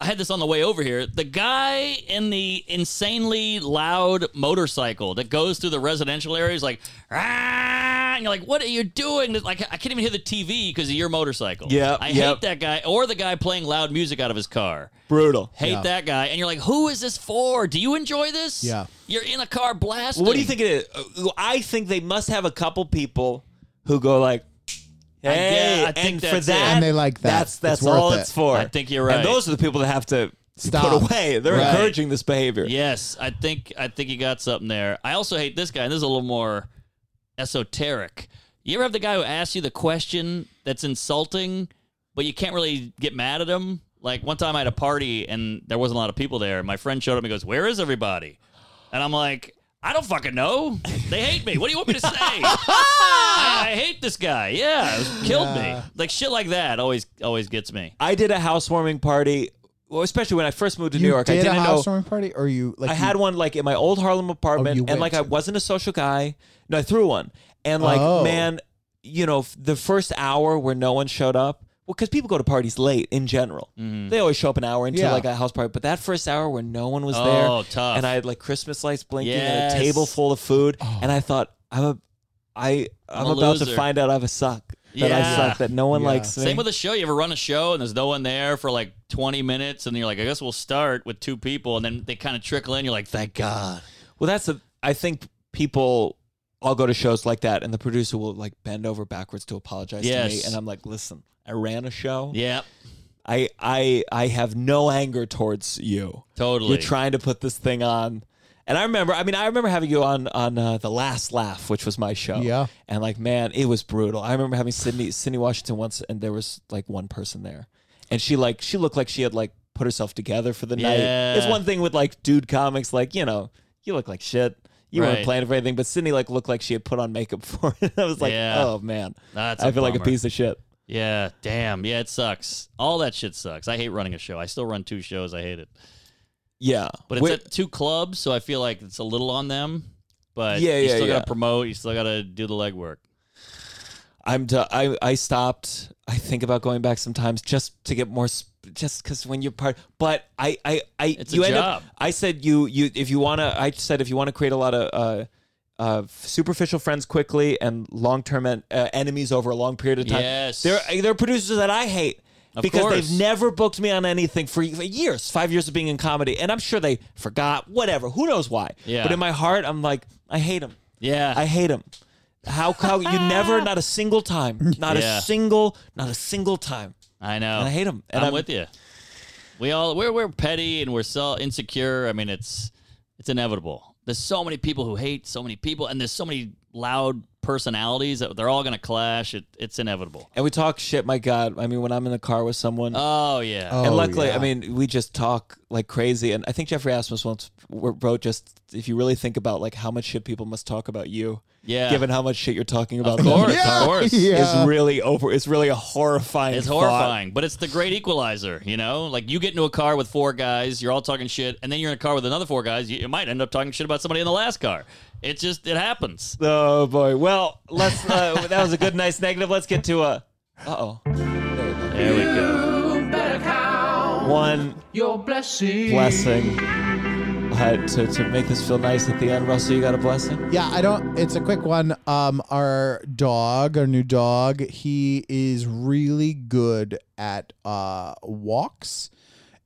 S3: I had this on the way over here. The guy in the insanely loud motorcycle that goes through the residential areas, like, "Ah," and you're like, what are you doing? Like, I can't even hear the TV because of your motorcycle.
S1: Yep,
S3: I
S1: yep.
S3: hate that guy. Or the guy playing loud music out of his car.
S1: Brutal.
S3: Hate
S2: Yeah.
S3: that guy. And you're like, who is this for? Do you enjoy this?
S2: Yeah.
S3: You're in a car blasting.
S1: Well, what do you think it is? Uh, I think they must have a couple people who go like,
S3: I
S1: "Hey,"
S3: get- I think
S1: and for
S3: that's it.
S1: that,
S2: And they like that.
S1: That's
S2: It's
S1: that's
S2: worth
S1: all
S2: it.
S1: it's for.
S3: I think you're right.
S1: And those are the people that have to
S2: Stop.
S1: put away. They're
S2: Right.
S1: encouraging this behavior.
S3: Yes, I think I think you got something there. I also hate this guy, and this is a little more esoteric. You ever have the guy who asks you the question that's insulting, but you can't really get mad at him? Like one time I had a party and there wasn't a lot of people there. My friend showed up and goes, "Where is everybody?" And I'm like, "I don't fucking know. They hate me. What do you want me to say?" I, I hate this guy. Yeah, it was- killed me. Like shit like that always always gets me.
S1: I did a housewarming party, well, especially when I first moved to
S2: You
S1: New York.
S2: did
S1: I didn't
S2: a
S1: know.
S2: housewarming party, or you like
S1: I
S2: you-
S1: had one like in my old Harlem apartment,
S2: you
S1: and
S2: went
S1: like I
S2: to-
S1: wasn't a social guy. No, I threw one, and like
S2: Oh.
S1: man, you know, f- the first hour where no one showed up. Well, because people go to parties late in general,
S3: Mm-hmm.
S1: Mm. they always show up an hour into
S2: Yeah.
S1: like a house party. But that first hour where no one was
S3: Oh,
S1: there,
S3: tough.
S1: and I had like Christmas lights blinking
S3: Yes. Oh.
S1: and a table full of food, and I thought I'm a, I I'm,
S3: a
S1: about to
S3: loser.
S1: find out I have a suck that I
S3: Yeah.
S1: suck that no one
S2: Yeah.
S1: likes me.
S3: Same with a show. You ever run a show and there's no one there for like 20 minutes, and you're like, I guess we'll start with two people, and then they kind of trickle in. You're like, thank God.
S1: Well, that's the. I think people. I'll go to shows like that, and the producer will like bend over backwards to apologize to me,
S3: Yes.
S1: and I'm like, "Listen, I ran a show.
S3: Yep,
S1: I, I, I have no anger towards you.
S3: totally.
S1: You're trying to put this thing on." And I remember, I mean, I remember having you on on uh, the Last Laugh, which was my show.
S2: Yeah.
S1: And like, man, it was brutal. I remember having Sydney Sydney Washington once, and there was like one person there, and she like she looked like she had like put herself together for the
S3: Yeah.
S1: night. It's one thing with like dude comics, like you know, you look like shit. You weren't
S3: Right.
S1: planning for anything, but Sydney like looked like she had put on makeup for it. I was like,
S3: Yeah.
S1: oh man,
S3: That's
S1: I
S3: a
S1: feel like a
S3: bummer.
S1: piece of shit.
S3: yeah, damn. Yeah, it sucks. All that shit sucks. I hate running a show. I still run two shows. I hate it.
S1: Yeah,
S3: But it's
S1: Wait,
S3: at two clubs, so I feel like it's a little on them. But
S1: Yeah,
S3: you
S1: yeah,
S3: still
S1: yeah.
S3: gotta promote. You still gotta do the legwork.
S1: I'm d- I I stopped. I think about going back sometimes just to get more sp- just cuz when you're part but I I I
S3: It's a
S1: you end
S3: job.
S1: up I said you you if you want to I said if you want to create a lot of uh uh, superficial friends quickly and long-term en- uh, enemies over a long period of time.
S3: Yes.
S1: there there are producers that I hate
S3: Of
S1: because
S3: course.
S1: they've never booked me on anything for, for years, five years of being in comedy, and I'm sure they forgot, whatever, who knows why.
S3: Yeah.
S1: But in my heart, I'm like, I hate them.
S3: Yeah,
S1: I hate him. How how you never not a single time, not
S3: Yeah.
S1: a single, not a single time.
S3: I know.
S1: I hate 'em, and
S3: I'm,
S1: I'm-
S3: with you. We all we're we're petty and we're so insecure. I mean, it's it's inevitable. There's so many people who hate so many people, and there's so many loud personalities that they're all going to clash. It, it's inevitable.
S1: And we talk shit. My God, I mean, when I'm in the car with someone,
S3: Oh yeah.
S2: Oh,
S1: and luckily,
S2: yeah.
S1: I mean, we just talk like crazy. And I think Jeffrey Asmus once wrote just if you really think about like how much shit people must talk about you,
S3: Yeah.
S1: given how much shit you're talking about,
S3: Of
S1: them,
S3: course,
S2: Yeah.
S3: of course.
S2: Yeah.
S1: is really over. It's really a horrifying.
S3: It's
S1: thought.
S3: horrifying, but it's the great equalizer, you know? Like you get into a car with four guys, you're all talking shit, and then you're in a car with another four guys, you, you might end up talking shit about somebody in the last car. It just it happens.
S1: Oh boy. Well, let's. Uh, that was a good, nice negative. Let's get to a. Uh oh.
S3: There we go.
S1: One
S4: Your blessing.
S1: blessing. Uh, to, to make this feel nice at the end, Russell, you got a blessing?
S2: Yeah, I don't. It's a quick one. Um, our dog, our new dog, he is really good at uh walks,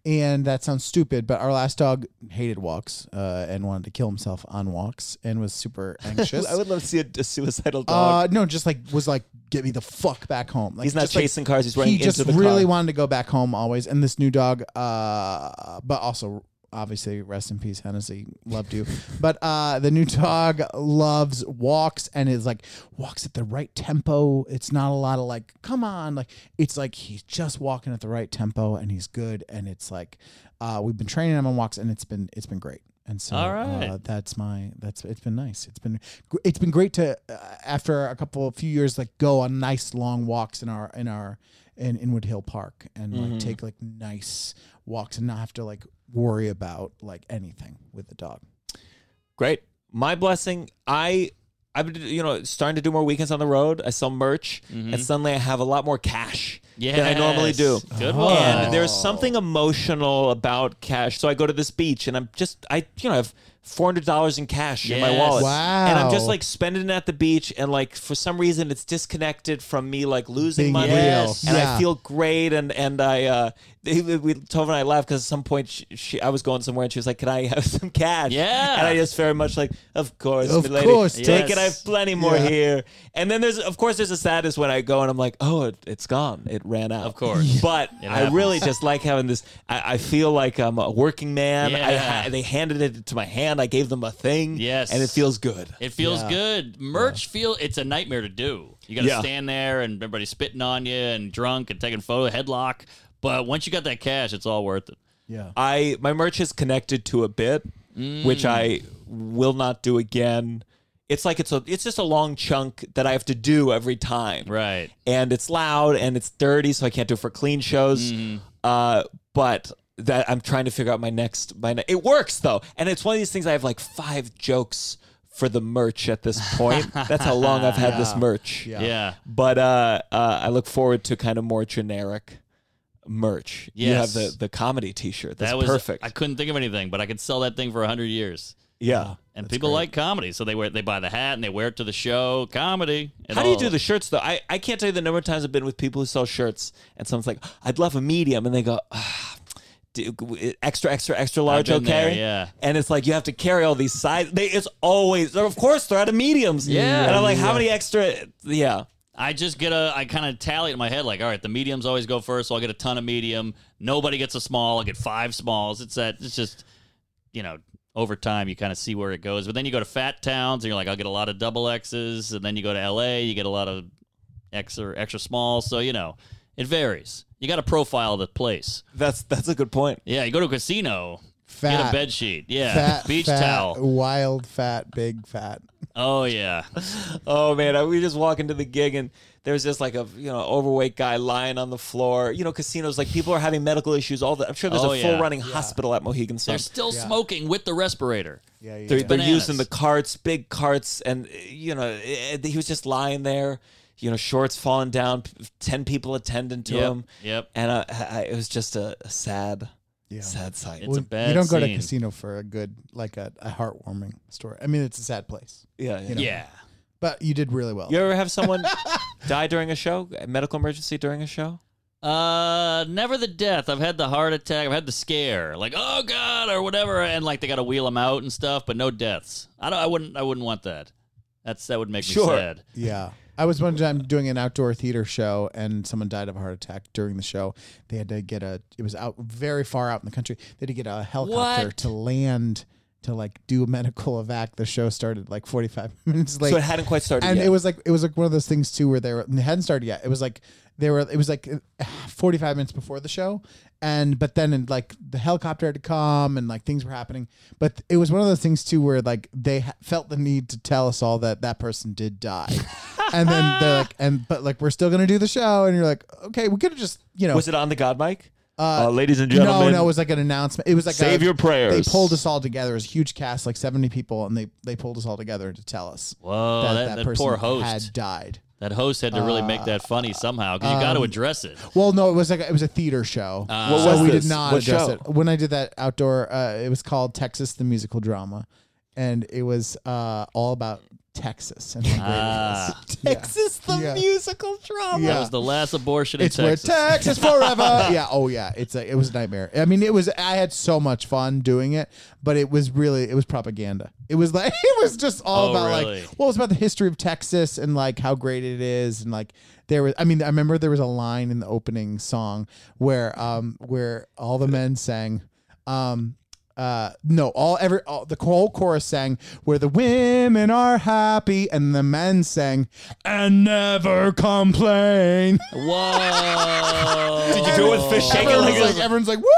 S2: and that sounds stupid, but our last dog hated walks, uh, and wanted to kill himself on walks, and was super anxious.
S1: I would love to see a, a suicidal dog.
S2: Uh, no, just like was like, get me the fuck back home. Like
S1: He's not
S2: just, like,
S1: chasing cars, he's running
S2: he
S1: into
S2: just
S1: the
S2: really
S1: car.
S2: wanted to go back home always. And this new dog, uh, but also obviously rest in peace, Hennessy. Loved you, but uh, the new dog loves walks and is like walks at the right tempo. It's not a lot of like, come on, like it's like he's just walking at the right tempo and he's good. And it's like uh, we've been training him on walks and it's been it's been great. And so
S3: All right.
S2: uh, that's my that's it's been nice. It's been gr- it's been great to uh, after a couple of few years like go on nice long walks in our in our in Inwood Hill Park and
S3: Mm-hmm.
S2: like take like nice walks and not have to like worry about like anything with the dog.
S1: Great. My blessing, I. I've been, you know, starting to do more weekends on the road. I sell merch, and suddenly I have a lot more cash than I normally do.
S3: Mm-hmm. Yes. Good one.
S1: And there's something emotional about cash. So I go to this beach and I'm just I you know I have four hundred dollars in cash in my
S3: Yes.
S1: wallet.
S2: Wow.
S1: And I'm just like spending it at the beach and like for some reason it's disconnected from me like losing
S2: Being
S1: money.
S2: real.
S3: Yes.
S1: And
S2: Yeah.
S1: I feel great and and I uh they- we Tova and I laughed because at some point she, she I was going somewhere and she was like, Can I have some cash?
S3: Yeah.
S1: And I just very much like, Of course,
S2: Of
S1: milady.
S2: course,
S1: Take
S3: yes.
S1: it, I have plenty more
S2: Yeah.
S1: here. And then there's, of course, there's a sadness when I go and I'm like, oh, it, it's gone. It ran out.
S3: Of course.
S1: But
S3: It
S1: I really just like having this. I, I feel like I'm a working man. I
S3: Yeah.
S1: ha they handed it to my hand. I gave them a thing.
S3: Yes.
S1: And it feels good.
S3: It feels good. Merch feel it's a nightmare to do. You got to
S1: Yeah.
S3: stand there and everybody's spitting on you and drunk and taking photo headlock. But once you got that cash, it's all worth it.
S2: Yeah.
S1: I my merch is connected to a bit, which I will not do again. It's like it's a it's just a long chunk that I have to do every time.
S3: Right.
S1: and it's loud and it's dirty, so I can't do it for clean shows. Uh, but that I'm trying to figure out my next my ne- it works though, and it's one of these things I have like five jokes for the merch at this point. That's how long I've had this merch.
S2: Yeah.
S3: Yeah. Yeah.
S1: But uh, uh, I look forward to kind of more generic merch. You have
S3: Yes.
S1: the the comedy T-shirt. That's
S3: that was
S1: perfect.
S3: I couldn't think of anything, but I could sell that thing for 100 years.
S1: yeah.
S3: And people like comedy, so they wear they buy the hat and they wear it to the show. Comedy. and
S1: How do you
S3: all.
S1: do the shirts though? I, I can't tell you the number of times I've been with people who sell shirts, and someone's like, "I'd love a medium," and they go, ah, do- "Extra, extra, extra large,
S3: been there,
S1: okay?"
S3: yeah.
S1: And it's like you have to carry all these sizes. They, it's always, they're- of course, they're out of mediums.
S3: Yeah.
S1: And I'm like, how many extra? Yeah.
S3: I just get a, I kind of tally it in my head, like, all right, the mediums always go first, so I'll get a ton of medium. Nobody gets a small. I get five smalls. It's that, it's just, you know, over time you kind of see where it goes. But then you go to fat towns and you're like, I'll get a lot of double X's. And then you go to LA, you get a lot of X or extra small. So, you know, it varies. You got to profile the place.
S1: That's that's a good point.
S3: Yeah, you go to a casino, get
S2: Fat.
S3: a bed sheet. Yeah,
S2: Fat,
S3: beach
S2: fat,
S3: towel.
S2: Wild, fat, big, fat.
S3: Oh, yeah.
S1: Oh man, I- we just walk into the gig and there's just like a you know overweight guy lying on the floor. You know, casinos like people are having medical issues. All that I'm sure there's
S3: Oh,
S1: a full
S3: yeah.
S1: running hospital at Mohegan Sun.
S3: They're still smoking with the respirator.
S2: Yeah. yeah.
S1: They're,
S2: yeah.
S1: they're
S3: bananas.
S1: using the carts, big carts, and uh, you know uh, he was just lying there, you know, shorts falling down, p- ten people attending to
S3: Yep,
S1: him.
S3: yep.
S1: And uh, I, I, it was just a, a sad,
S2: Yeah.
S1: sad sight.
S3: It's a bad
S2: you don't go to
S3: scene.
S2: a casino for a good, like a, a heartwarming story. I mean, it's a sad place,
S1: yeah, yeah.
S3: Yeah.
S2: but you did really well.
S1: You ever have someone die during a show, a medical emergency during a show?
S3: Uh, never the death. I've had the heart attack. I've had the scare, like oh god or whatever, and like they got to wheel them out and stuff, but no deaths. I don't. I wouldn't. I wouldn't want that. That's that would make me
S1: Sure.
S3: sad.
S2: Yeah. I was one time doing an outdoor theater show and someone died of a heart attack during the show. They had to get a it was out very far out in the country. They had to get a helicopter
S3: What?
S2: to land to like do a medical evac. The show started like 45 minutes late.
S1: so it hadn't quite started
S2: and
S1: yet.
S2: it was like it was like one of those things too where they were it hadn't started yet. It was like they were it was like uh, 45 minutes before the show and but then and like the helicopter had to come and like things were happening but it was one of those things too where like they ha- felt the need to tell us all that that person did die and then they're like and but like we're still gonna do the show and you're like okay we could have just you know
S1: was it on the God mic?
S2: Uh,
S1: ladies and
S2: no,
S1: gentlemen,
S2: no, it was like an announcement. It was like
S1: Save
S2: a,
S1: your prayers.
S2: They pulled us all together. It was a huge cast, like seventy people, and they they pulled us all together to tell us
S3: Whoa, Oh, that, that,
S2: person
S3: poor host.
S2: had died.
S3: that host had to really make that funny somehow because you got to address it.
S2: Well, no, it was like a, it was a theater show.
S1: Ah. What
S2: so
S1: was
S2: we
S1: this?
S2: did not
S1: What
S2: address
S1: show?
S2: it. When I did that outdoor, uh, it was called Texas the Musical Drama, and it was uh, all about Texas and how great it
S3: Ah.
S2: is.
S1: Texas the
S2: Yeah.
S1: musical drama.
S2: Yeah.
S3: That was the last abortion in
S2: It's
S3: Texas.
S2: where Texas forever. yeah. Oh yeah. It's a, it was a nightmare. I mean, it was. I had so much fun doing it, but it was really it was propaganda. It was like it was just all
S3: Oh,
S2: about
S3: really?
S2: like well, it was about the history of Texas and like how great it is and like there was. I mean, I remember there was a line in the opening song where um where all the men sang um. Uh no all every all, the whole chorus sang where the women are happy and the men sang and never complain
S3: Whoa. Did
S1: you do it with fish shaking
S2: everyone's
S1: like
S2: Oh. like,
S1: this?
S2: everyone's like, woo,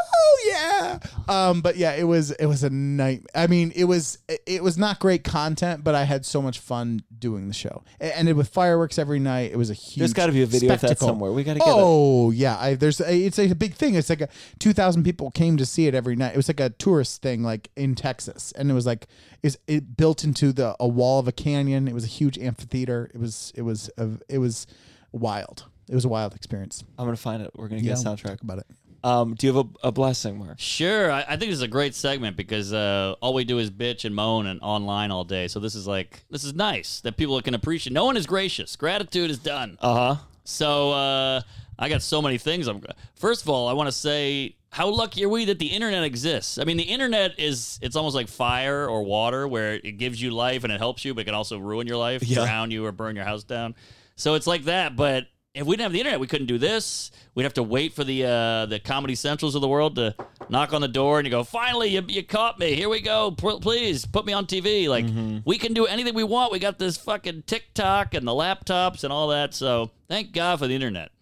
S2: yeah. Um, but yeah, it was it was a night. I mean, it was it was not great content, but I had so much fun doing the show. It ended with fireworks every night. It was a huge.
S1: There's got to be a video
S2: spectacle.
S1: of that somewhere. We got to get it.
S2: Oh yeah, I, there's a, it's a big thing. It's like a two thousand people came to see it every night. It was like a tourist thing, like in Texas, and it was like is it built into the a wall of a canyon. It was a huge amphitheater. It was it was a, it was wild. It was a wild experience.
S1: I'm gonna find it. We're gonna get a
S2: we'll
S1: soundtrack.
S2: Talk about it.
S1: Um, do you have a, a blessing, Mark?
S3: Sure, I, I think this is a great segment because uh, all we do is bitch and moan and online all day. So this is like this is nice that people can appreciate. No one is gracious. Gratitude is done.
S1: Uh huh.
S3: So uh, I got so many things. I'm first of all, I want to say how lucky are we that the internet exists. I mean, the internet is it's almost like fire or water, where it gives you life and it helps you, but it can also ruin your life,
S1: Yeah.
S3: drown you, or burn your house down. So it's like that, but. If we didn't have the internet, we couldn't do this. We'd have to wait for the uh, the Comedy Centrals of the world to knock on the door and you go, "Finally, you, you caught me. Here we go. P- please put me on TV." Like we can do anything we want. We got this fucking TikTok and the laptops and all that. So thank God for the internet.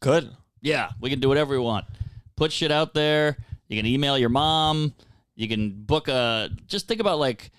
S1: Good.
S3: Yeah, we can do whatever we want. Put shit out there. You can email your mom. You can book a. Just think about like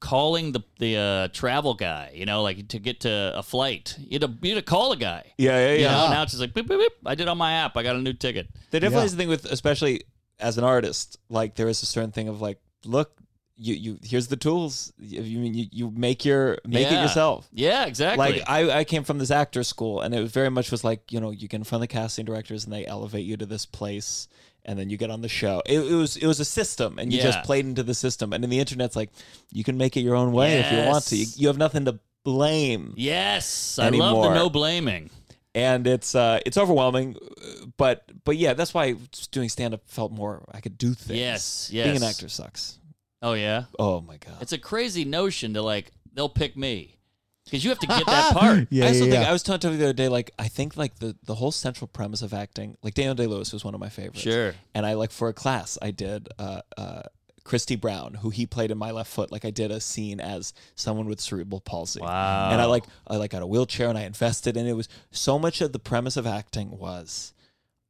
S3: calling the the uh, travel guy. You know, like to get to a flight, you'd to, you had to call a guy.
S1: Yeah, yeah, yeah.
S3: You know, now it's just like beep, beep, beep. I did on my app. I got a new ticket.
S1: There definitely
S2: Yeah.
S1: is a thing with, especially as an artist, like there is a certain thing of like, look, you, you here's the tools. You you mean you, you make your make it
S3: Yeah.
S1: yourself.
S3: Yeah, exactly.
S1: Like I, I came from this actor school, and it was very much was like you know you get in front of the casting directors, and they elevate you to this place, and then you get on the show. It, it was it was a system, and you
S3: Yeah.
S1: just played into the system. And in the internet's like you can make it your own way if you want to. You,
S3: Yes.
S1: you have nothing to blame,
S3: yes, I love
S1: Anymore.
S3: the no blaming.
S1: and it's uh it's overwhelming, uh, but but yeah, that's why just doing stand up felt more. I could do things.
S3: Yes,
S1: being an
S3: yes.
S1: actor sucks.
S3: Oh yeah,
S1: Oh my god.
S3: it's a crazy notion to like they'll pick me because you have to get that part.
S2: Yeah,
S1: I also
S2: yeah,
S1: think
S2: yeah.
S1: I was talking to you the other day. Like, I think like the the whole central premise of acting, like Daniel Day Lewis was one of my favorites.
S3: Sure.
S1: And I like for a class, I did uh, uh, Christy Brown, who he played in My Left Foot. Like, I did a scene as someone with cerebral palsy.
S3: Wow.
S1: And I like I like got a wheelchair and I invested, and it was so much of the premise of acting was.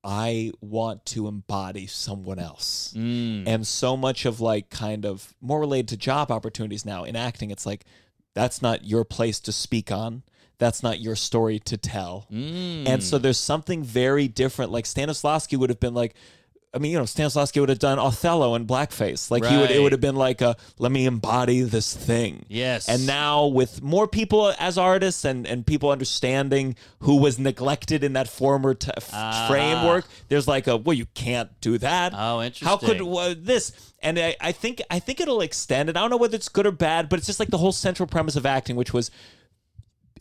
S1: I want to embody someone else. And so much of like kind of more related to job opportunities now in acting, it's like that's not your place to speak on. That's not your story to tell. And so there's something very different. Like Stanislavski would have been like, I mean, you know, Stanislavski would have done Othello in blackface. Like he would, it
S3: Right.
S1: would have been like a, let me embody this thing.
S3: Yes.
S1: And now with more people as artists and, and people understanding who was neglected in that former t- f-
S3: Ah.
S1: framework, there's like a, well, you can't do that.
S3: Oh,
S1: How could
S3: interesting.
S1: uh, this? And I, I think I think it'll extend. And I don't know whether it's good or bad, but it's just like the whole central premise of acting, which was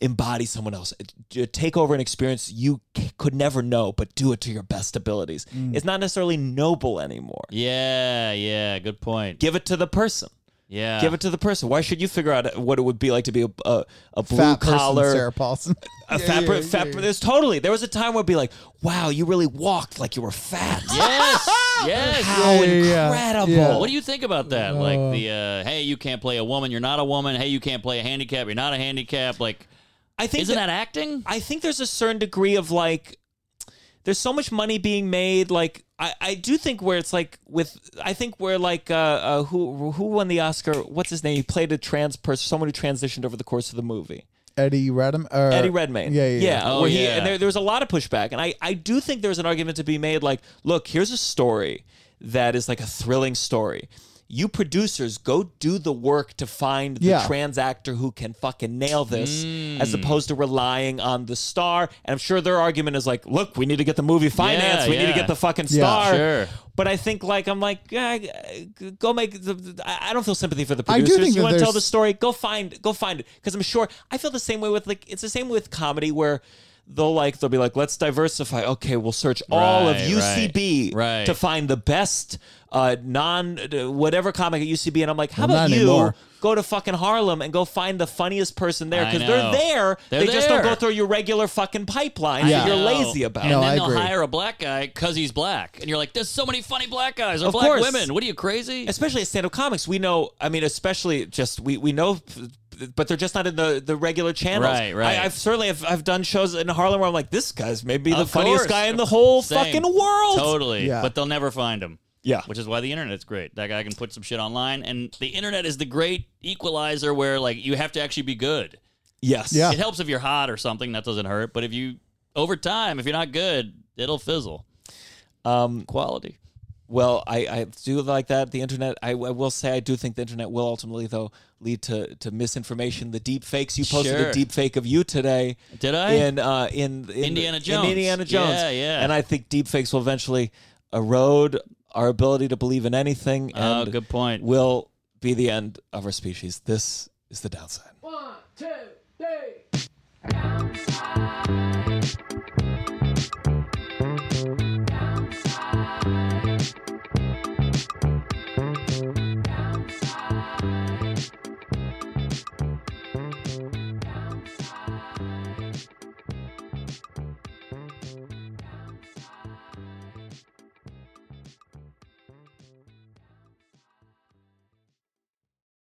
S1: embody someone else, J- take over an experience you c- could never know, but do it to your best abilities. It's not necessarily noble anymore.
S3: Mm. Yeah, yeah, good point.
S1: Give it to the person.
S3: yeah,
S1: Give it to the person. Why should you figure out what it would be like to be a a, a blue
S2: Fat person,
S1: collar
S2: Sarah Paulson.
S1: a fat, per- fat per- There's totally. There was a time where it'd be like, wow, you really walked like you were fat.
S3: Yes, yes.
S1: How
S2: Yeah, yeah, yeah.
S1: Oh, incredible.
S2: Yeah.
S3: What do you think about that? Like the uh, hey, you can't play a woman, you're not a woman. Hey, you can't play a handicap, you're not a handicap. Like,
S1: I think
S3: isn't
S1: that-
S3: that acting?
S1: I think there's a certain degree of like there's so much money being made like I, I do think where it's like with I think where like uh, uh who who won the Oscar what's his name he played a trans person someone who transitioned over the course of the movie
S2: Eddie Redham. or-
S1: Eddie Redmayne
S2: Yeah, yeah, yeah.
S3: Oh,
S1: where he,
S3: yeah.
S1: and there, there was a lot of pushback and I I do think there's an argument to be made like look here's a story that is like a thrilling story you producers go do the work to find the
S2: Yeah.
S1: trans trans actor who can fucking nail this
S3: Hmm.
S1: as opposed to relying on the star. And I'm sure their argument is like, look, we need to get the movie financed.
S3: Yeah,
S1: we need to
S3: yeah.
S1: get the fucking
S2: Yeah,
S1: star.
S3: sure.
S1: But I think like I'm like yeah, go make the- the. I I don't feel sympathy for the
S2: I do
S1: producers.
S2: think
S1: you
S2: that
S1: want to tell the
S2: there's-
S1: story? Go find go find it because I'm sure I feel the same way with like it's the same with comedy where they'll like they'll be like let's diversify. Okay, we'll search all of
S3: Right,
S1: UCB
S3: right, right.
S1: to find the best uh, non whatever comic at UCB. And I'm like, how
S2: Well,
S1: about
S2: not
S1: you?
S2: anymore.
S1: go to fucking Harlem and go find the funniest person there
S3: I
S1: because they're
S3: know.
S1: there.
S3: They're
S1: they just don't
S3: there.
S1: go through your regular fucking pipeline
S2: Yeah.
S1: that you're
S3: No.
S1: lazy about.
S3: Oh. And
S2: No,
S3: then
S2: I
S3: they'll
S2: agree.
S3: hire a black guy because he's black, and you're like, there's so many funny black guys or
S1: Of
S3: black
S1: course.
S3: women. What are you crazy?
S1: Especially at stand-up comics, we know. I mean, especially just we we know, but they're just not in the, the regular channels.
S3: Right, right.
S1: I, I've certainly I've, I've done shows in Harlem where I'm like, this guy's maybe the
S3: Of
S1: funniest
S3: course.
S1: guy in the whole
S3: Same.
S1: fucking world.
S3: Totally.
S2: Yeah.
S3: But they'll never find him.
S1: Yeah.
S3: Which is why the internet's great. That guy can put some shit online, and the internet is the great equalizer where like you have to actually be good.
S1: Yes.
S2: Yeah.
S3: It helps if you're hot or something. That doesn't hurt. But if you over time, if you're not good, it'll fizzle.
S1: Um.
S3: Quality.
S1: well, I, I do like that. The internet, I, I will say, I do think the internet will ultimately, though, lead to, to misinformation. The deep fakes you posted
S3: Sure.
S1: a deep fake of you today.
S3: Did I?
S1: In uh, in, in
S3: Indiana
S1: in
S3: Jones.
S1: Indiana Jones.
S3: Yeah, yeah.
S1: And I think deep fakes will eventually erode our ability to believe in anything.
S3: Oh,
S1: and
S3: good point.
S1: Will be the end of our species. This is the downside.
S4: One, two, three. Downside.